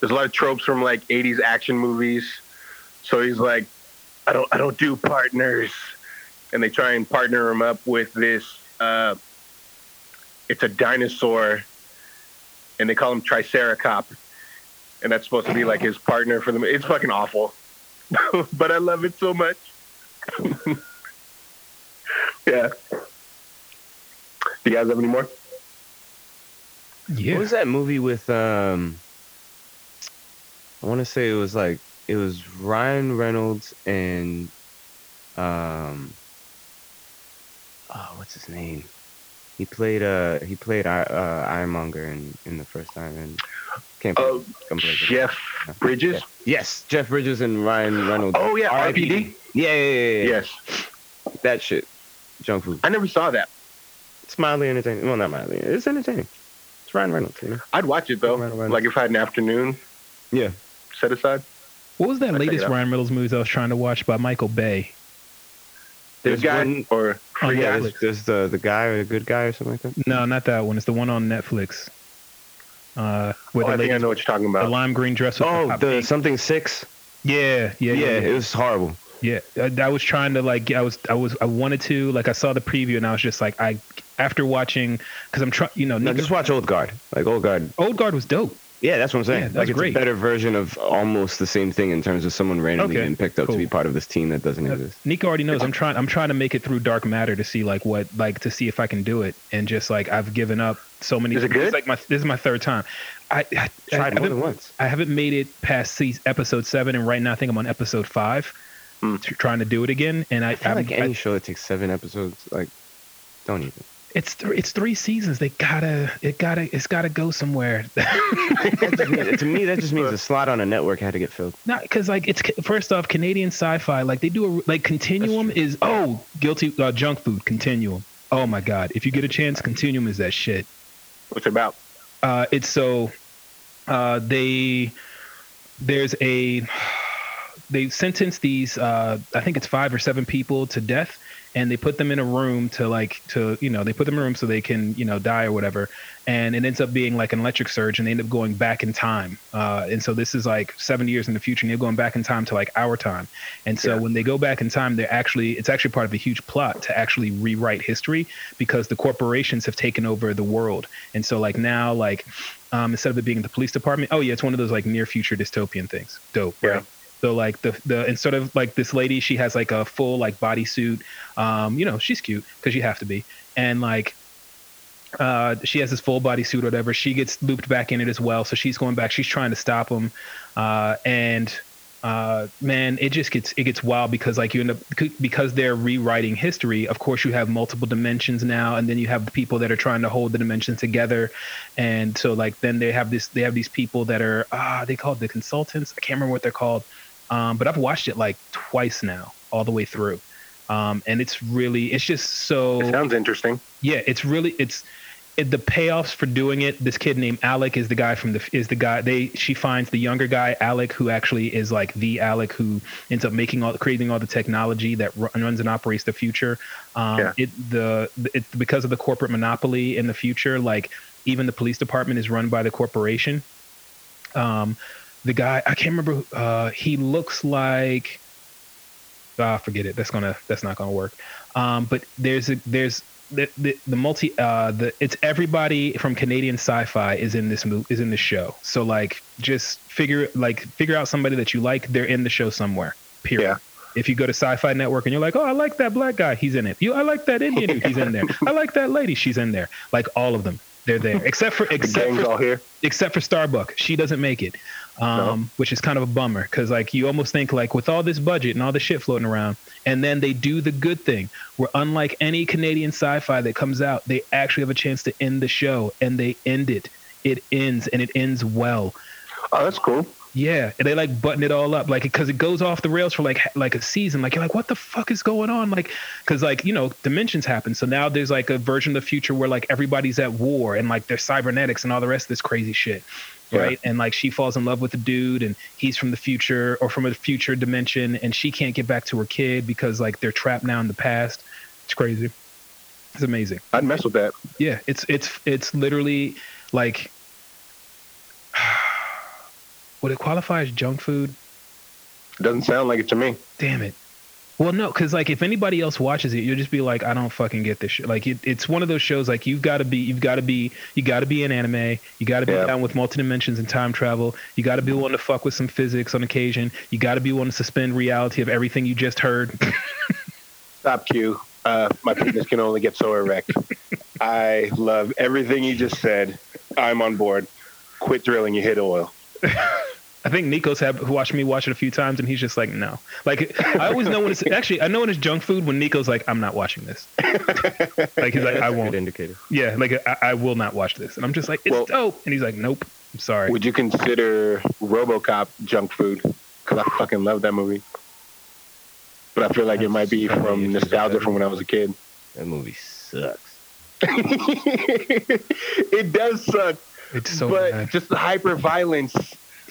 Speaker 1: There's a lot of tropes from like eighties action movies. So he's like, I don't I don't do partners and they try and partner him up with this. Uh, it's a dinosaur, and they call him Triceracop, and that's supposed to be like his partner for them. It's fucking awful, but I love it so much. yeah. Do you guys have any more?
Speaker 3: Yeah.
Speaker 2: What was that movie with um I wanna say it was like it was Ryan Reynolds and um oh what's his name? He played uh he played I- uh Ironmonger in, in the first time and can't
Speaker 1: Oh,
Speaker 2: believe- can't believe it.
Speaker 1: Jeff Bridges.
Speaker 2: Yes, Jeff Bridges and Ryan Reynolds.
Speaker 1: Oh yeah, RPD.
Speaker 2: Yeah, yeah, yeah, yeah,
Speaker 1: Yes,
Speaker 2: yeah. That shit. Junk food.
Speaker 1: I never saw that.
Speaker 2: It's mildly entertaining. Well not mildly. It's entertaining. It's Ryan Reynolds, you know?
Speaker 1: I'd watch it though.
Speaker 2: Right, right.
Speaker 1: Like if I had an afternoon
Speaker 2: Yeah.
Speaker 1: set aside.
Speaker 3: What was that
Speaker 1: check it
Speaker 3: latest
Speaker 1: out.
Speaker 3: Ryan Reynolds movie I was trying to watch by Michael Bay?
Speaker 1: There's
Speaker 2: There's
Speaker 1: guy
Speaker 2: one-
Speaker 1: or
Speaker 3: Oh,
Speaker 1: free
Speaker 2: Yeah,
Speaker 1: guy.
Speaker 2: there's, there's the the guy or the good guy or something like that.
Speaker 3: No, not that one. It's the one on Netflix. Uh,
Speaker 1: Oh,
Speaker 3: with
Speaker 1: I
Speaker 3: the,
Speaker 1: think I
Speaker 3: lady,
Speaker 1: know what you're talking
Speaker 3: the
Speaker 1: about.
Speaker 3: lime green dress. With
Speaker 2: Oh,
Speaker 3: hot
Speaker 2: the
Speaker 3: pink.
Speaker 2: something six.
Speaker 3: yeah,
Speaker 2: Yeah,
Speaker 3: yeah, yeah,
Speaker 2: it was horrible.
Speaker 3: yeah. I, I was trying to like, I was, I was, I wanted to like, I saw the preview and I was just like, I after watching because I'm trying, you know,
Speaker 2: No,
Speaker 3: Nico-
Speaker 2: just watch Old Guard. Like Old Guard.
Speaker 3: Old Guard was dope.
Speaker 2: Yeah, that's what I'm saying.
Speaker 3: Yeah, that's
Speaker 2: like it's
Speaker 3: great.
Speaker 2: a better version of almost the same thing in terms of someone randomly
Speaker 3: Okay,
Speaker 2: being picked up
Speaker 3: cool.
Speaker 2: to be part of this team that doesn't exist.
Speaker 3: Nico already knows. I'm trying. I'm trying to make it through Dark Matter to see like what, like to see if I can do it. And just like I've given up so many.
Speaker 1: Is it
Speaker 3: this
Speaker 1: good?
Speaker 3: like my this is my third time. I, I, I,
Speaker 2: Tried
Speaker 3: I've
Speaker 2: more
Speaker 3: been-
Speaker 2: than once.
Speaker 3: I haven't made it past se- episode seven, and right now I think I'm on episode five,
Speaker 1: Hmm.
Speaker 3: tr- trying to do it again. And I,
Speaker 2: I feel
Speaker 3: I'm-
Speaker 2: like any
Speaker 3: I-
Speaker 2: show that takes seven episodes, like, don't even.
Speaker 3: it's th- it's three seasons. They gotta it gotta it's gotta go somewhere.
Speaker 2: That just means- to me, that just means the slot on a network had to get filled.
Speaker 3: Not because like it's ca- first off Canadian sci-fi. Like they do a like Continuum is oh guilty uh, junk food Continuum. Oh my god! If you get a chance, Continuum is that shit.
Speaker 1: What's it about?
Speaker 3: uh, it's so uh, they there's a they sentence these uh, I think it's five or seven people to death, and they put them in a room to like to you know they put them in a room so they can you know die or whatever, and it ends up being like an electric surge, and they end up going back in time, uh, and so this is like seven years in the future, and they're going back in time to like our time, and so
Speaker 1: Yeah.
Speaker 3: when they go back in time, they're actually it's actually part of a huge plot to actually rewrite history because the corporations have taken over the world, and so like now like um, instead of it being the police department, oh yeah, it's one of those like near future dystopian things. Dope.
Speaker 1: Yeah.
Speaker 3: Right? So like the the instead of like this lady, she has like a full like bodysuit. Um, you know, she's cute because you have to be. And like uh she has this full bodysuit or whatever. She gets looped back in it as well. So she's going back, she's trying to stop him. Uh and uh man it just gets it gets wild because like you end up because they're rewriting history of course you have multiple dimensions now and then you have the people that are trying to hold the dimensions together and so like then they have this they have these people that uh, are ah they called the consultants i can't remember what they're called um but i've watched it like twice now all the way through. Um, and it's really, it's just so.
Speaker 1: It sounds interesting.
Speaker 3: Yeah, it's really it's it, the payoffs for doing it. This kid named Alec is the guy from the is the guy they she finds the younger guy Alec who actually is like the Alec who ends up making all creating all the technology that run, runs and operates the future. Um,
Speaker 1: Yeah.
Speaker 3: It the it because of the corporate monopoly in the future, like even the police department is run by the corporation. Um, the guy I can't remember. who- Uh, he looks like ah, forget it. That's gonna that's not gonna work. Um, but there's a there's the, the, the multi uh the it's everybody from Canadian sci-fi is in this mo- is in the show. So like just figure like figure out somebody that you like. They're in the show somewhere. Period.
Speaker 1: Yeah.
Speaker 3: If you go to Sci-Fi Network and you're like, oh, I like that black guy, he's in it. You, I like that Indian, dude, he's in there. I like that lady, she's in there. Like all of them, they're there, except for
Speaker 1: The
Speaker 3: except
Speaker 1: gang's
Speaker 3: for
Speaker 1: all here.
Speaker 3: except for Starbuck. She doesn't make it, um, which is kind of a bummer because like you almost think like with all this budget and all this shit floating around, and then they do the good thing where unlike any Canadian sci-fi that comes out, they actually have a chance to end the show and they end it. It ends and it ends well.
Speaker 1: Oh, that's cool.
Speaker 3: Yeah, and they like button it all up, like because it goes off the rails for like h- like a season. Like you're like, what the fuck is going on? Like, because like you know, dimensions happen. So now there's like a version of the future where like everybody's at war and like they're cybernetics and all the rest of this crazy shit,
Speaker 1: Yeah.
Speaker 3: right? And like she falls in love with the dude, and he's from the future or from a future dimension, and she can't get back to her kid because like they're trapped now in the past. It's crazy. It's amazing.
Speaker 1: I'd mess with that.
Speaker 3: Yeah, it's it's it's literally like would it qualify as junk food?
Speaker 1: It doesn't sound like it to me.
Speaker 3: Damn it. Well, no, because like if anybody else watches it, you'll just be like, I don't fucking get this shit. Like it, it's one of those shows like you've got to be, you've got to be, you got to be in anime. You got to be
Speaker 1: Yeah.
Speaker 3: down with multi dimensions and time travel. You got to be willing to fuck with some physics on occasion. You got to be willing to suspend reality of everything you just heard.
Speaker 1: Stop, Q. Uh, my penis can only get so erect. I love everything you just said. I'm on board. Quit drilling. You hit oil.
Speaker 3: I think Nico's have watched me watch it a few times, and he's just like, no. Like I always know when it's actually I know when it's junk food when Nico's like, I'm not watching this. like he's like,
Speaker 2: That's a
Speaker 3: I
Speaker 2: Good
Speaker 3: won't.
Speaker 2: indicator.
Speaker 3: Yeah, like I, I will not watch this, and I'm just like, it's
Speaker 1: Well-
Speaker 3: dope, and he's like, nope. I'm sorry.
Speaker 1: Would you consider RoboCop junk food? Because I fucking love that movie. But I feel like it might be from nostalgia from when I was a kid.
Speaker 2: That movie sucks.
Speaker 1: it does suck,
Speaker 3: it's so
Speaker 1: but
Speaker 3: bad.
Speaker 1: just the hyper violence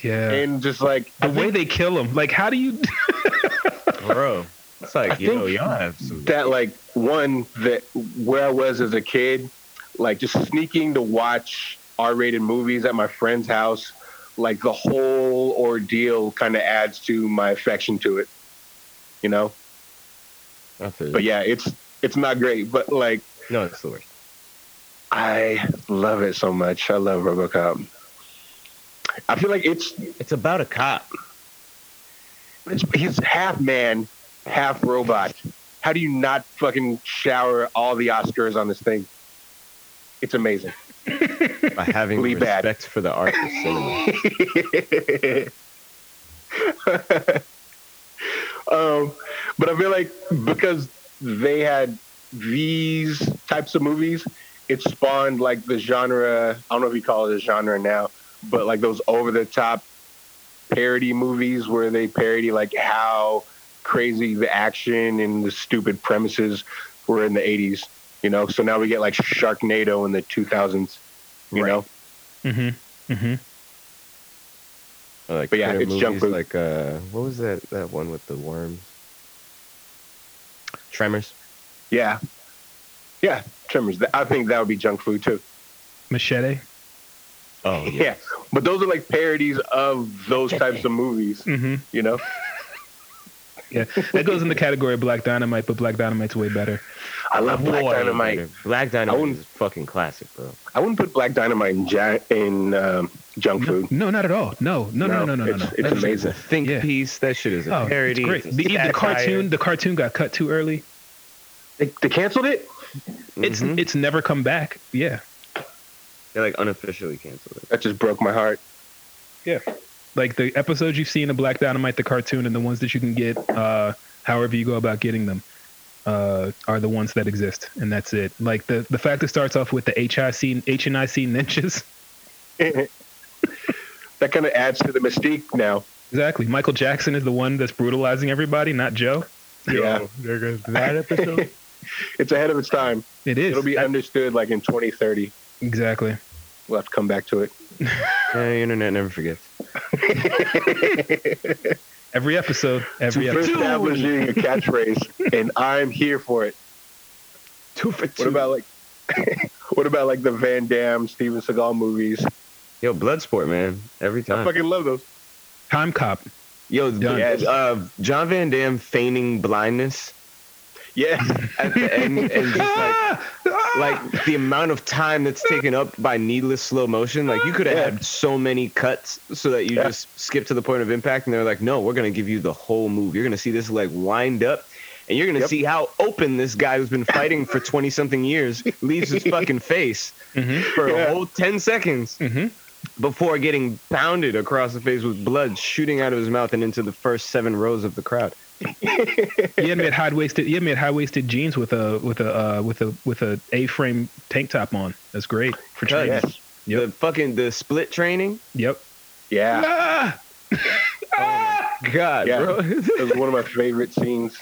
Speaker 3: Yeah.
Speaker 1: and just like
Speaker 3: the way they kill him, like how do you?
Speaker 2: Bro, it's like,
Speaker 1: yo, think
Speaker 2: y'all have some.
Speaker 1: that like one that where I was as a kid, like just sneaking to watch R-rated movies at my friend's house, like the whole ordeal kind of adds to my affection to it, you know. But yeah, it's it's not great, but like
Speaker 2: No, it's the worst.
Speaker 1: I love it so much. I love RoboCop. I feel like it's
Speaker 2: It's about a cop.
Speaker 1: it's he's half man, half robot. How do you not fucking shower all the Oscars on this thing? It's amazing.
Speaker 2: By having
Speaker 1: Really bad.
Speaker 2: respect for the art of cinema.
Speaker 1: um, but I feel like because they had these types of movies, it spawned like the genre. I don't know if you call it a genre now, but like those over the top parody movies where they parody like how crazy the action and the stupid premises were in the 80s, you know? So now we get like Sharknado in the 2000s, you
Speaker 2: Right.
Speaker 1: know?
Speaker 3: mm-hmm. Mm-hmm.
Speaker 2: Like
Speaker 1: But yeah,
Speaker 2: critter
Speaker 1: it's junk
Speaker 2: movies
Speaker 1: food.
Speaker 2: Like, uh, what was that, that one with the worms? Tremors.
Speaker 1: Yeah. Yeah, Tremors. Th- I think that would be junk food too.
Speaker 3: Machete.
Speaker 2: Oh, yeah.
Speaker 1: Yeah. But those are like parodies of those types of movies,
Speaker 3: Mm-hmm.
Speaker 1: you know?
Speaker 3: Yeah, that goes in the category of Black Dynamite, but Black Dynamite's way better.
Speaker 1: I
Speaker 3: Oh,
Speaker 1: love Black
Speaker 2: Boy,
Speaker 1: Dynamite.
Speaker 2: dude. Black
Speaker 1: I
Speaker 2: Dynamite
Speaker 1: wouldn't-
Speaker 2: is a fucking classic, bro.
Speaker 1: I wouldn't put Black Dynamite in, ja- in um, junk
Speaker 3: No,
Speaker 1: food.
Speaker 3: no, not at all. No, no, no, no, no, no,
Speaker 1: it's,
Speaker 3: no.
Speaker 1: It's
Speaker 2: That shit is
Speaker 1: amazing.
Speaker 2: a think
Speaker 3: Yeah.
Speaker 2: piece. That shit is a
Speaker 3: Oh, it's
Speaker 2: parody.
Speaker 3: great.
Speaker 2: It's a
Speaker 3: The, the
Speaker 2: satire.
Speaker 3: cartoon, the cartoon got cut too early.
Speaker 1: They, they canceled it?
Speaker 3: It's
Speaker 1: Mm-hmm.
Speaker 2: Mhm.
Speaker 3: it's never come back. Yeah,
Speaker 2: they like unofficially canceled it.
Speaker 1: That just broke my heart.
Speaker 3: like the episodes you've seen of Black Dynamite, the cartoon, and the ones that you can get, uh, however you go about getting them, uh, are the ones that exist, and that's it. Like the the fact that starts off with the HIC H and IC ninjas.
Speaker 1: That kind of adds to the mystique now.
Speaker 3: Exactly. Michael Jackson is the one that's brutalizing everybody, not Joe.
Speaker 1: Yeah.
Speaker 5: there goes that episode.
Speaker 1: It's ahead of its time.
Speaker 3: It is.
Speaker 1: It'll be understood like in 2030.
Speaker 3: exactly.
Speaker 1: We'll have to come back to it.
Speaker 2: Yeah, the internet never forgets.
Speaker 3: Every episode. Every
Speaker 1: We're
Speaker 3: episode.
Speaker 1: establishing a catchphrase, and I'm here for it.
Speaker 2: Two for two.
Speaker 1: What about like, what about like the Van Damme, Steven Seagal movies?
Speaker 2: Yo, Bloodsport, man. Every
Speaker 1: I
Speaker 2: time.
Speaker 1: fucking love those.
Speaker 3: Time cop.
Speaker 2: Yo,
Speaker 3: Done.
Speaker 2: yes, uh, John Van Damme feigning blindness
Speaker 1: Yeah,
Speaker 2: at the end, and just like
Speaker 3: Ah! Ah!
Speaker 2: like the amount of time that's taken up by needless slow motion. Like you could have
Speaker 1: Yeah.
Speaker 2: had so many cuts so that you
Speaker 1: Yeah.
Speaker 2: just skip to the point of impact, and they're like, no, we're gonna give you the whole move. You're gonna see this like wind up. And you're gonna
Speaker 1: Yep.
Speaker 2: see how open this guy who's been fighting for twenty something years leaves his fucking face
Speaker 3: Mhm.
Speaker 2: for
Speaker 1: Yeah.
Speaker 2: a whole ten seconds
Speaker 3: Mhm.
Speaker 2: before getting pounded across the face with blood shooting out of his mouth and into the first seven rows of the crowd.
Speaker 3: You had me at high waisted. You had me at high waisted jeans with a with a uh, with a with a A frame tank top on. That's great for
Speaker 2: Cut.
Speaker 3: training.
Speaker 1: yes,
Speaker 3: Yep.
Speaker 2: The fucking the split training.
Speaker 3: Yep.
Speaker 1: yeah.
Speaker 3: Ah! Ah!
Speaker 2: God,
Speaker 1: Yeah.
Speaker 2: bro.
Speaker 1: It was one of my favorite scenes.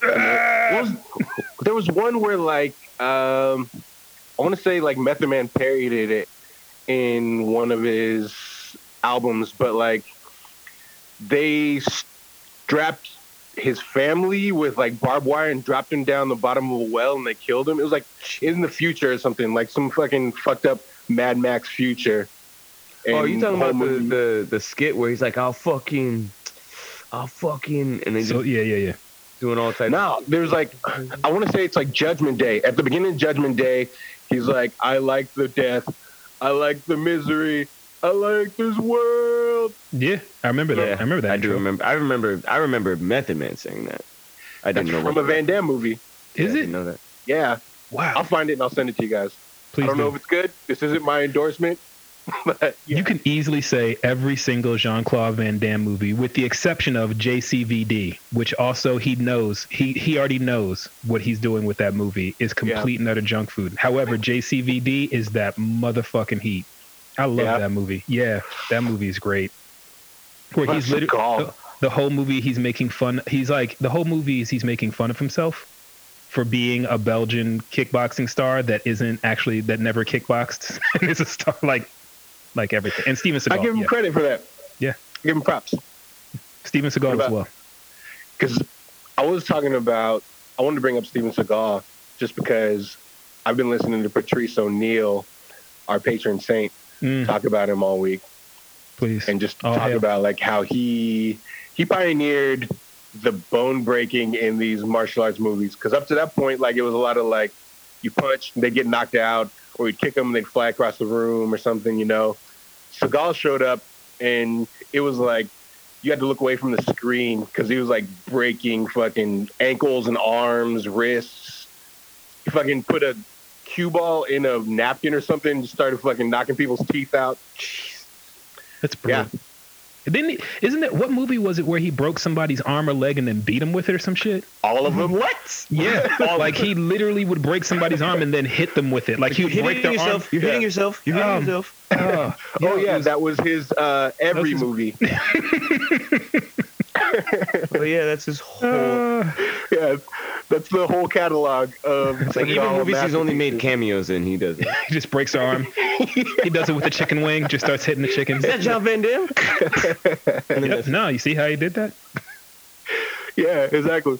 Speaker 1: There was, there was one where like um, I want to say like Method Man parodied it in one of his albums, but like they strapped his family with like barbed wire and dropped him down the bottom of a well and they killed him. It was like in the future or something, like some fucking fucked up Mad Max future.
Speaker 2: Oh, are you
Speaker 1: And
Speaker 2: talking
Speaker 1: whole
Speaker 2: about the,
Speaker 1: movie-
Speaker 2: the, the skit where he's like, I'll fucking, I'll fucking, and they
Speaker 3: So
Speaker 2: just
Speaker 3: yeah, yeah, yeah.
Speaker 2: doing all types.
Speaker 1: No, there's like, I want to say it's like Judgment Day. At the beginning of Judgment Day, he's like, I like the death. I like the misery. I like this world.
Speaker 3: Yeah, I remember that.
Speaker 2: Yeah,
Speaker 3: I remember that.
Speaker 2: I do
Speaker 3: intro.
Speaker 2: remember. I remember. I remember Method Man saying that. I
Speaker 1: That's
Speaker 2: didn't know
Speaker 1: from a
Speaker 2: what
Speaker 1: Van Damme movie.
Speaker 2: yeah,
Speaker 3: Is
Speaker 2: I
Speaker 3: it?
Speaker 2: didn't know that.
Speaker 1: Yeah,
Speaker 3: Wow.
Speaker 1: I'll find it and I'll send it to you guys.
Speaker 3: Please
Speaker 1: I don't
Speaker 3: do.
Speaker 1: know if it's good. This isn't my endorsement. but yeah.
Speaker 3: You can easily say every single Jean Claude Van Damme movie, with the exception of JCVD, which also he knows he he already knows what he's doing with that movie is complete and utter junk food. However, JCVD is that motherfucking heat. I love
Speaker 1: Yeah.
Speaker 3: that movie. Yeah, that movie is great. Where
Speaker 1: What
Speaker 3: he's
Speaker 1: a
Speaker 3: literally
Speaker 1: call.
Speaker 3: the, the whole movie he's making fun. He's like the whole movie is he's making fun of himself for being a Belgian kickboxing star that isn't actually that never kickboxed and is a star like like everything. And Steven Seagal,
Speaker 1: I give him
Speaker 3: yeah.
Speaker 1: credit for that.
Speaker 3: Yeah.
Speaker 1: Give him props.
Speaker 3: Steven Seagal
Speaker 1: What
Speaker 3: as
Speaker 1: about-
Speaker 3: well.
Speaker 1: because I was talking about I wanted to bring up Steven Seagal just because I've been listening to Patrice O'Neill, our patron saint,
Speaker 3: Mm,
Speaker 1: talk about him all week
Speaker 3: please,
Speaker 1: and just
Speaker 3: Oh,
Speaker 1: talk
Speaker 3: yeah.
Speaker 1: about like how he he pioneered the bone breaking in these martial arts movies because up to that point like it was a lot of like you punch they get knocked out or you kick them and they'd fly across the room or something you know Seagal showed up and it was like you had to look away from the screen because he was like breaking fucking ankles and arms wrists he fucking put a cue ball in a napkin or something and just started fucking knocking people's teeth out
Speaker 3: that's brilliant. Didn't he, isn't it? What movie was it where he broke somebody's arm or leg and then beat him with it or some shit?
Speaker 1: all of them
Speaker 2: What?
Speaker 3: Yeah, like he literally would break sombody's arm and then hit them with it. Like he
Speaker 2: You're
Speaker 3: would break
Speaker 2: hitting
Speaker 3: their
Speaker 2: yourself. You're hitting
Speaker 1: Yeah.
Speaker 2: yourself. You're hitting
Speaker 3: Um,
Speaker 2: yourself.
Speaker 3: arm. Oh,
Speaker 1: oh yeah,
Speaker 3: it was-
Speaker 1: that was his uh, every
Speaker 3: his-
Speaker 1: movie.
Speaker 2: Oh yeah, that's his whole.
Speaker 3: Uh,
Speaker 1: yeah, that's the whole catalog of
Speaker 2: it's like even
Speaker 1: Seagal
Speaker 2: movies he's only made
Speaker 1: masterpieces.
Speaker 2: cameos in, he does. It.
Speaker 3: he just breaks her arm. He does it with a chicken wing. Just starts hitting the chickens.
Speaker 2: Is that John Van Damme? And then
Speaker 3: Yep. No, you see how he did that?
Speaker 1: Yeah, exactly.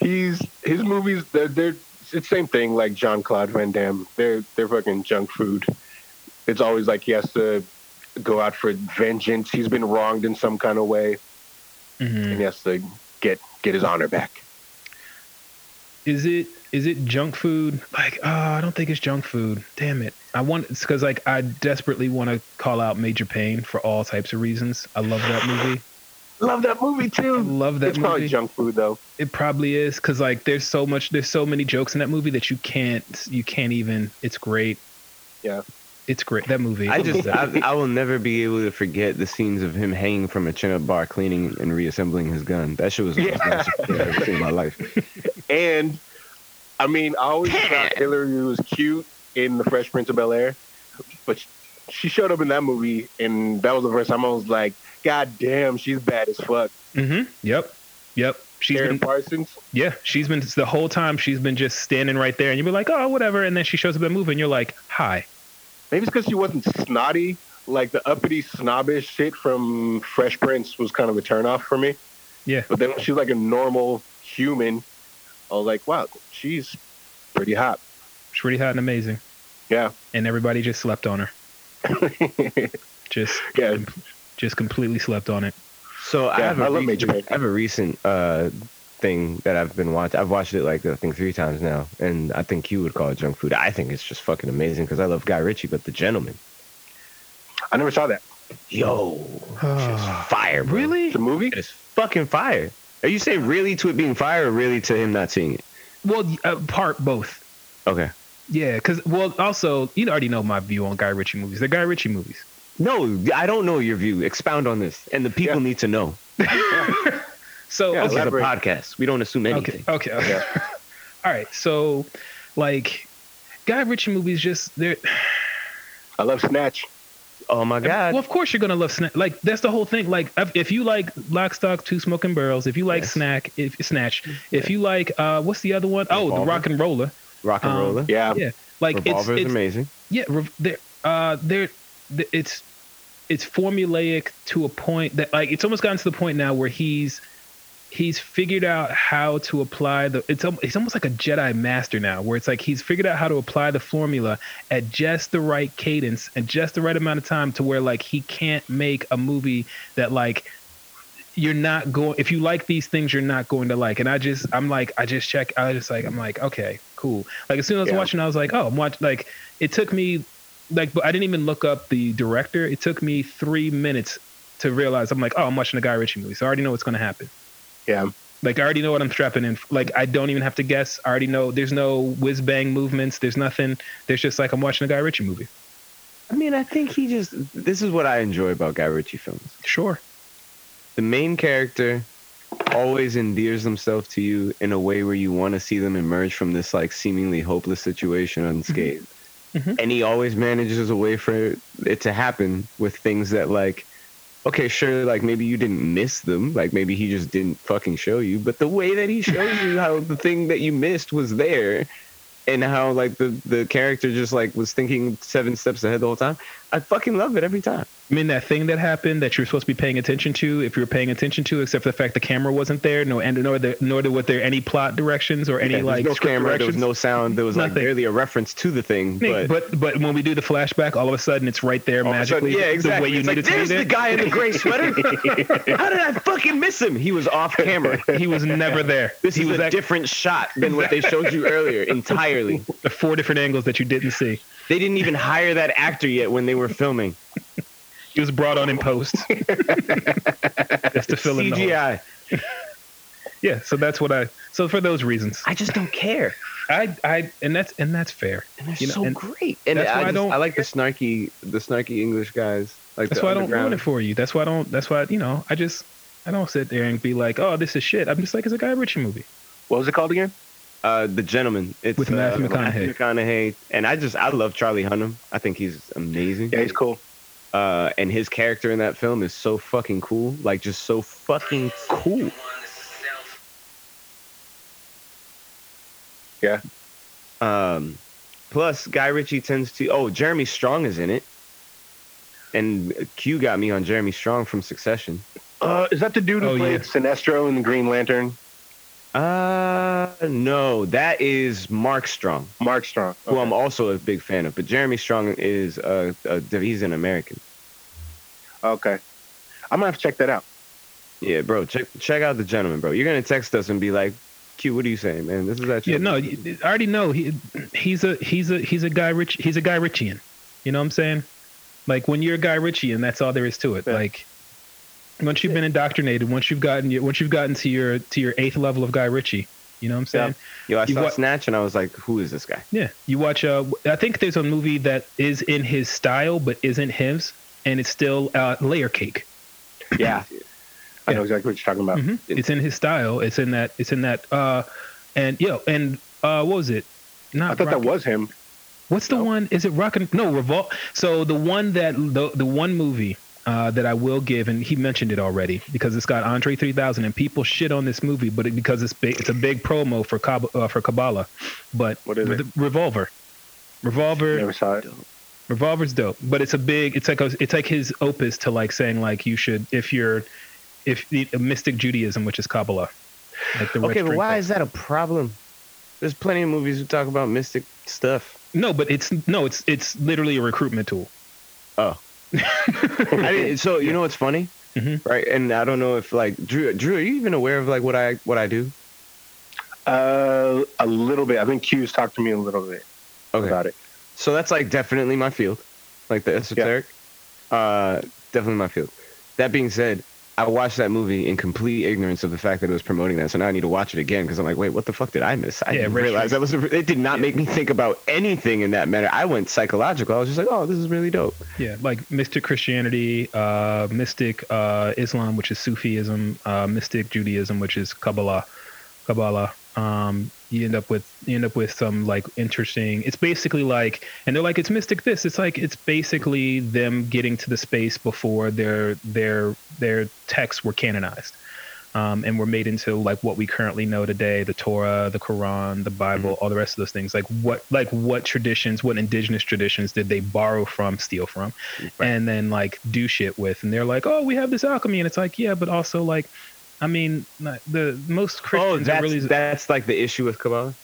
Speaker 1: He's his movies. They're, they're it's the same thing like Jean Claude Van Damme. They're they're fucking junk food. It's always like he has to go out for vengeance. He's been wronged in some kind of way, and
Speaker 3: Mhm.
Speaker 1: he has to get get his honor back.
Speaker 3: Is it is it junk food? Like, oh, I don't think it's junk food. Damn it! I want it's because like I desperately want to call out Major Pain for all types of reasons. I love that movie.
Speaker 1: Love that movie
Speaker 3: I
Speaker 1: too.
Speaker 3: love that
Speaker 1: Um, it's probably
Speaker 3: movie.
Speaker 1: junk food though.
Speaker 3: It probably is because like there's so much, there's so many jokes in that movie that you can't, you can't even. It's great.
Speaker 1: Yeah.
Speaker 3: it's great. That movie.
Speaker 2: I
Speaker 3: love
Speaker 2: just
Speaker 3: that.
Speaker 2: I, I will never be able to forget the scenes of him hanging from a chin up bar, cleaning and reassembling his gun. That shit was the most
Speaker 1: Yeah.
Speaker 2: nice shit I've ever seen in my life.
Speaker 1: And I mean, I always thought Hillary was cute in The Fresh Prince of Bel Air, but sh- she showed up in that movie, and that was the first time I was like, God damn, she's bad as fuck.
Speaker 3: Mm-hmm. Yep. Yep. She's
Speaker 1: Karen
Speaker 3: been
Speaker 1: Parsons.
Speaker 3: yeah, she's been the whole time she's been just standing right there, and you'd be like, oh, whatever, and then she shows up in the movie, and you're like, hi.
Speaker 1: Maybe it's because she wasn't snotty. Like the uppity snobbish shit from Fresh Prince was kind of a turnoff for me.
Speaker 3: Yeah.
Speaker 1: But then when she's like a normal human, I was like, wow, she's pretty hot.
Speaker 3: She's pretty hot and amazing,
Speaker 1: Yeah.
Speaker 3: and everybody just slept on her, just
Speaker 1: yeah.
Speaker 3: just completely slept on it.
Speaker 2: So I
Speaker 1: Yeah,
Speaker 2: have a
Speaker 1: I love
Speaker 2: recent-
Speaker 1: Major Payne.
Speaker 2: I have a recent uh, thing that I've been watching. I've watched it like I think three times now, and I think you would call it junk food. I think it's just fucking amazing because I love Guy Ritchie, but The Gentleman,
Speaker 1: I never saw that.
Speaker 2: yo, it's fire, bro.
Speaker 1: The movie?
Speaker 2: It's fucking fire. Are you saying really to it being fire, or really to him not seeing it?
Speaker 3: Well, uh, part both.
Speaker 2: Okay.
Speaker 3: Yeah, because well, also you already know my view on Guy Ritchie movies. They're Guy Ritchie movies.
Speaker 2: No, I don't know your view. Expound on this, and the people
Speaker 1: Yeah.
Speaker 2: need to know.
Speaker 3: So
Speaker 1: Yeah,
Speaker 2: This
Speaker 3: okay,
Speaker 2: is a
Speaker 1: Elaborate.
Speaker 2: podcast. We don't assume anything.
Speaker 3: okay, okay, okay. All right, so like Guy Ritchie movies, just they're
Speaker 1: I love Snatch.
Speaker 2: Oh my god.
Speaker 3: Well, of course you're gonna love snack. Like that's the whole thing. Like if, if you like Lock, Stock, Two Smoking Barrels, if you like
Speaker 2: Yes.
Speaker 3: Snack, if Snatch, if you like uh, what's the other one? Oh, the
Speaker 2: Revolver.
Speaker 3: Rock and Roller.
Speaker 2: Rock and
Speaker 3: um,
Speaker 2: roller.
Speaker 1: Yeah.
Speaker 3: Yeah, like it's,
Speaker 2: Revolver is
Speaker 3: it's
Speaker 2: amazing.
Speaker 3: yeah, re- they're uh, they're th- it's it's formulaic to a point that like it's almost gotten to the point now where he's he's figured out how to apply the it's al- it's almost like a Jedi master now where it's like he's figured out how to apply the formula at just the right cadence and just the right amount of time to where like he can't make a movie that like you're not going if you like these things you're not going to like and i just i'm like i just check i just like i'm like okay cool like as soon as i was
Speaker 1: Yeah.
Speaker 3: watching i was like oh i'm watching like it took me like but i didn't even look up the director it took me three minutes to realize i'm like oh i'm watching a guy ritchie movie so i already know what's going to happen
Speaker 1: Yeah.
Speaker 3: like i already know what i'm strapping in for. like i don't even have to guess i already know there's no whiz bang movements there's nothing there's just like i'm watching a guy ritchie movie
Speaker 2: I mean, I think he just. This is what I enjoy about Guy Ritchie films.
Speaker 3: sure
Speaker 2: The main character always endears themselves to you in a way where you want to see them emerge from this like seemingly hopeless situation unscathed.
Speaker 3: Mhm.
Speaker 2: And he always manages a way for it to happen with things that like, okay, sure, like maybe you didn't miss them, like maybe he just didn't fucking show you, but the way that he shows you how the thing that you missed was there. And how like the, the character just like was thinking seven steps ahead the whole time. I fucking love it every time.
Speaker 3: I mean, that thing that happened that you're supposed to be paying attention to, if you're paying attention to, except for the fact the camera wasn't there, no, and nor there, nor there were there any plot directions or any
Speaker 2: Yeah,
Speaker 3: like
Speaker 2: there was no
Speaker 3: script
Speaker 2: camera, there was
Speaker 3: directions.
Speaker 2: no sound, there was like
Speaker 3: Nothing.
Speaker 2: barely a reference to the thing.
Speaker 3: Nick,
Speaker 2: But,
Speaker 3: but, but when we do the flashback, all of a sudden it's right there
Speaker 2: all of a sudden-
Speaker 3: magically.
Speaker 2: yeah, exactly.
Speaker 3: The way you
Speaker 2: It's
Speaker 3: need
Speaker 2: like,
Speaker 3: it to be
Speaker 2: there's
Speaker 3: there.
Speaker 2: the guy in the gray sweater. How did I fucking miss him? He was off camera.
Speaker 3: He was never there.
Speaker 2: This
Speaker 3: he
Speaker 2: is
Speaker 3: was
Speaker 2: a
Speaker 3: at
Speaker 2: different shot than what they showed you earlier entirely.
Speaker 3: the four different angles that you didn't see.
Speaker 2: They didn't even hire that actor yet when they were filming.
Speaker 3: He was brought on in post just to fill in the hole.
Speaker 2: CGI.
Speaker 3: Yeah, so that's what I. So for those reasons,
Speaker 2: I just don't care.
Speaker 3: I, I, and that's and that's fair.
Speaker 2: And they're
Speaker 3: You know,
Speaker 2: so
Speaker 3: and
Speaker 2: great. And
Speaker 3: that's why
Speaker 2: I,
Speaker 3: I
Speaker 2: just-
Speaker 3: don't-
Speaker 2: I like the snarky, the snarky English guys. Like
Speaker 3: That's
Speaker 2: the
Speaker 3: why I don't ruin
Speaker 2: underground-
Speaker 3: it for you. That's why I don't. That's why you know. I just I don't sit there and be like, oh, this is shit. I'm just like, it's a Guy Ritchie movie.
Speaker 1: What was it called again?
Speaker 2: Uh, the gentleman. It's
Speaker 3: With Matthew
Speaker 2: uh, McConaughey. And I just I love Charlie Hunnam. I think he's amazing.
Speaker 1: Yeah, he's cool.
Speaker 2: Uh, and his character in that film is so fucking cool. Like just so fucking cool.
Speaker 1: Yeah.
Speaker 2: Um, plus Guy Ritchie tends to. Oh, Jeremy Strong is in it. And Q got me on Jeremy Strong from Succession.
Speaker 1: Uh, is that the dude who
Speaker 3: Oh,
Speaker 1: played
Speaker 3: yeah.
Speaker 1: Sinestro in the Green Lantern?
Speaker 2: Uh, no, that is Mark Strong.
Speaker 1: Mark Strong.
Speaker 2: who I'm also a big fan of. But Jeremy Strong is uh, uh he's an American.
Speaker 1: Okay. I'm gonna have to check that out.
Speaker 2: Yeah, bro, check check out the gentleman, bro. You're gonna text us and be like, "Q, what are you saying, man? This is actually
Speaker 3: Yeah, no, you- I already know he he's a he's a he's a Guy Rich he's a Guy Ritchian. You know what I'm saying? Like when you're a Guy Ritchian, that's all there is to it.
Speaker 1: Yeah.
Speaker 3: Like once you've been indoctrinated, once you've gotten your once you've gotten to your to your eighth level of Guy Ritchie, you know what I'm saying?
Speaker 2: Yo, I
Speaker 3: you
Speaker 2: saw
Speaker 3: what-
Speaker 2: Snatch and I was like, "Who is this guy?"
Speaker 3: Yeah, you watch. Uh, w- I think there's a movie that is in his style but isn't his, and it's still uh, layer cake.
Speaker 1: Yeah. I know exactly what you're talking about.
Speaker 3: Mhm. It's in his style. It's in that. It's in that. Uh, and yo, and uh, what was it? Not
Speaker 1: I thought that
Speaker 3: Rocket-
Speaker 1: was him.
Speaker 3: What's the
Speaker 1: No.
Speaker 3: one? Is it Rock and No Revolt? So the one that the the one movie uh, that I will give, and he mentioned it already because it's got Andre 3000, and people shit on this movie, but it, because it's big, it's a big promo for Cab- uh, for Kabbalah, but
Speaker 1: What is
Speaker 3: with
Speaker 1: it?
Speaker 3: the- Revolver, Revolver,
Speaker 1: Never saw it.
Speaker 3: Revolver's dope, but it's a big. It's like a, it's like his opus to like saying like you should if you're if the mystic Judaism, which is Kabbalah. Like the
Speaker 2: Okay, but why
Speaker 3: why?
Speaker 2: is that a problem? There's plenty of movies who talk about mystic stuff.
Speaker 3: No, but it's no, it's it's literally a recruitment tool.
Speaker 2: Oh. I didn't, so you know what's funny,
Speaker 3: Mhm.
Speaker 2: right? And I don't know if like Drew, Drew, are you even aware of like what I what I do?
Speaker 1: Uh, a little bit. I think Q's talked to me a little bit
Speaker 2: Okay,
Speaker 1: about it.
Speaker 2: so that's like definitely my field, like the esoteric. Uh, definitely my field. That being said, I watched that movie in complete ignorance of the fact that it was promoting that. So now I need to watch it again because I'm like, wait, what the fuck did I miss? I
Speaker 3: Yeah,
Speaker 2: didn't
Speaker 3: Rich
Speaker 2: realize that was. A, it did not make me think about anything in that manner. I went psychological. I was just like, oh, this is really dope.
Speaker 3: Yeah, like mystic Christianity, uh, mystic uh, Islam, which is Sufism, uh, mystic Judaism, which is Kabbalah, Kabbalah. Um, you end up with you end up with some like interesting. It's basically like, and they're like, it's mystic this. It's like it's basically them getting to the space before their their their texts were canonized. Um, and were made into like what we currently know today the torah the quran the bible
Speaker 2: Mm-hmm.
Speaker 3: all the rest of those things like what like what traditions what indigenous traditions did they borrow from steal from and then like do shit with and they're like oh we have this alchemy and it's like yeah but also like i mean not- the most
Speaker 2: Oh,
Speaker 3: christians are
Speaker 2: that's
Speaker 3: really
Speaker 2: that's like the issue with Kabbalah.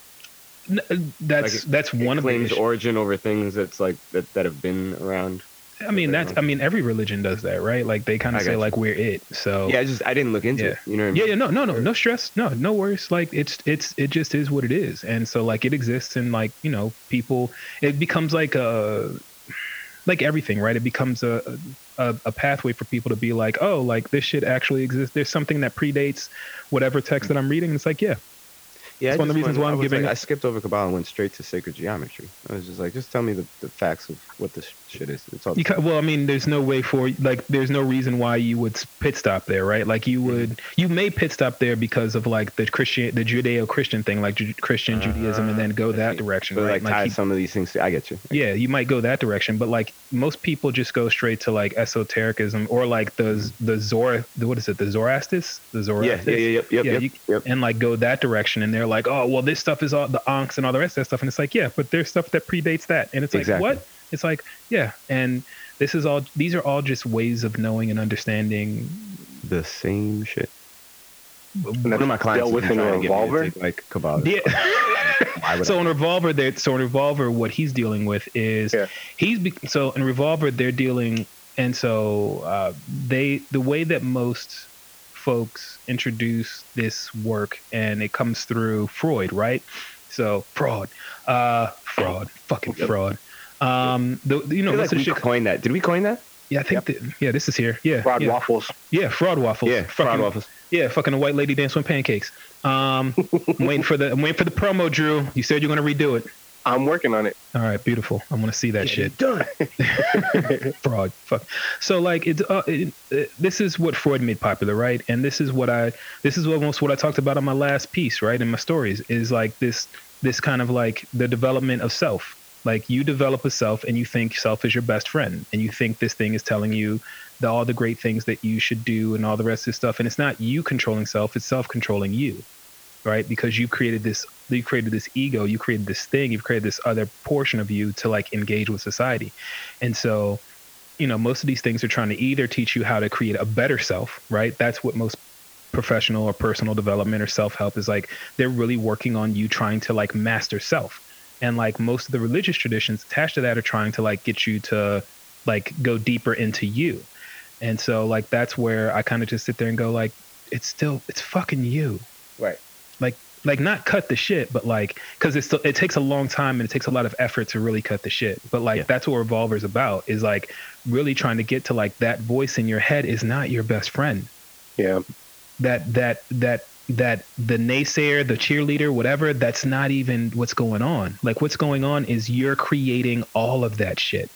Speaker 3: N- uh, that's
Speaker 2: like,
Speaker 3: that's
Speaker 2: it
Speaker 3: one of the
Speaker 2: claims
Speaker 3: issues.
Speaker 2: origin over things that's like that, that have been around.
Speaker 3: i mean that's i mean every religion does that right like they kind
Speaker 2: I
Speaker 3: of say
Speaker 2: got you.
Speaker 3: like we're it so
Speaker 2: Yeah, I just I didn't look into it. You know what I mean?
Speaker 3: Oh. yeah, yeah, no, no, no, no stress, no, no worries. Like it's, it's, it just is what it is, and so like it exists, and like you know, people, it becomes like a, like everything, right? It becomes a, a, a pathway for people to be like, oh, like this shit actually exists. There's something that predates whatever text
Speaker 2: Mm-hmm.
Speaker 3: that I'm reading. It's like, yeah,
Speaker 2: Yeah, I
Speaker 3: It's one of the
Speaker 2: just
Speaker 3: reasons why
Speaker 2: I
Speaker 3: I'm
Speaker 2: was
Speaker 3: giving
Speaker 2: like-
Speaker 3: it-
Speaker 2: I skipped over Kabbalah and went straight to sacred geometry. I was just like, just tell me the, the facts of what this shit is. It's all
Speaker 3: You ca well, I mean, there's no way for like, there's no reason why you would s- pit stop there, right? Like, you would,
Speaker 2: Mm-hmm.
Speaker 3: you may pit stop there because of like the Christian, the Judeo-Christian thing, like Ju- Christian
Speaker 2: Uh,
Speaker 3: Judaism, and then go that direction,
Speaker 2: so,
Speaker 3: right?
Speaker 2: like, tie
Speaker 3: he-
Speaker 2: some of these things. To, I get you.
Speaker 3: yeah, you might go that direction, but like most people just go straight to like esotericism or like the the Zor, the, what is it, the Zoroastists, the
Speaker 2: Mm-hmm. Yeah,
Speaker 3: Zoroastists,
Speaker 2: yeah, yeah, yep, yep,
Speaker 3: Yeah,
Speaker 2: yep,
Speaker 3: you-
Speaker 2: yep.
Speaker 3: and like go that direction, and they're like, oh, well, this stuff is all the onks and all the rest of that stuff, and it's like, yeah, but there's stuff that predates that, and it's
Speaker 2: Exactly.
Speaker 3: like what? It's like yeah, and this is all these are all just ways of knowing and understanding.
Speaker 2: The same shit.
Speaker 1: And
Speaker 2: One of my
Speaker 1: that's
Speaker 2: clients
Speaker 1: dealt
Speaker 2: has
Speaker 1: with in
Speaker 2: been
Speaker 1: a
Speaker 2: trying to get me to
Speaker 1: revolver.
Speaker 2: take, like Kabbalah.
Speaker 3: Yeah.
Speaker 2: Why would I-
Speaker 3: so in revolver they so in revolver what he's dealing with is
Speaker 1: Yeah.
Speaker 3: he's be, so in revolver they're dealing and so uh, they the way that most folks introduce this work and it comes through freud right so fraud uh fraud fucking fraud um the, you
Speaker 2: I
Speaker 3: know
Speaker 2: feel
Speaker 3: what's
Speaker 2: like
Speaker 3: the
Speaker 2: we
Speaker 3: shit
Speaker 2: coined that. Did we coin that?
Speaker 3: yeah i think that, yeah this is here yeah
Speaker 1: Rod
Speaker 3: yeah,
Speaker 1: waffles.
Speaker 3: yeah fraud waffles
Speaker 2: Yeah,
Speaker 3: Fucking-
Speaker 2: fraud office.
Speaker 3: yeah, fucking a white lady dance with pancakes. Um, I'm waiting for the I'm waiting for the promo, Drew. You said you're gonna redo it.
Speaker 1: I'm working on it.
Speaker 3: All right, beautiful. I'm gonna see that shit.
Speaker 2: Done.
Speaker 3: Fraud, fuck. So like, it's uh, it, it, this is what Freud made popular, right? And this is what I this is almost what I talked about on my last piece, right? In my stories is like this this kind of like the development of self. Like you develop a self, and you think self is your best friend, and you think this thing is telling you the, all the great things that you should do and all the rest of this stuff. And it's not you controlling self; it's self controlling you right because you created this you created this ego you created this thing you've created this other portion of you to like engage with society and so you know most of these things are trying to either teach you how to create a better self right that's what most professional or personal development or self-help is like they're really working on you trying to like master self and like most of the religious traditions attached to that are trying to like get you to like go deeper into you and so like that's where i kind of just sit there and go like it's still it's fucking you
Speaker 2: Right.
Speaker 3: like like not cut the shit but like because it's it takes a long time and it takes a lot of effort to really cut the shit but like
Speaker 2: Yeah.
Speaker 3: that's what revolver's about is like really trying to get to like that voice in your head is not your best friend
Speaker 1: Yeah.
Speaker 3: that that that that the naysayer the cheerleader whatever that's not even what's going on like what's going on is you're creating all of that shit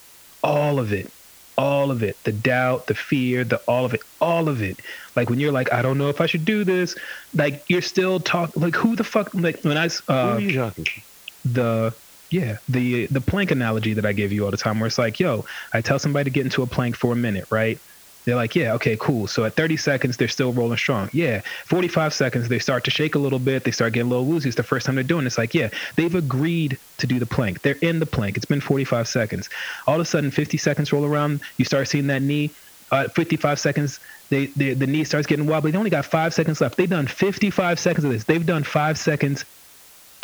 Speaker 3: all of it all of it the doubt the fear the all of it all of it like when you're like i don't know if i should do this like you're still talking like who the fuck like when i s-
Speaker 2: Who
Speaker 3: uh
Speaker 2: are you talking to?
Speaker 3: the yeah the the plank analogy that i give you all the time where it's like yo i tell somebody to get into a plank for a minute right They're like, yeah, okay, cool. So at 30 seconds, they're still rolling strong. Yeah. 45 seconds, they start to shake a little bit. They start getting a little woozy. It's the first time they're doing it. It's like, yeah, they've agreed to do the plank. They're in the plank. It's been 45 seconds. All of a sudden, 50 seconds roll around. You start seeing that knee. Uh, 55 seconds, they, they, the knee starts getting wobbly. They only got five seconds left. They've done 55 seconds of this. They've done five seconds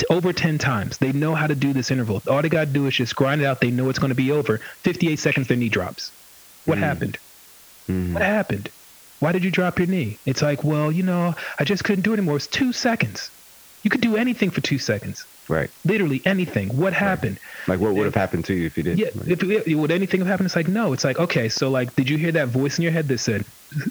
Speaker 3: t- over 10 times. They know how to do this interval. All they got to do is just grind it out. They know it's going to be over. 58 seconds, their knee drops. What happened?
Speaker 2: Mm,
Speaker 3: What happened? Why did you drop your knee? It's like, well, you know, I just couldn't do it anymore. It's two seconds. You could do anything for two seconds.
Speaker 2: Right.
Speaker 3: Literally anything. What happened?
Speaker 2: Like what would have happened to you if you did?
Speaker 3: Yeah.
Speaker 2: Like,
Speaker 3: If, if, would anything have happened? It's like, no. It's like, okay, so like, did you hear that voice in your head that said,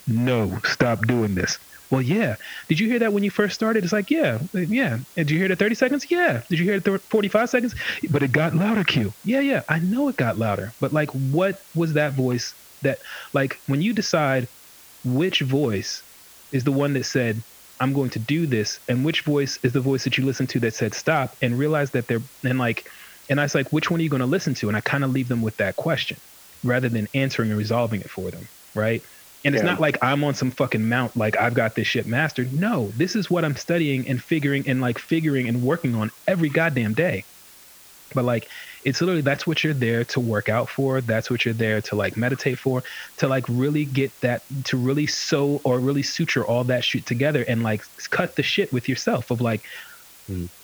Speaker 3: no, stop doing this? Well, yeah. Did you hear that when you first started? It's like, yeah, yeah. And did you hear it at 30 seconds? Yeah. Did you hear it at thir- 45 seconds? But it got louder, Q. Yeah, yeah. I know it got louder. But like, what was that voice that, like, when you decide which voice is the one that said, I'm going to do this, and which voice is the voice that you listen to that said stop and realize that they're, and like, and I was like, which one are you going to listen to? And I kind of leave them with that question rather than answering and resolving it for them. Right. And it's
Speaker 1: Yeah.
Speaker 3: not like I'm on some fucking mount, like I've got this shit mastered. No, this is what I'm studying and figuring and like figuring and working on every goddamn day. But like, it's literally that's what you're there to work out for. That's what you're there to like meditate for, to like really get that, to really sew or really suture all that shit together and like cut the shit with yourself of like,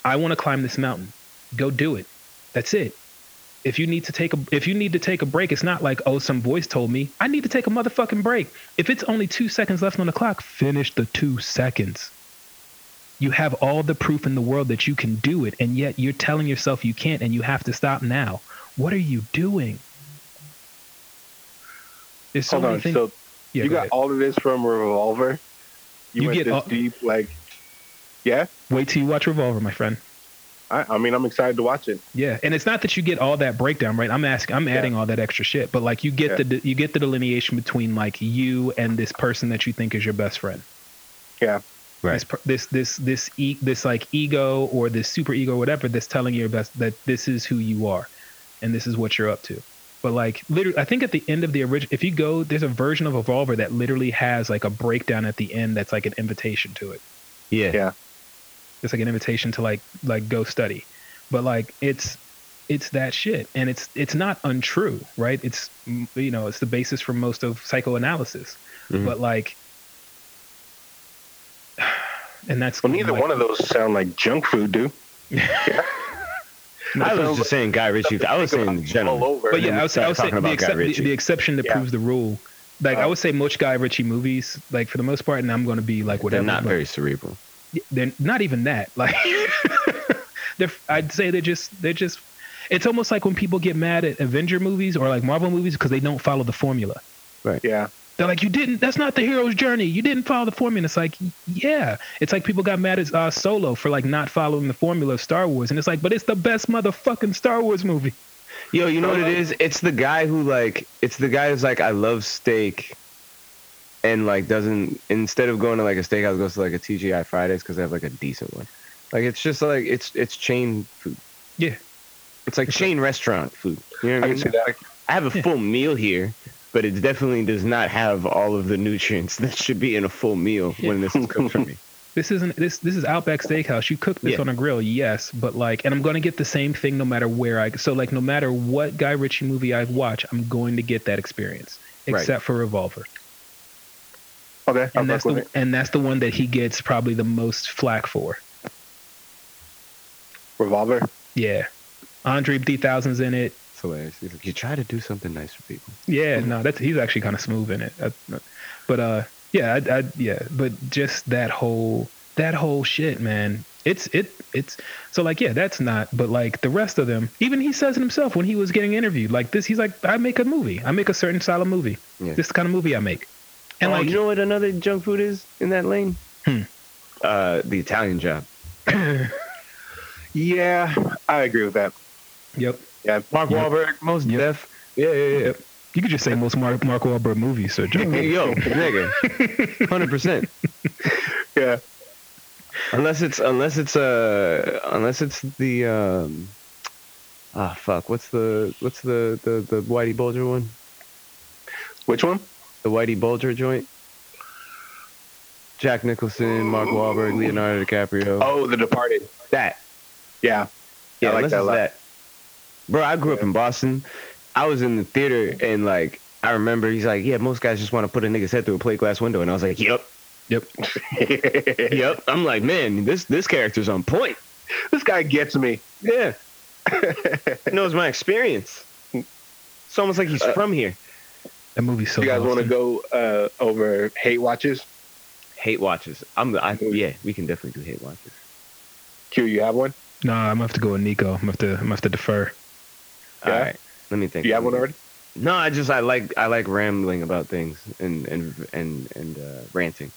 Speaker 3: I want to climb this mountain. Go do it. That's it. If you need to take a if you need to take a break, it's not like oh some voice told me I need to take a motherfucking break. If it's only two seconds left on the clock, finish the two seconds. You have all the proof in the world that you can do it, and yet you're telling yourself you can't and you have to stop now. What are you doing? There's so
Speaker 1: Hold
Speaker 3: many
Speaker 1: on.
Speaker 3: things.
Speaker 1: So
Speaker 3: yeah,
Speaker 1: you
Speaker 3: go
Speaker 1: got
Speaker 3: ahead.
Speaker 1: all of this from Revolver. You,
Speaker 3: You
Speaker 1: went
Speaker 3: get
Speaker 1: this
Speaker 3: all-
Speaker 1: deep, like, yeah.
Speaker 3: wait till you watch Revolver, my friend.
Speaker 1: I, I mean, I'm excited to watch it.
Speaker 3: Yeah, and it's not that you get all that breakdown, right? I'm asking, I'm adding all that extra shit, but like you get
Speaker 1: Yeah.
Speaker 3: the you get the delineation between like you and this person that you think is your best friend. This
Speaker 2: right.
Speaker 3: per- this this this e- this like ego or this super ego, whatever, that's telling your best that this is who you are, and this is what you're up to. But like literally, I think at the end of the original, if you go, there's a version of Evolver that literally has like a breakdown at the end that's like an invitation to it.
Speaker 2: Yeah.
Speaker 1: Yeah.
Speaker 3: it's like an invitation to like like go study but like it's it's that shit and it's it's not untrue right it's mm, you know it's the basis for most of psychoanalysis
Speaker 2: Mhm.
Speaker 3: but like and that's
Speaker 1: Well, neither
Speaker 3: like-
Speaker 1: one of those sound like junk food, dude.
Speaker 2: I
Speaker 1: That
Speaker 2: was
Speaker 1: sounds
Speaker 2: just saying Guy Ritchie. I was saying
Speaker 1: all
Speaker 2: general.
Speaker 1: over.
Speaker 3: but
Speaker 2: Then
Speaker 3: yeah
Speaker 2: we
Speaker 3: i was, I
Speaker 2: start
Speaker 3: was saying
Speaker 2: talking
Speaker 3: the,
Speaker 2: about Guy
Speaker 3: excep- the,
Speaker 2: Ritchie. Uh-huh.
Speaker 3: the exception that
Speaker 1: Yeah.
Speaker 3: proves the rule like i
Speaker 1: Uh,
Speaker 3: would say most guy ritchie movies like for the most part and i'm going to be like
Speaker 2: They're
Speaker 3: whatever
Speaker 2: not
Speaker 3: but-
Speaker 2: very cerebral.
Speaker 3: they're not even that like they're i'd say they're just they're just it's almost like when people get mad at avenger movies or like marvel movies because they don't follow the formula
Speaker 1: Yeah,
Speaker 3: they're like you didn't that's not the hero's journey you didn't follow the formula it's like yeah it's like people got mad at uh, solo for like not following the formula of star wars and it's like but it's the best motherfucking star wars movie
Speaker 2: Yo, you know what it is? It's the guy who like it's the guy who's like, I love steak and like doesn't instead of going to like a steakhouse, goes to like a TGI Fridays because they have like a decent one. Like it's just like it's it's chain food.
Speaker 3: Yeah.
Speaker 2: It's like chain restaurant food. You know
Speaker 1: I
Speaker 2: what I
Speaker 1: can
Speaker 2: mean?
Speaker 1: see that.
Speaker 2: I have a
Speaker 3: Yeah.
Speaker 2: full meal here, but it definitely does not have all of the nutrients that should be in a full meal when this is cooked for me.
Speaker 3: this isn't this this is Outback Steakhouse. You cook this
Speaker 2: Yeah.
Speaker 3: on a grill, yes, but like, and I'm gonna get the same thing no matter where I. So like, no matter what Guy Ritchie movie I watch, I'm going to get that experience,
Speaker 2: Right.
Speaker 3: except for Revolver,
Speaker 1: okay, I'll
Speaker 3: and that's
Speaker 1: fuck
Speaker 3: the
Speaker 1: with it.
Speaker 3: and that's the one that he gets probably the most flack for.
Speaker 1: Revolver.
Speaker 3: Yeah, Andre 3000's in it.
Speaker 2: It's hilarious. He's like, you try to do something nice for people.
Speaker 3: Yeah,
Speaker 2: Mm-hmm.
Speaker 3: no, that's he's actually kind of smooth in it. I- but uh, yeah, I, I, yeah, but just that whole that whole shit, man. It's it it's so like yeah, that's not. But like the rest of them, even he says it himself when he was getting interviewed. Like this, he's like, I make a movie. I make a certain style of movie.
Speaker 2: Yeah.
Speaker 3: This is the kind of movie I make. And
Speaker 2: oh,
Speaker 3: like
Speaker 2: you know what another junk food is in that lane?
Speaker 3: Hmm.
Speaker 2: Uh, the Italian job.
Speaker 1: Yeah, I agree with that.
Speaker 3: yep,
Speaker 1: Yeah,
Speaker 2: Mark
Speaker 3: Yep.
Speaker 2: Wahlberg, most
Speaker 3: Yep.
Speaker 2: deaf. Yeah, yeah, yeah.
Speaker 3: Yep. you could just say most Mark Mark Wahlberg movies. So Joe,
Speaker 2: Hey, yo, nigga, hundred percent.
Speaker 1: yeah.
Speaker 2: Unless it's unless it's uh unless it's the um ah fuck what's the what's the the the Whitey Bulger one
Speaker 1: Which one?
Speaker 2: the Whitey Bulger joint. Jack Nicholson, Mark Wahlberg, Leonardo DiCaprio.
Speaker 1: Oh, The Departed.
Speaker 2: that.
Speaker 1: Yeah.
Speaker 2: Yeah,
Speaker 1: I like
Speaker 2: this
Speaker 1: that a
Speaker 2: is
Speaker 1: lot.
Speaker 2: Bro, I grew up in Boston. I was in the theater and like I remember he's like, yeah, most guys just want to put a nigga's head through a plate glass window, and I was like, yep,
Speaker 3: Yep.
Speaker 2: yep. I'm like, man, this this character's on point.
Speaker 1: this guy gets me.
Speaker 2: Yeah, he knows my experience. It's almost like he's
Speaker 1: Uh,
Speaker 2: from here.
Speaker 3: That movie's so
Speaker 1: you guys want to
Speaker 3: awesome.
Speaker 1: go uh, over hate watches?
Speaker 2: Hate watches. I'm. the- I, yeah, we can definitely do hate watches.
Speaker 1: Q, you have one?
Speaker 3: Nah, I'm gonna have to go with Nico. I'm gonna have to I'm gonna have to defer.
Speaker 1: Yeah.
Speaker 2: All right, let me think.
Speaker 1: Do you have one already?
Speaker 2: No, I just I like I like rambling about things and and and and uh, ranting.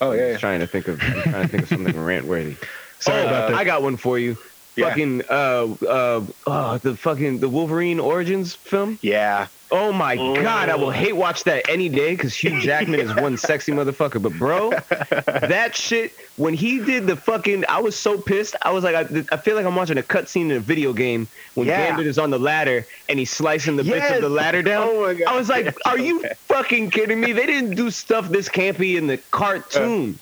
Speaker 1: Oh
Speaker 2: I'm
Speaker 1: yeah.
Speaker 2: just trying to think of I'm trying to think of something rant worthy.
Speaker 3: Sorry
Speaker 2: oh,
Speaker 3: about
Speaker 2: uh,
Speaker 3: that.
Speaker 2: I got one for you.
Speaker 1: Yeah.
Speaker 2: Fucking uh uh oh, the fucking the Wolverine Origins film.
Speaker 1: Yeah.
Speaker 2: Oh my
Speaker 1: Mm.
Speaker 2: god, I will hate watch that any day because Hugh Jackman is one sexy motherfucker. But bro, that shit when he did the fucking, I was so pissed. I was like, I, I feel like I'm watching a cutscene in a video game when
Speaker 1: Yeah.
Speaker 2: Bandit is on the ladder and he's slicing the bits
Speaker 1: Yes.
Speaker 2: of the ladder down.
Speaker 1: Oh my god.
Speaker 2: I was like, are you fucking kidding me? They didn't do stuff this campy in the cartoon.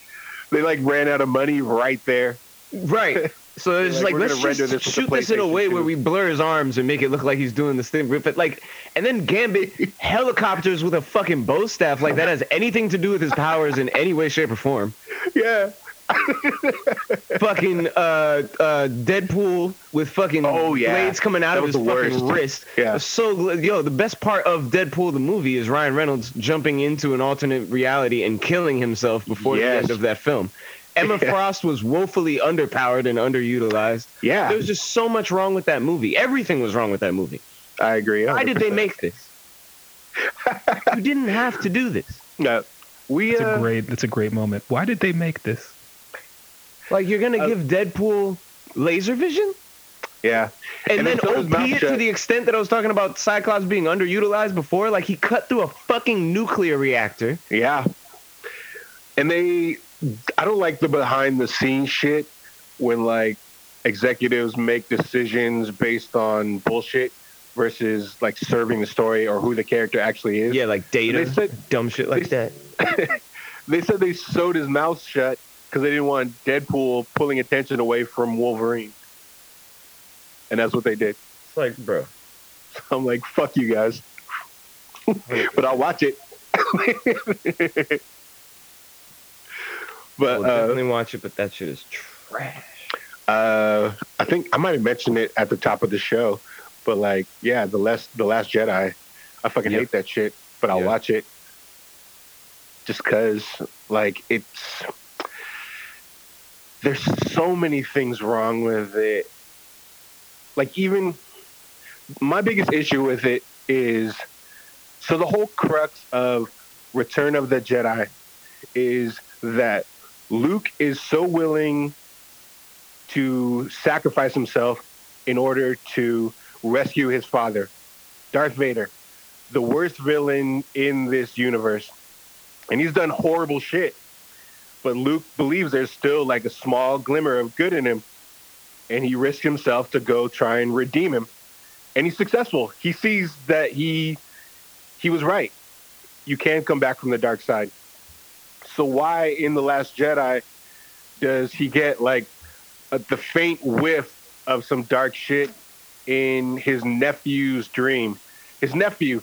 Speaker 1: They like ran out of money right there.
Speaker 2: Right. So it's
Speaker 1: Like,
Speaker 2: just like,
Speaker 1: we're
Speaker 2: let's
Speaker 1: gonna render
Speaker 2: just
Speaker 1: this with the
Speaker 2: shoot this in a
Speaker 1: PlayStation
Speaker 2: way
Speaker 1: 2.
Speaker 2: where we blur his arms and make it look like he's doing this thing. But like, and then Gambit helicopters with a fucking bow staff like that has anything to do with his powers in any way, shape, or form.
Speaker 1: Yeah.
Speaker 2: Fucking uh, uh, Deadpool with fucking
Speaker 1: Oh, yeah.
Speaker 2: blades coming out
Speaker 1: That
Speaker 2: of
Speaker 1: was
Speaker 2: his
Speaker 1: the
Speaker 2: fucking
Speaker 1: worst.
Speaker 2: wrist.
Speaker 1: Yeah.
Speaker 2: So gl- yo, the best part of Deadpool the movie is Ryan Reynolds jumping into an alternate reality and killing himself before the
Speaker 1: Yes.
Speaker 2: end of that film. Emma Frost was woefully underpowered and underutilized.
Speaker 1: Yeah.
Speaker 2: There was just so much wrong with that movie. Everything was wrong with that movie.
Speaker 1: I agree.
Speaker 2: Why did they
Speaker 1: 100%.
Speaker 2: make this? you didn't have to do this.
Speaker 1: No. We
Speaker 3: That's
Speaker 1: uh,
Speaker 3: a great that's a great moment. Why did they make this?
Speaker 2: Like you're gonna
Speaker 1: Uh,
Speaker 2: give Deadpool laser vision,
Speaker 1: yeah.
Speaker 2: and,
Speaker 1: and then
Speaker 2: then
Speaker 1: fill his
Speaker 2: OP
Speaker 1: mouth
Speaker 2: it to
Speaker 1: shut.
Speaker 2: the extent that I was talking about Cyclops being underutilized before. Like he cut through a fucking nuclear reactor.
Speaker 1: Yeah. And they, I don't like the behind the scenes shit when like executives make decisions based on bullshit versus like serving the story or who the character actually is.
Speaker 2: Yeah, like data,
Speaker 1: They said-
Speaker 2: dumb shit like that.
Speaker 1: They said they sewed his mouth shut because they didn't want Deadpool pulling attention away from Wolverine. And that's what they did.
Speaker 2: It's like, bro,
Speaker 1: I'm like, fuck you guys. but I'll watch it.
Speaker 2: I
Speaker 1: but
Speaker 2: will
Speaker 1: uh,
Speaker 2: definitely watch it, but that shit is trash.
Speaker 1: uh, I think I might have mentioned it at the top of the show, but like, yeah, the last the Last Jedi, I fucking
Speaker 2: Yep.
Speaker 1: hate that shit, but I'll
Speaker 2: Yeah.
Speaker 1: watch it just because, like, it's there's so many things wrong with it. Like, even my biggest issue with it is so the whole crux of Return of the Jedi is that Luke is so willing to sacrifice himself in order to rescue his father, Darth Vader, the worst villain in this universe. And he's done horrible shit. But Luke believes there's still like a small glimmer of good in him. And he risks himself to go try and redeem him. And he's successful. He sees that he he was right. You can come back from the dark side. So why in The Last Jedi does he get like uh, the faint whiff of some dark shit in his nephew's dream. His nephew,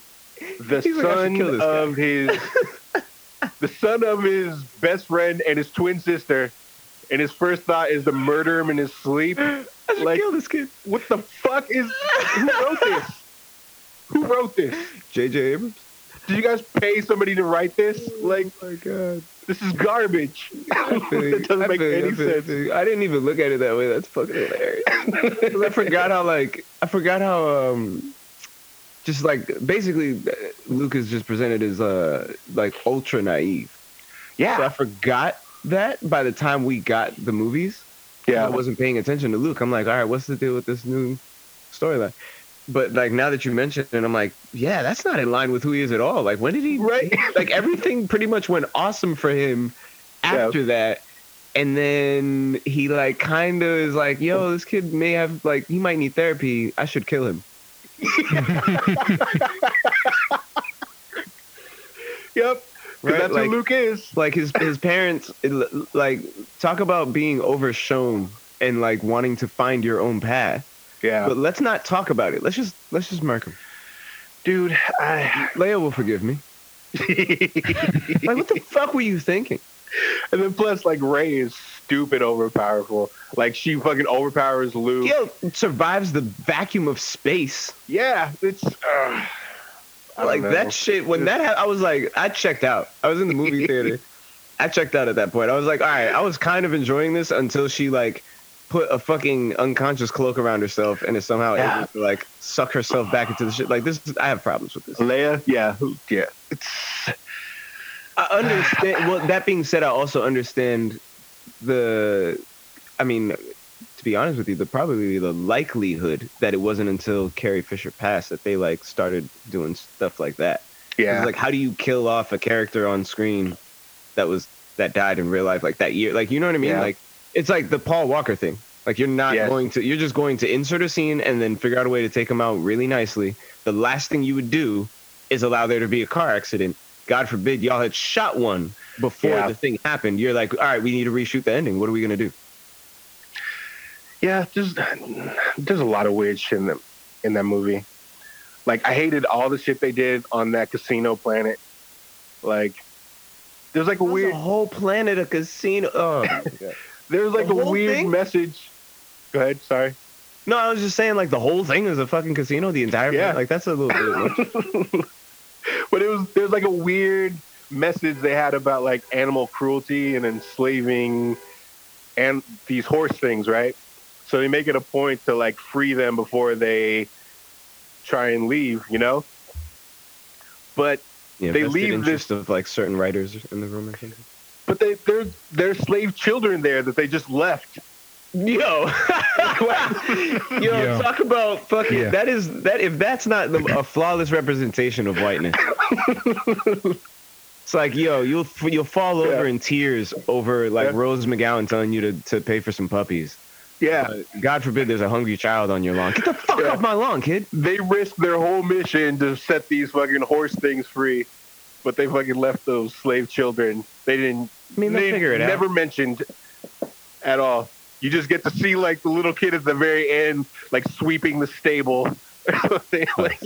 Speaker 1: the
Speaker 2: He's like, I should
Speaker 1: son
Speaker 2: kill this guy.
Speaker 1: of his, the son of his best friend and his twin sister, and his first thought is to murder him in his sleep. Like,
Speaker 2: Kill this kid,
Speaker 1: what the fuck is? Who wrote this? Who wrote this?
Speaker 2: J.J. Abrams.
Speaker 1: Did you guys pay somebody to write this? Like,
Speaker 2: Oh my god.
Speaker 1: this is garbage.
Speaker 2: Dude,
Speaker 1: it doesn't
Speaker 2: I
Speaker 1: make
Speaker 2: feel you, I
Speaker 1: any
Speaker 2: feel you, I
Speaker 1: sense.
Speaker 2: feel you. I didn't even look at it that way. That's fucking hilarious. 'Cause I forgot how like I forgot how um just like basically uh, Luke is just presented as uh like ultra naive. So I
Speaker 1: Yeah,
Speaker 2: forgot that by the time we got the movies. I
Speaker 1: yeah,
Speaker 2: wasn't paying attention to Luke. I'm like, all right, what's the deal with this new storyline? But like now that you mentioned it, I'm like, yeah, that's not in line with who he is at all. Like when did he
Speaker 1: right.
Speaker 2: like everything pretty much went awesome for him
Speaker 1: Yeah.
Speaker 2: after that and then he like kind of is like yo this kid may have like he might need therapy i should kill him
Speaker 1: Yep. 'Cause
Speaker 2: Right,
Speaker 1: that's
Speaker 2: like-
Speaker 1: who Luke is.
Speaker 2: like his his parents it l- like talk about being overshown and like wanting to find your own path
Speaker 1: Yeah.
Speaker 2: but let's not talk about it let's just let's just murk him
Speaker 1: dude, I,
Speaker 2: leia will forgive me like what the fuck were you thinking
Speaker 1: and then plus like Ray is stupid overpowerful. Like she fucking overpowers Luke.
Speaker 2: yo survives the vacuum of space
Speaker 1: Yeah, it's uh,
Speaker 2: like that shit when that ha- i was like i checked out i was in the movie theater i checked out at that point i was like all right i was kind of enjoying this until she like put a fucking unconscious cloak around herself and is somehow
Speaker 1: Yeah.
Speaker 2: able to like suck herself back into the shit like this is- i have problems with this
Speaker 1: Leia, yeah, who- yeah. It's
Speaker 2: i understand well that being said i also understand the i mean to be honest with you the probably the likelihood that it wasn't until carrie fisher passed that they like started doing stuff like that
Speaker 1: yeah.
Speaker 2: It's like, how do you kill off a character on screen that was that died in real life, like that year? Like, you know what I mean?
Speaker 1: Yeah.
Speaker 2: Like, it's like the Paul Walker thing. Like, you're not
Speaker 1: Yes.
Speaker 2: going to, you're just going to insert a scene and then figure out a way to take him out really nicely. The last thing you would do is allow there to be a car accident. God forbid y'all had shot one before
Speaker 1: Yeah.
Speaker 2: the thing happened. You're like, all right, we need to reshoot the ending. What are we gonna do?
Speaker 1: yeah just there's a lot of weird shit in that in that movie like i hated all the shit they did on that casino planet like there's like a weird
Speaker 2: a whole planet, a casino. Oh, my God.
Speaker 1: there's like
Speaker 2: the
Speaker 1: a
Speaker 2: whole
Speaker 1: weird
Speaker 2: thing?
Speaker 1: message go ahead sorry
Speaker 2: no, I was just saying, like the whole thing is a fucking casino. The entire,
Speaker 1: Yeah.
Speaker 2: like that's a little bit. much.
Speaker 1: but it was there's like a weird message they had about like animal cruelty and enslaving and these horse things right so they make it a point to like free them before they try and leave you know but
Speaker 2: Yeah,
Speaker 1: They
Speaker 2: vested
Speaker 1: leave this-
Speaker 2: interest of like certain writers in the room or something.
Speaker 1: But they they're they're slave children there that they just left.
Speaker 2: Yo, yo,
Speaker 3: Yeah.
Speaker 2: talk about fucking.
Speaker 3: Yeah.
Speaker 2: That is that if that's not the, a flawless representation of whiteness. It's like, yo, you'll f- you'll fall
Speaker 1: Yeah.
Speaker 2: over in tears over like
Speaker 1: Yeah.
Speaker 2: Rose McGowan telling you to, to pay for some puppies.
Speaker 1: Yeah.
Speaker 2: But God forbid there's a hungry child on your lawn. Get the fuck
Speaker 1: Yeah.
Speaker 2: off my lawn, kid.
Speaker 1: They risked their whole mission to set these fucking horse things free, but they fucking left those slave children. They didn't
Speaker 2: I mean, they'll
Speaker 1: they
Speaker 2: figure it
Speaker 1: never
Speaker 2: out.
Speaker 1: mentioned at all. You just get to see like the little kid at the very end, like sweeping the stable. They, like,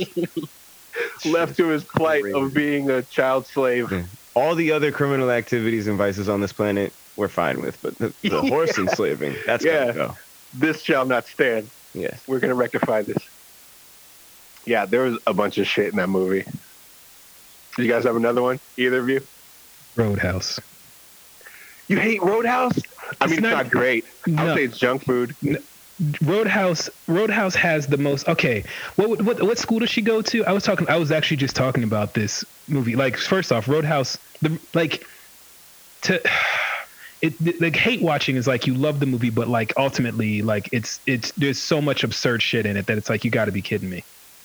Speaker 1: left to his plight of being a child slave.
Speaker 2: All the other criminal activities and vices on this planet, we're fine with, but the, the horse enslaving, that's
Speaker 1: Yeah.
Speaker 2: gotta go.
Speaker 1: This shall not stand.
Speaker 2: Yes.
Speaker 1: We're gonna rectify this. Yeah, there was a bunch of shit in that movie. You guys have another one? Either of you?
Speaker 3: Roadhouse.
Speaker 1: You hate Roadhouse? I mean,
Speaker 3: It's
Speaker 1: it's
Speaker 3: not-
Speaker 1: not, great. I'll
Speaker 3: No.
Speaker 1: say it's junk food.
Speaker 3: Roadhouse Roadhouse has the most okay. What what what school does she go to? I was talking I was actually just talking about this movie. Like first off, Roadhouse the like to it like hate watching is like you love the movie but like ultimately like it's it's there's so much absurd shit in it that it's like you got to be kidding me.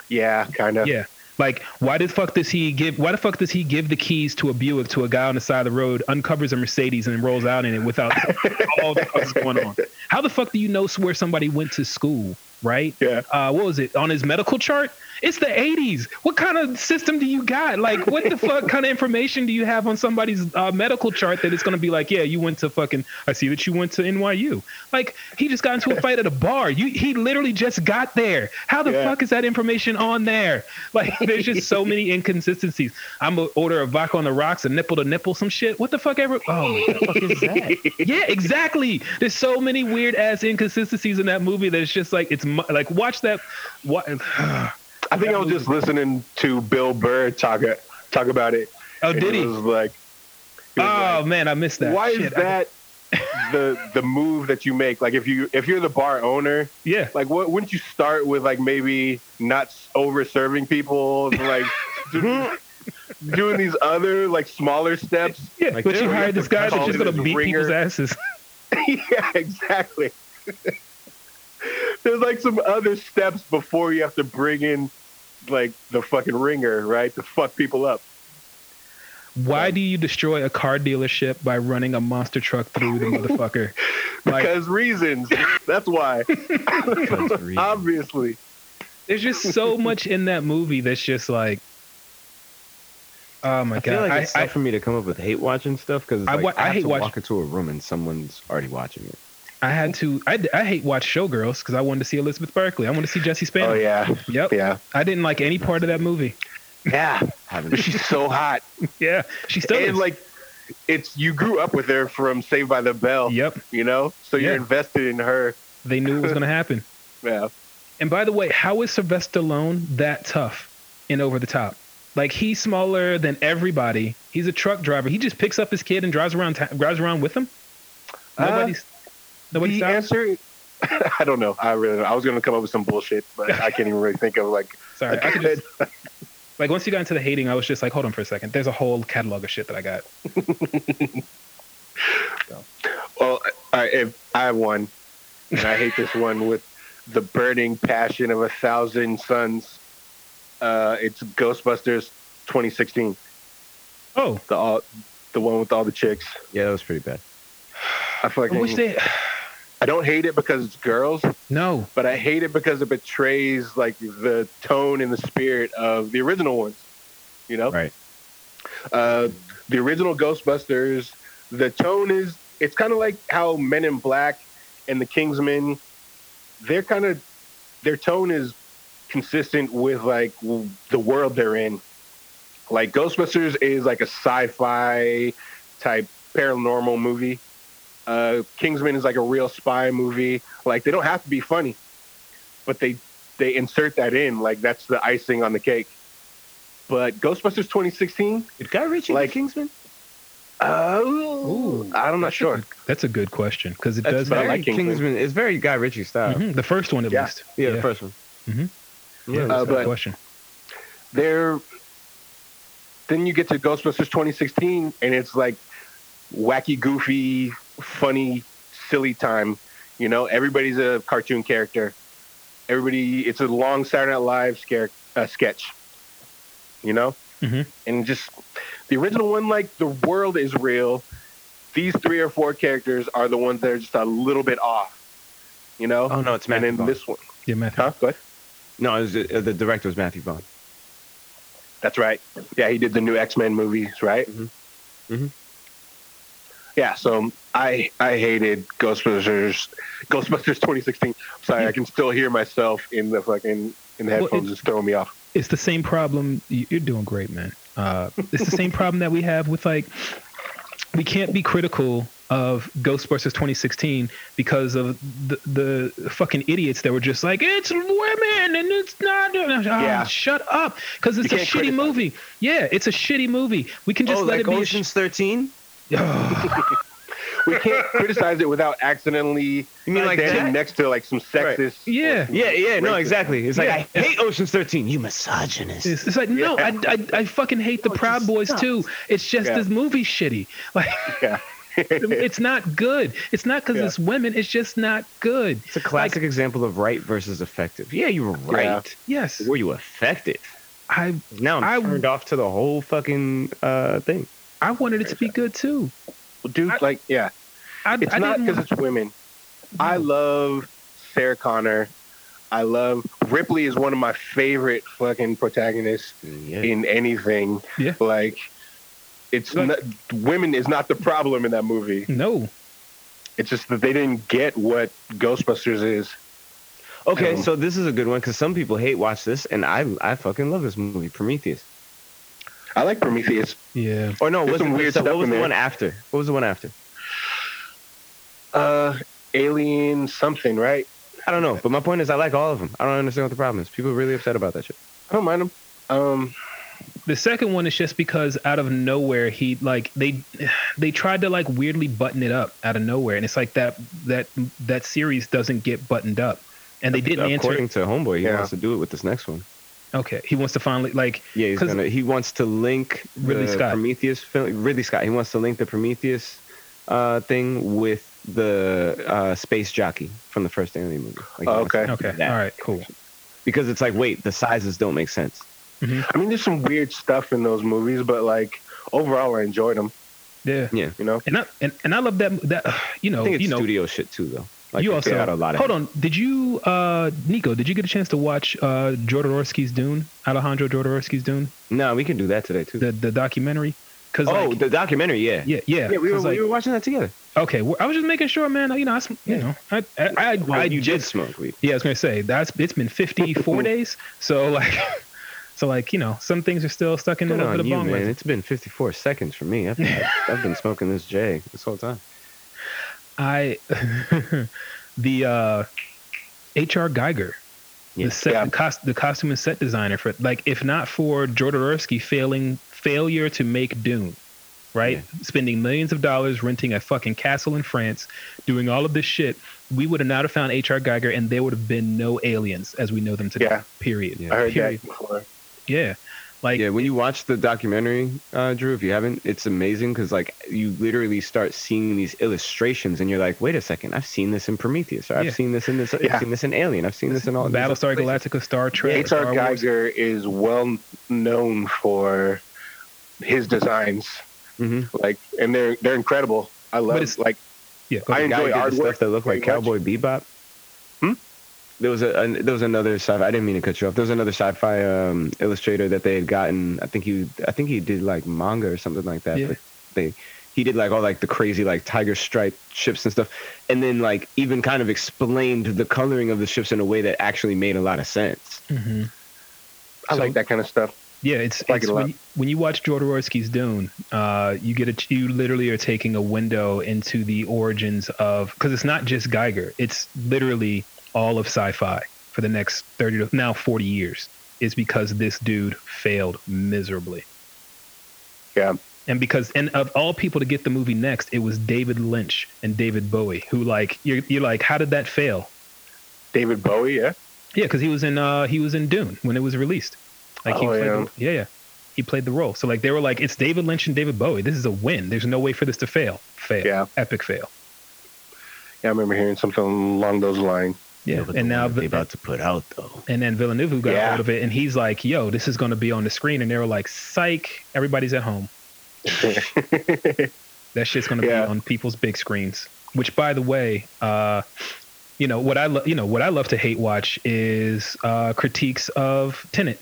Speaker 1: Yeah, kind of.
Speaker 3: Yeah. Like, why the fuck does he give? Why the fuck does he give the keys to a Buick to a guy on the side of the road, uncovers a Mercedes, and rolls out in it without all the fuck's going on? How the fuck do you know where somebody went to school? Right?
Speaker 1: Yeah.
Speaker 3: Uh, what was it on his medical chart? It's the '80s. What kind of system do you got? Like, what the fuck kind of information do you have on somebody's uh, medical chart that it's gonna be like, yeah, you went to fucking. I see that you went to NYU. Like, he just got into a fight at a bar. You, he literally just got there. How the
Speaker 1: Yeah.
Speaker 3: fuck is that information on there? Like, there's just so many inconsistencies. I'm gonna order a vodka on the rocks, a nipple to nipple, some shit. What the fuck ever? Oh, what the fuck is that? yeah, exactly. There's so many weird ass inconsistencies in that movie that it's just like it's mu- like watch that. What?
Speaker 1: I think I was just listening to Bill Burr talk talk about it.
Speaker 3: Oh,
Speaker 1: and
Speaker 3: did he?
Speaker 1: was like, he was like,
Speaker 3: Oh man, I missed that.
Speaker 1: why is
Speaker 3: Shit, I-
Speaker 1: that the the move that you make? Like, if you if you're the bar owner,
Speaker 3: Yeah.
Speaker 1: like, what wouldn't you start with? Like, maybe not over serving people, and, like. do- doing these other like smaller steps
Speaker 3: Yeah,
Speaker 2: Like,
Speaker 3: but
Speaker 2: dude,
Speaker 3: you
Speaker 2: we
Speaker 3: hired
Speaker 1: have
Speaker 3: this
Speaker 1: to
Speaker 3: guy that's
Speaker 1: call
Speaker 3: just gonna
Speaker 1: this
Speaker 3: beat
Speaker 1: ringer.
Speaker 3: people's asses.
Speaker 1: yeah, exactly. There's like some other steps before you have to bring in like the fucking ringer, right? To fuck people up.
Speaker 3: Why do you destroy a car dealership by running a monster truck through the motherfucker? Like,
Speaker 1: Because reasons. That's why. Obviously.
Speaker 2: Um,
Speaker 3: There's just so much in that movie that's just like Oh my
Speaker 2: I
Speaker 3: god!
Speaker 2: feel like it's
Speaker 3: I, I,
Speaker 2: tough for me to come up with hate watching stuff because
Speaker 3: I
Speaker 2: like, I,
Speaker 3: wa- I
Speaker 2: have
Speaker 3: hate
Speaker 2: to
Speaker 3: watch-
Speaker 2: walk into a room and someone's already watching it.
Speaker 3: I had to. I, I hate watch Showgirls because I wanted to see Elizabeth Berkley. I wanted to see Jesse Spano.
Speaker 1: Oh yeah,
Speaker 3: Yep.
Speaker 1: yeah,
Speaker 3: I didn't like any part of that movie.
Speaker 1: yeah.
Speaker 2: Haven't
Speaker 1: But she's so hot,
Speaker 3: Yeah, she still
Speaker 1: and
Speaker 3: is.
Speaker 1: like, it's you grew up with her from Saved by the Bell,
Speaker 3: Yep,
Speaker 1: you know, so you're
Speaker 3: Yeah.
Speaker 1: invested in her.
Speaker 3: they knew it was gonna happen.
Speaker 1: Yeah,
Speaker 3: And by the way, how is Sylvester Stallone that tough and over the top? Like he's smaller than everybody. He's a truck driver. He just picks up his kid and drives around. ta- drives around with him.
Speaker 1: Uh,
Speaker 3: Nobody's. nobody
Speaker 1: the
Speaker 3: stops.
Speaker 1: answer. I don't know. I really. Don't. I was gonna come up with some bullshit, but I can't even really think of like.
Speaker 3: Sorry, I could just. Like once you got into the hating, I was just like, hold on for a second. There's a whole catalog of shit that I got.
Speaker 1: Well, all right, if I won, and I hate this one with the burning passion of a thousand suns. Uh, it's Ghostbusters 2016,
Speaker 3: Oh,
Speaker 1: the all, the one with all the chicks.
Speaker 2: Yeah, that was pretty bad.
Speaker 1: I feel like
Speaker 3: I wish they.
Speaker 1: I don't hate it because it's girls,
Speaker 3: No,
Speaker 1: but I hate it because it betrays like the tone and the spirit of the original ones. You know,
Speaker 2: Right.
Speaker 1: uh, the original Ghostbusters. The tone is it's kind of like how Men in Black and the Kingsmen. They're kind of their tone is consistent with like w- the world they're in. Like Ghostbusters is like a sci-fi type paranormal movie. Uh, Kingsman is like a real spy movie. Like they don't have to be funny, but they they insert that in. Like that's the icing on the cake. But Ghostbusters 2016,
Speaker 2: Did Guy Ritchie
Speaker 1: Like-
Speaker 2: like Kingsman?
Speaker 1: oh,
Speaker 3: Ooh,
Speaker 1: I'm not sure.
Speaker 3: that's a good question because it
Speaker 2: That's
Speaker 3: does.
Speaker 1: but I
Speaker 2: very
Speaker 1: like Kingsman.
Speaker 2: Kingsman. It's very Guy Ritchie style.
Speaker 3: Mhm, the first one at
Speaker 1: Yeah.
Speaker 3: least.
Speaker 2: Yeah, the first one.
Speaker 3: Mhm.
Speaker 2: Mm-hmm. Yeah,
Speaker 3: Yeah,
Speaker 2: that's
Speaker 1: Uh,
Speaker 3: that's a good
Speaker 1: but-
Speaker 3: question.
Speaker 1: They're then you get to Ghostbusters 2016, and it's like wacky, goofy, funny, silly time. You know, everybody's a cartoon character. Everybody, it's a long Saturday Night Live scare, uh, sketch. You know,
Speaker 2: Mm-hmm.
Speaker 3: Mhm.
Speaker 1: and just the original one, like the world is real. These three or four characters are the ones that are just a little bit off. You know,
Speaker 2: Oh no, it's
Speaker 1: and
Speaker 2: Matthew
Speaker 1: then
Speaker 2: Vaughn.
Speaker 1: this one,
Speaker 3: Yeah, Matthew.
Speaker 1: huh? Go ahead.
Speaker 2: No, it was, uh, the director was Matthew Vaughn.
Speaker 1: That's right. Yeah, he did the new X Men movies, right?
Speaker 2: Mhm. Mhm.
Speaker 1: Yeah. So I I hated Ghostbusters Ghostbusters 2016. I'm sorry, I can still hear myself in the fucking in the
Speaker 3: Well,
Speaker 1: headphones.
Speaker 3: it-
Speaker 1: it's throwing me off.
Speaker 3: It's the same problem. you- You're doing great, man. Uh, it's the same problem that we have with like we can't be critical of Ghostbusters 2016 because of the the fucking idiots that were just like it's women and it's not. Oh,
Speaker 1: Yeah.
Speaker 3: Shut up, because it's
Speaker 1: You
Speaker 3: a
Speaker 1: can't
Speaker 3: shitty
Speaker 1: criticize.
Speaker 3: movie. Yeah, it's a shitty movie. We can just
Speaker 2: oh,
Speaker 3: let
Speaker 2: like
Speaker 3: it be. a
Speaker 2: Ocean's Thirteen?
Speaker 3: sh- Ugh.
Speaker 1: We can't criticize it without accidentally
Speaker 2: You mean like
Speaker 1: standing
Speaker 2: that?
Speaker 1: next to like some
Speaker 2: Right.
Speaker 1: sexist. or
Speaker 3: Yeah.
Speaker 1: some
Speaker 2: Yeah, yeah, no,
Speaker 1: racist.
Speaker 2: exactly. It's like
Speaker 3: Yeah.
Speaker 2: I hate Ocean's Thirteen. You misogynist.
Speaker 3: It's, it's like no, I, I I fucking hate the
Speaker 2: No, Oh, it
Speaker 3: Proud
Speaker 2: just
Speaker 3: Boys
Speaker 2: sucks.
Speaker 3: too. It's just
Speaker 1: Yeah.
Speaker 3: this movie shitty. Like
Speaker 1: Yeah.
Speaker 3: it's not good. It's not because
Speaker 1: Yeah.
Speaker 3: it's women. It's just not good.
Speaker 2: It's a classic example of right versus effective. Yeah, you were
Speaker 1: Yeah.
Speaker 2: right.
Speaker 3: Yes,
Speaker 2: Were you effective?
Speaker 3: I
Speaker 2: Now I'm
Speaker 3: I-
Speaker 2: turned off to the whole fucking uh, thing.
Speaker 3: I wanted it to be good too.
Speaker 1: Dude,
Speaker 3: I-
Speaker 1: like yeah.
Speaker 3: I,
Speaker 1: It's
Speaker 3: I
Speaker 1: not
Speaker 3: didn't
Speaker 1: because
Speaker 3: want-
Speaker 1: it's women. I
Speaker 2: Mm-hmm.
Speaker 1: love Sarah Connor. I love Ripley is one of my favorite fucking protagonists
Speaker 2: Yeah.
Speaker 1: in anything.
Speaker 3: Yeah.
Speaker 1: Like it's
Speaker 3: Like-
Speaker 1: not, women is not the problem in that movie.
Speaker 3: no.
Speaker 1: It's just that they didn't get what Ghostbusters is.
Speaker 2: Okay,
Speaker 1: No.
Speaker 2: so this is a good one because some people hate watch this, and I I fucking love this movie, Prometheus.
Speaker 1: I like Prometheus.
Speaker 3: Yeah,
Speaker 2: Or no,
Speaker 1: There's
Speaker 2: was
Speaker 1: some weird
Speaker 2: weird
Speaker 1: stuff
Speaker 2: what was
Speaker 1: in
Speaker 2: the
Speaker 1: there.
Speaker 2: one after? What was the one after?
Speaker 1: Uh Alien something, right?
Speaker 2: I don't know, but my point is, I like all of them. I don't understand what the problem is. People are really upset about that shit.
Speaker 1: I don't mind him. Um
Speaker 3: the second one is just because out of nowhere he like they they tried to like weirdly button it up out of nowhere, and it's like that that that series doesn't get buttoned up, and they didn't answer.
Speaker 2: According to Homeboy, he
Speaker 1: Yeah.
Speaker 2: wants to do it with this next one.
Speaker 3: Okay, he wants to finally like
Speaker 2: Yeah, he's
Speaker 3: 'Cause-
Speaker 2: gonna. He wants to link
Speaker 3: Ridley
Speaker 2: the
Speaker 3: Scott.
Speaker 2: Prometheus film. Ridley Scott. He wants to link the Prometheus uh, thing with the uh, space jockey from the first Alien movie. Like, he
Speaker 1: Oh,
Speaker 2: wants to
Speaker 1: okay.
Speaker 2: do
Speaker 3: okay,
Speaker 2: that.
Speaker 3: all right, cool.
Speaker 2: Because it's like, wait, the sizes don't make sense.
Speaker 1: I mean there's some weird stuff in those movies, but like overall I enjoyed them,
Speaker 3: Yeah,
Speaker 2: Yeah,
Speaker 1: you know?
Speaker 3: and I and, and I love that that you
Speaker 2: I
Speaker 3: know
Speaker 2: think it's
Speaker 3: you know
Speaker 2: studio shit too, though. Like
Speaker 3: you
Speaker 2: they
Speaker 3: also
Speaker 2: had a lot of
Speaker 3: hold on. Did you, uh, Nico? Did you get a chance to watch uh, Jodorowsky's Dune? Alejandro Jodorowsky's Dune,
Speaker 2: No, we can do that today too.
Speaker 3: the the documentary. Cause
Speaker 2: oh,
Speaker 3: like,
Speaker 2: the documentary, yeah.
Speaker 3: yeah, yeah.
Speaker 2: Yeah, we were,
Speaker 3: 'cause, like,
Speaker 2: we were watching that together.
Speaker 3: okay, well, I was just making sure, man. You know, I, sm- you know, I, I, I, I
Speaker 2: you
Speaker 3: did
Speaker 2: did smoke weed.
Speaker 3: Yeah, I was gonna say that's it's been 54 days, so like, so like you know, some things are still stuck in the
Speaker 2: Good
Speaker 3: little
Speaker 2: on
Speaker 3: bit of
Speaker 2: you,
Speaker 3: bong
Speaker 2: man.
Speaker 3: rings.
Speaker 2: It's been 54 seconds for me. I've, I've, I've been smoking this J this whole time.
Speaker 3: I, the uh, H.R. Geiger,
Speaker 2: Yeah.
Speaker 3: the set,
Speaker 1: Yeah.
Speaker 3: the, cost, the costume and set designer for like, if not for Jodorowsky failing failure to make Dune, right? Spending millions of dollars renting a fucking castle in France, doing all of this shit, we would have not have found H.R. Geiger, and there would have been no aliens as we know them today.
Speaker 1: Yeah.
Speaker 3: Period.
Speaker 2: Yeah.
Speaker 1: I heard
Speaker 3: Period.
Speaker 1: that before.
Speaker 3: Yeah. Like
Speaker 2: yeah, when you watch the documentary, uh, Drew, if you haven't, it's amazing because like you literally start seeing these illustrations, and you're like, wait a second, I've seen this in Prometheus, or I've
Speaker 3: Yeah.
Speaker 2: seen this in this, I've
Speaker 1: Yeah.
Speaker 2: seen this in Alien, I've seen this in all these
Speaker 3: Battlestar
Speaker 2: other places."
Speaker 3: Galactica, Star Trek, Star
Speaker 1: H.R.
Speaker 3: Wars.
Speaker 1: Geiger is well known for his designs,
Speaker 2: Mhm.
Speaker 1: like, and they're they're incredible. I love
Speaker 3: it's-
Speaker 1: like
Speaker 3: Yeah,
Speaker 1: I
Speaker 2: The guy
Speaker 1: enjoy
Speaker 2: who did the
Speaker 1: artwork
Speaker 2: stuff that looked like
Speaker 1: very much.
Speaker 2: Cowboy Bebop.
Speaker 1: Hmm?
Speaker 2: There was a, an there was another sci-fi. I didn't mean to cut you off. There was another sci-fi um, illustrator that they had gotten. I think he I think he did like manga or something like that.
Speaker 3: Yeah.
Speaker 2: But they he did like all like the crazy like tiger stripe ships and stuff, and then like even kind of explained the coloring of the ships in a way that actually made a lot of sense.
Speaker 3: Mhm.
Speaker 1: I
Speaker 3: So-
Speaker 1: like that kind of stuff.
Speaker 3: yeah. It's,
Speaker 1: Like
Speaker 3: it's
Speaker 1: it a lot.
Speaker 3: when, you- when you watch Jodorowsky's Dune, uh, you get a, you literally are taking a window into the origins of because it's not just Geiger; it's literally all of sci-fi for the next thirty to now forty years. Is because this dude failed miserably.
Speaker 1: Yeah.
Speaker 3: And because and of all people to get the movie next, it was David Lynch and David Bowie, who like you're you're like, how did that fail?
Speaker 1: David Bowie, yeah.
Speaker 3: Yeah, because he was in uh he was in Dune when it was released. Like he
Speaker 1: Oh,
Speaker 3: played
Speaker 1: yeah.
Speaker 3: The, yeah, yeah. He played the role. So like they were like, it's David Lynch and David Bowie. This is a win. There's no way for this to fail. Fail.
Speaker 1: Yeah.
Speaker 3: Epic fail.
Speaker 1: Yeah, I remember hearing something along those lines.
Speaker 3: Yeah. and now
Speaker 2: they about to put out though.
Speaker 3: and then Villeneuve who got
Speaker 1: Yeah.
Speaker 3: hold of it and he's like, yo, this is gonna be on the screen. And they were like, psych, everybody's at home. That shit's gonna
Speaker 1: Yeah.
Speaker 3: be on people's big screens. Which, by the way, uh, you know what I lo- you know what I love to hate watch is uh, critiques of Tenant.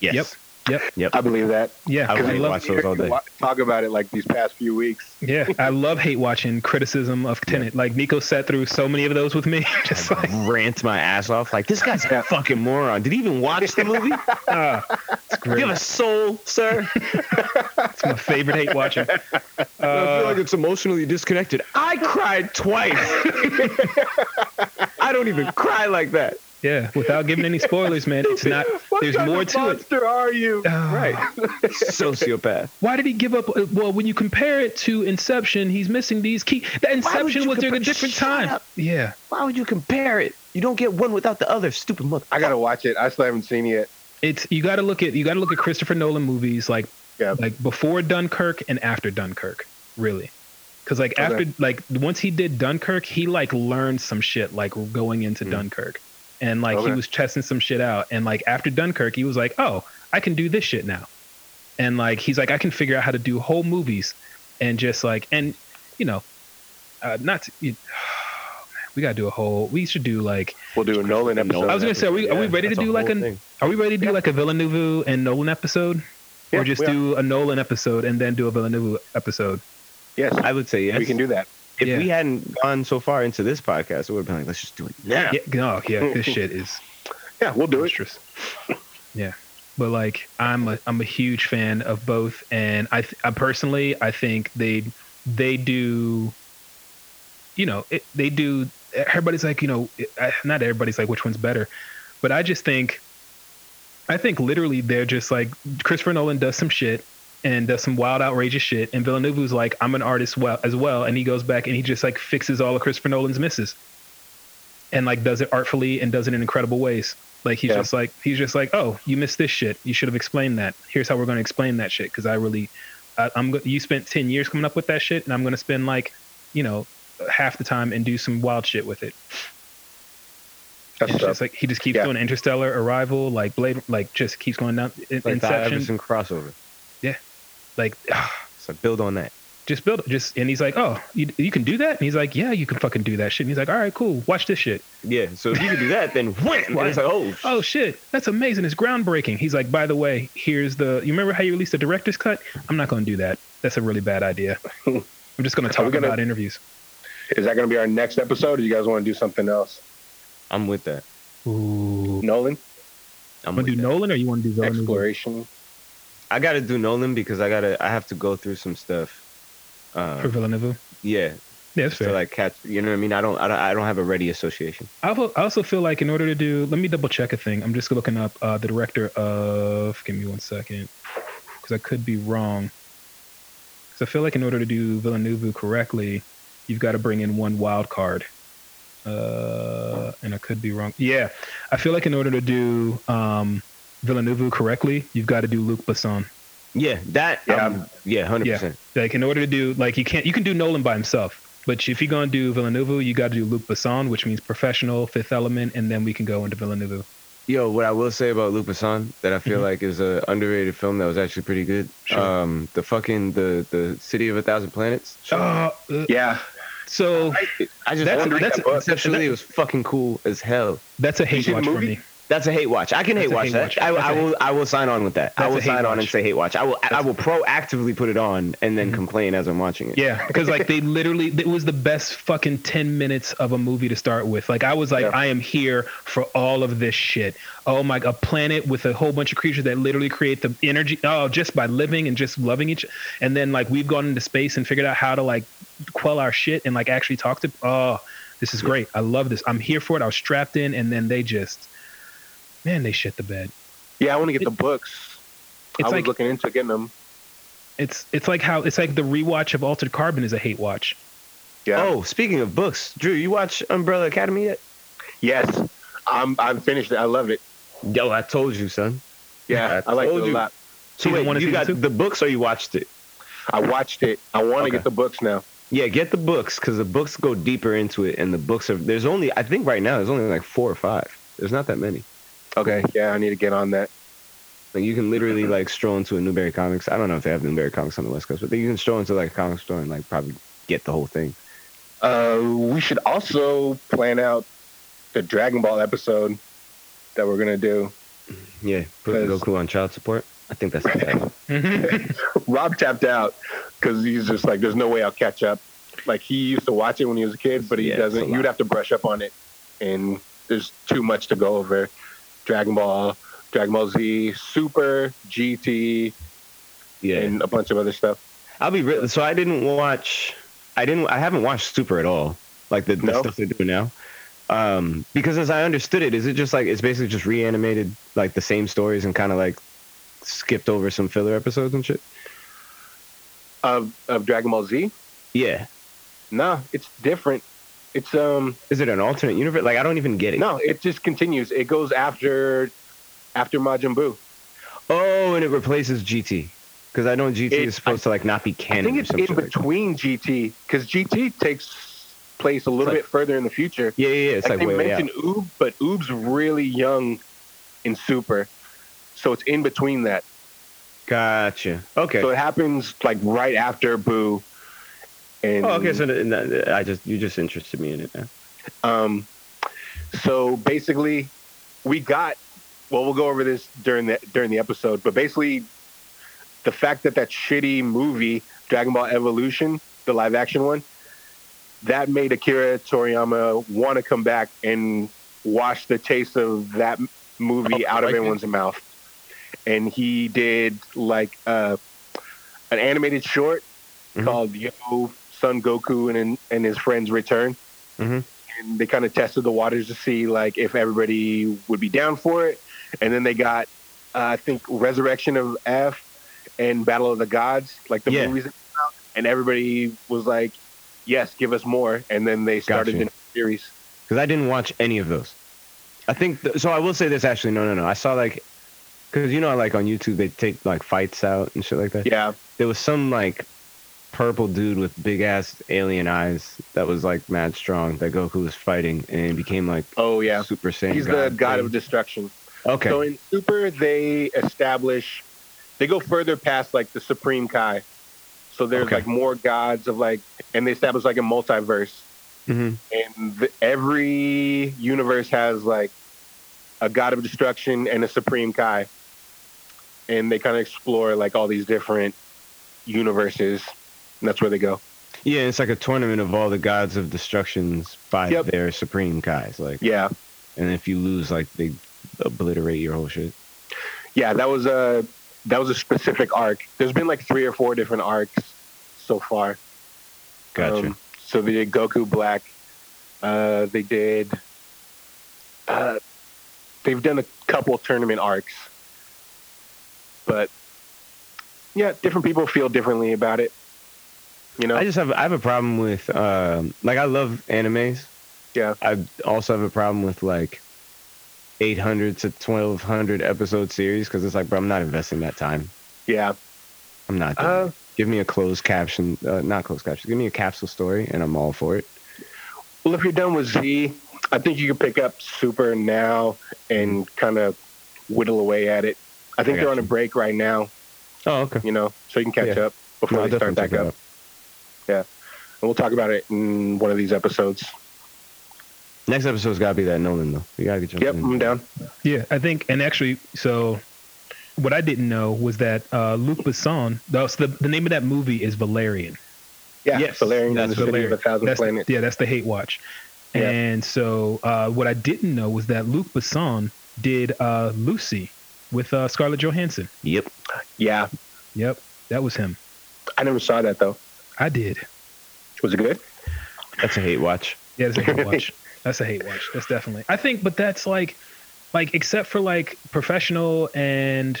Speaker 2: Yes.
Speaker 3: Yep. Yep.
Speaker 2: Yep.
Speaker 1: I believe that
Speaker 3: Yeah,
Speaker 2: I
Speaker 3: 'cause
Speaker 2: would
Speaker 3: I love
Speaker 2: watch those all day.
Speaker 1: Wa- Talk about it like these past few weeks.
Speaker 3: Yeah, I love hate watching criticism of Tenet. Like Nico sat through so many of those with me. Just
Speaker 2: I
Speaker 3: like,
Speaker 2: rant my ass off like this guy's a fucking moron. Did he even watch the movie?
Speaker 3: ah, it's
Speaker 2: Do
Speaker 3: great.
Speaker 2: you have a soul, sir?
Speaker 3: It's my favorite hate watching.
Speaker 2: I feel like
Speaker 3: Uh,
Speaker 2: it's emotionally disconnected. I cried twice. I don't even cry like that.
Speaker 3: yeah, without giving any spoilers, man, it's not.
Speaker 1: What
Speaker 3: There's
Speaker 1: kind
Speaker 3: more
Speaker 1: of
Speaker 3: to it.
Speaker 1: monster are you?
Speaker 3: Ah.
Speaker 1: right.
Speaker 2: Sociopath.
Speaker 3: Why did he give up? uh, Well, when you compare it to Inception, he's missing these key. The Inception
Speaker 2: you
Speaker 3: was during a
Speaker 2: compare-
Speaker 3: different
Speaker 2: Shut
Speaker 3: time.
Speaker 2: up.
Speaker 3: Yeah,
Speaker 2: Why would you compare it? You don't get one without the other, stupid mother.
Speaker 1: I gotta watch it. I still haven't seen it yet.
Speaker 3: it's you got to look at you got to look at Christopher Nolan movies like
Speaker 1: Yeah.
Speaker 3: like before Dunkirk and after Dunkirk, really. Because like
Speaker 1: Okay.
Speaker 3: after like once he did Dunkirk, he like learned some shit like going into
Speaker 2: Mm.
Speaker 3: Dunkirk, and like he
Speaker 1: Hmm. Okay.
Speaker 3: was testing some shit out, and like after Dunkirk, he was like, oh, I can do this shit now, and like he's like, I can figure out how to do whole movies, and just like and you know, uh, not to, you, we gotta do a whole. We should do like
Speaker 1: We'll do a Nolan episode.
Speaker 3: I was gonna say, are we- are we ready to do like an- are we ready to do
Speaker 1: Yeah.
Speaker 3: like a Villeneuve and Nolan episode?
Speaker 1: Yeah,
Speaker 3: or just
Speaker 1: we are.
Speaker 3: do a Nolan episode and then do a Villeneuve episode?
Speaker 1: Yes,
Speaker 2: I would say yes.
Speaker 1: we can do that.
Speaker 2: If
Speaker 3: Yeah.
Speaker 2: we hadn't gone so far into this podcast, it would have been like, let's just do it now.
Speaker 3: Yeah. no, yeah, this shit is
Speaker 1: Yeah, we'll do it.
Speaker 3: monstrous. Yeah. But like I'm a I'm a huge fan of both and I, th- I personally I think they they do you know, it, they do everybody's like, you know, I, not everybody's like which one's better, but I just think I think literally they're just like Christopher Nolan does some shit and does some wild outrageous shit and Villeneuve's like I'm an artist well as well and he goes back and he just like fixes all of Christopher Nolan's misses and like does it artfully and does it in incredible ways. Like he's
Speaker 1: Yeah.
Speaker 3: just like he's just like oh you missed this shit you should have explained that here's how we're going to explain that shit because I really I, I'm go- you spent ten years coming up with that shit and I'm going to spend like you know half the time and do some wild shit with it.
Speaker 1: That's
Speaker 3: And it's
Speaker 1: tough.
Speaker 3: just like he just keeps
Speaker 1: Yeah.
Speaker 3: doing Interstellar, Arrival, like Blade, like just keeps going down. In-
Speaker 2: Like the
Speaker 3: Inception,
Speaker 2: Iverson crossover.
Speaker 3: like
Speaker 2: So build on that.
Speaker 3: Just build it. Just and he's like, oh, you, you can do that. And he's like, yeah, you can fucking do that shit. And he's like, all right, cool. Watch this shit.
Speaker 2: Yeah. So if you could do that, then wham! And it's like, oh, sh-
Speaker 3: Oh shit, that's amazing. It's groundbreaking. He's like, by the way, here's the. You remember how you released the director's cut? I'm not going to do that. That's a really bad idea. I'm just going to
Speaker 1: we
Speaker 3: talk
Speaker 1: gonna-
Speaker 3: about interviews.
Speaker 1: Is that going to be our next episode, or do you guys want to do something else?
Speaker 2: I'm with that.
Speaker 3: Ooh.
Speaker 1: Nolan,
Speaker 2: I'm
Speaker 3: Want
Speaker 2: with
Speaker 3: to do
Speaker 2: that.
Speaker 3: Nolan or you want to do Villeneuve?
Speaker 1: exploration.
Speaker 2: I gotta do Nolan because I gotta. I have to go through some stuff.
Speaker 3: for
Speaker 2: Uh,
Speaker 3: Villeneuve?
Speaker 2: yeah,
Speaker 3: Yeah, that's
Speaker 2: just to
Speaker 3: fair.
Speaker 2: like catch. You know what I mean? I don't. I don't. I don't have a ready association.
Speaker 3: I al- I also feel like in order to do, let me double check a thing. I'm just looking up uh, the director of. Give me one second, because I could be wrong. Because I feel like in order to do Villeneuve correctly, you've got to bring in one wild card. Uh, and I could be wrong. Yeah, I feel like in order to do um, Villeneuve correctly, you've got to do Luc Besson.
Speaker 2: Yeah, that.
Speaker 1: Yeah.
Speaker 2: um, yeah, hundred percent.
Speaker 3: Like in order to do, like you can't, you can do Nolan by himself. But if you're gonna do Villeneuve, you got to do Luc Besson, which means professional, Fifth Element, and then we can go into Villeneuve.
Speaker 2: Yo, what I will say about Lupin that I feel
Speaker 3: Mhm.
Speaker 2: like is a underrated film that was actually pretty good.
Speaker 3: Sure.
Speaker 2: Um, the fucking the the City of a Thousand Planets. Oh,
Speaker 3: Uh, uh,
Speaker 1: Yeah,
Speaker 3: so
Speaker 2: I just
Speaker 3: that's
Speaker 2: that's,
Speaker 1: wondering
Speaker 3: that's
Speaker 1: about
Speaker 2: conceptually it was fucking cool as hell.
Speaker 3: that's a
Speaker 1: You
Speaker 3: hate
Speaker 1: see the
Speaker 3: watch for
Speaker 1: movie?
Speaker 3: me.
Speaker 2: That's a hate watch. I can
Speaker 3: That's
Speaker 2: hate
Speaker 3: a
Speaker 2: watch
Speaker 3: hate
Speaker 2: that.
Speaker 3: watch.
Speaker 2: I,
Speaker 3: That's
Speaker 2: I
Speaker 3: a hate-
Speaker 2: will. I will sign on with that. I
Speaker 3: That's
Speaker 2: will
Speaker 3: a hate
Speaker 2: sign on
Speaker 3: watch.
Speaker 2: and say hate watch. Mm-hmm. I will. I
Speaker 3: That's-
Speaker 2: will proactively put it on and then
Speaker 3: Mhm.
Speaker 2: complain as I'm watching it.
Speaker 3: Yeah, because like they literally, it was the best fucking ten minutes of a movie to start with. Like I was like,
Speaker 1: Yeah.
Speaker 3: I am here for all of this shit. Oh my, a planet with a whole bunch of creatures that literally create the energy. Oh, just by living and just loving each. And then like we've gone into space and figured out how to like quell our shit and like actually talk to. Oh, this is great. I love this. I'm here for it. I was strapped in, and then they just, man, they shit the bed.
Speaker 1: yeah. I want to get the books. I
Speaker 3: It's
Speaker 1: was
Speaker 3: like
Speaker 1: looking into getting them.
Speaker 3: it's it's like how it's like the rewatch of Altered Carbon is a hate watch.
Speaker 1: Yeah.
Speaker 2: Oh, speaking of books, Drew, you watch Umbrella Academy yet?
Speaker 1: yes. I'm I'm finished. it. I love it.
Speaker 2: Yo, I told you, son.
Speaker 1: Yeah,
Speaker 2: I
Speaker 1: I, like it a
Speaker 2: told you.
Speaker 1: lot.
Speaker 2: So
Speaker 3: Season
Speaker 2: wait,
Speaker 3: one and
Speaker 2: you
Speaker 3: season
Speaker 2: got
Speaker 3: two?
Speaker 2: the books or you watched it?
Speaker 1: I watched it. I want to
Speaker 2: Okay.
Speaker 1: get the books now.
Speaker 2: Yeah, get the books because the books go deeper into it, and the books are there's only I think right now there's only like four or five. There's not that many.
Speaker 1: Okay. Yeah, I need to get on that.
Speaker 2: Like you can literally like stroll into a Newberry Comics. I don't know if they have Newberry Comics on the West Coast, but you can stroll into like a comic store and like probably get the whole thing.
Speaker 1: Uh, we should also plan out the Dragon Ball episode that we're gonna do.
Speaker 2: Yeah, put
Speaker 1: 'Cause-
Speaker 2: Goku on child support. I think that's the bad.
Speaker 1: Mm-hmm. Rob tapped out because he's just like, "There's no way I'll catch up." Like he used to watch it when he was a kid, but he
Speaker 2: Yeah, it's a
Speaker 1: doesn't.
Speaker 2: lot.
Speaker 1: You'd have to brush up on it, and there's too much to go over. Dragon Ball, Dragon Ball Z, Super, GT,
Speaker 2: Yeah,
Speaker 1: and a bunch of other stuff.
Speaker 2: I'll be real. So I didn't watch. I didn't. I haven't watched Super at all. Like the, the
Speaker 1: No?
Speaker 2: stuff they're doing now. Um, because as I understood it, is it just like it's basically just reanimated like the same stories and kind of like skipped over some filler episodes and shit.
Speaker 1: Of of Dragon Ball Z,
Speaker 2: Yeah.
Speaker 1: nah, it's different. It's um
Speaker 2: Is it an alternate universe? Like I don't even get it.
Speaker 1: no, it just continues. It goes after after Majin Buu.
Speaker 2: Oh, and it replaces GT. Because I know GT
Speaker 1: It-
Speaker 2: is supposed to like not be
Speaker 1: I
Speaker 2: canon.
Speaker 1: think
Speaker 2: or
Speaker 1: it's
Speaker 2: some
Speaker 1: in
Speaker 2: shit like that.
Speaker 1: between GT because GT takes place a little
Speaker 2: It's like-
Speaker 1: bit further in the future.
Speaker 2: yeah, yeah, yeah. It's
Speaker 1: like,
Speaker 2: like, way,
Speaker 1: they
Speaker 2: way out.
Speaker 1: mentioned Oob, but Oob's really young in Super, so it's in between that.
Speaker 2: Gotcha. Okay.
Speaker 1: So it happens like right after Boo, and
Speaker 2: oh, okay. So th- th- I just you just interested me in it now.
Speaker 1: um, so basically, we got. Well, we'll go over this during the during the episode, but basically, the fact that that shitty movie Dragon Ball Evolution, the live action one, that made Akira Toriyama want to come back and wash the taste of that m- movie
Speaker 2: Oh,
Speaker 1: out of
Speaker 2: like it?
Speaker 1: everyone's mouth. And he did like uh, an animated short
Speaker 2: Mhm.
Speaker 1: called Yo Son Goku and and his friends return.
Speaker 2: Mhm.
Speaker 1: And they kind of tested the waters to see like if everybody would be down for it. And then they got uh, I think Resurrection of F and Battle of the Gods, like the
Speaker 2: Yeah.
Speaker 1: movies, that came out, and everybody was like, "Yes, give us more." And then they started
Speaker 2: Gotcha.
Speaker 1: the series.
Speaker 2: because I didn't watch any of those. I think th- so. I will say this actually. No, no, no. I saw like because you know, like on YouTube, they take like fights out and shit like that.
Speaker 1: Yeah,
Speaker 2: There was some like purple dude with big ass alien eyes that was like mad strong that Goku was fighting and became like
Speaker 1: oh yeah,
Speaker 2: Super Saiyan.
Speaker 1: he's the god
Speaker 2: thing.
Speaker 1: of destruction.
Speaker 2: Okay.
Speaker 1: So in Super, they establish, they go further past like the Supreme Kai. So there's
Speaker 3: Okay.
Speaker 1: like more gods of like, and they establish like a multiverse,
Speaker 2: Mm-hmm.
Speaker 3: Mhm.
Speaker 1: and the, every universe has like a god of destruction and a supreme kai, and they kind of explore like all these different universes. And that's where they go.
Speaker 2: Yeah, it's like a tournament of all the gods of destructions by
Speaker 1: Yep.
Speaker 2: their supreme guys. Like,
Speaker 1: Yeah,
Speaker 2: and if you lose, like they obliterate your whole shit.
Speaker 1: yeah. That was a that was a specific arc. There's been like three or four different arcs so far.
Speaker 2: Gotcha.
Speaker 1: Um, so they did Goku Black. Uh, they did. Uh, they've done a couple tournament arcs, but yeah, different people feel differently about it. You know,
Speaker 2: I just have I have a problem with um, like I love animes.
Speaker 1: Yeah.
Speaker 2: I also have a problem with like 800 to 1200 episode series because it's like, bro, I'm not investing that time.
Speaker 1: yeah,
Speaker 2: I'm not. doing
Speaker 1: uh,
Speaker 2: it. Give me a closed caption, uh, not closed caption. Give me a capsule story, and I'm all for it.
Speaker 1: Well, if you're done with Z, I think you can pick up Super now and kind of whittle away at it. I think
Speaker 2: I got
Speaker 1: they're on a
Speaker 2: you.
Speaker 1: break right now,
Speaker 2: Oh, okay.
Speaker 1: you know, so you can catch
Speaker 2: Yeah.
Speaker 1: up before
Speaker 2: No, I'll
Speaker 1: they start
Speaker 2: definitely
Speaker 1: back
Speaker 2: check it
Speaker 1: up.
Speaker 2: out.
Speaker 1: And we'll talk about it in one of these episodes.
Speaker 2: Next episode's got to be that Nolan though. You gotta get your
Speaker 1: Yep, I'm down.
Speaker 3: Yeah, I think, and actually, so what I didn't know was that uh, Luc Besson, that's the, the name of that movie is Valerian.
Speaker 1: Yeah,
Speaker 3: Yes,
Speaker 1: Valerian and
Speaker 3: that's
Speaker 1: the City of a
Speaker 3: Valerian.
Speaker 1: Thousand
Speaker 3: That's,
Speaker 1: Planets.
Speaker 3: yeah, that's the hate watch.
Speaker 1: Yeah.
Speaker 3: And so uh, what I didn't know was that Luc Besson did uh, Lucy with uh, Scarlett Johansson.
Speaker 2: Yep.
Speaker 1: Yeah,
Speaker 3: Yep, that was him.
Speaker 1: I never saw that though.
Speaker 3: I did.
Speaker 1: Was it good?
Speaker 2: That's a hate watch.
Speaker 3: Yeah, that's a hate watch. That's a hate watch. That's definitely. I think, but that's like, like except for like professional and,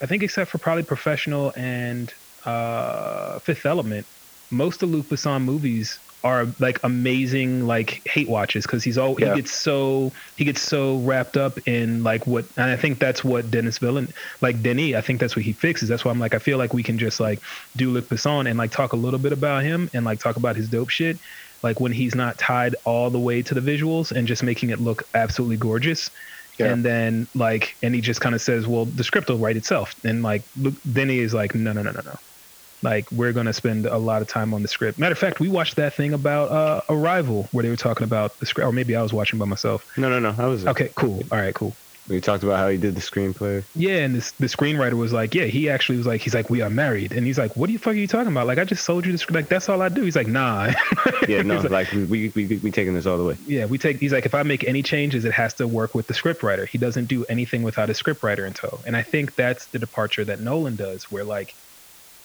Speaker 3: I think except for probably professional and uh Fifth Element, most of Luc Besson movies are like amazing like hate watches because he's all
Speaker 1: Yeah.
Speaker 3: he gets so he gets so wrapped up in like what and I think that's what Dennis Villeneuve like Denis I think that's what he fixes that's why I'm like I feel like we can just like do Luc Besson and like talk a little bit about him and like talk about his dope shit like when he's not tied all the way to the visuals and just making it look absolutely gorgeous
Speaker 1: Yeah.
Speaker 3: and then like and he just kind of says well the script will write itself and like Luc, then he is like no no no no no like we're gonna spend a lot of time on the script. Matter of fact, we watched that thing about uh, Arrival where they were talking about the script, or maybe I was watching by myself.
Speaker 2: No, no, no. How was it?
Speaker 3: Okay, cool. All right, cool.
Speaker 2: We talked about how he did the screenplay.
Speaker 3: Yeah, and this the screenwriter was like, yeah, he actually was like, he's like, we are married, and he's like, what the fuck are you talking about? Like, I just sold you the script. Like, that's all I do. He's like, nah.
Speaker 2: Yeah, no,
Speaker 3: He's
Speaker 2: like
Speaker 3: like-
Speaker 2: we we we, we taking this all the way.
Speaker 3: yeah, we take. He's like, if I make any changes, it has to work with the scriptwriter. He doesn't do anything without a scriptwriter in tow. And I think that's the departure that Nolan does, where like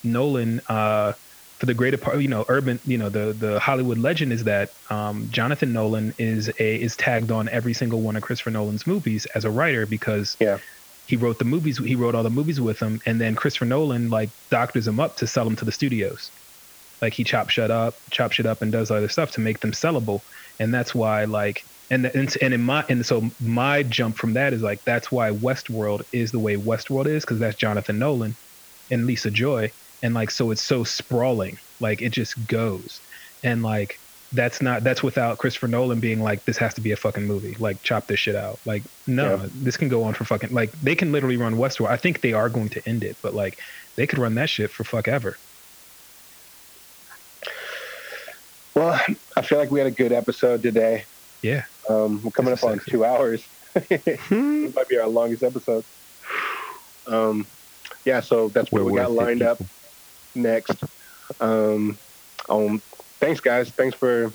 Speaker 3: Nolan, uh, for the greater part, you know, urban, you know, the the Hollywood legend is that um, Jonathan Nolan is a is tagged on every single one of Christopher Nolan's movies as a writer because
Speaker 1: Yeah.
Speaker 3: he wrote the movies, he wrote all the movies with him, and then Christopher Nolan like doctors him up to sell him to the studios. Like he chops shut up, chops shit up, and does other stuff to make them sellable and that's why like and and and in my and so my jump from that is like that's why Westworld is the way Westworld is because that's Jonathan Nolan and Lisa Joy and like so it's so sprawling like it just goes and like that's not that's without Christopher Nolan being like this has to be a fucking movie like chop this shit out like no
Speaker 1: Yeah.
Speaker 3: this can go on for fucking like they can literally run Westworld I think they are going to end it but like they could run that shit for fuck ever
Speaker 1: Well, I feel like we had a good episode today.
Speaker 3: Yeah.
Speaker 1: Um, we're coming
Speaker 3: This
Speaker 1: up
Speaker 3: was
Speaker 1: on
Speaker 3: sexy.
Speaker 1: two hours.
Speaker 2: Hmm.
Speaker 1: This might be our longest episode. Um, yeah, so that's what
Speaker 2: We're
Speaker 1: we got
Speaker 2: worth it,
Speaker 1: lined up next. Um, um, thanks, guys. Thanks for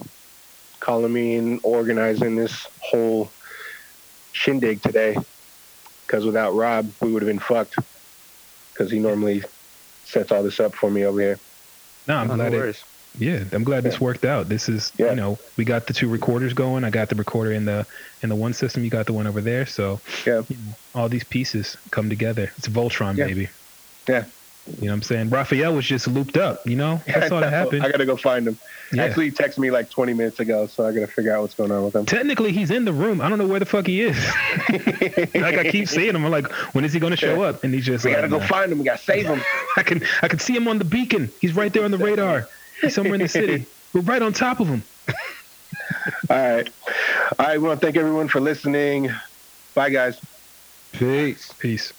Speaker 1: calling me and organizing this whole shindig today. Because without Rob, we would have been fucked. Because he normally sets all this up for me over here.
Speaker 3: no I'm
Speaker 2: Oh, no
Speaker 3: glad it,
Speaker 2: worries.
Speaker 3: Yeah, I'm glad this worked out. This is,
Speaker 1: Yeah.
Speaker 3: you know, we got the two recorders going. I got the recorder in the in the one system. You got the one over there. So
Speaker 1: Yeah.
Speaker 3: you know, all these pieces come together. It's Voltron,
Speaker 1: Yeah.
Speaker 3: baby.
Speaker 1: Yeah.
Speaker 3: You know what I'm saying? Raphael was just looped up. You know, that's all that
Speaker 1: I
Speaker 3: happened.
Speaker 1: gotta go find him.
Speaker 3: Yeah.
Speaker 1: Actually, he texted me like 20 minutes ago, so I gotta figure out what's going on with him.
Speaker 3: Technically, he's in the room. I don't know where the fuck he is. like I keep seeing him. I'm like, when is he going to show up? And he's just
Speaker 1: we
Speaker 3: like,
Speaker 1: gotta go
Speaker 3: "Nah."
Speaker 1: find him. We gotta save him.
Speaker 3: I can I can see him on the beacon. He's right there on the radar. He's somewhere in the city. We're right on top of him.
Speaker 1: All right. All right. We want to thank everyone for listening. Bye, guys.
Speaker 2: Peace.
Speaker 3: Peace.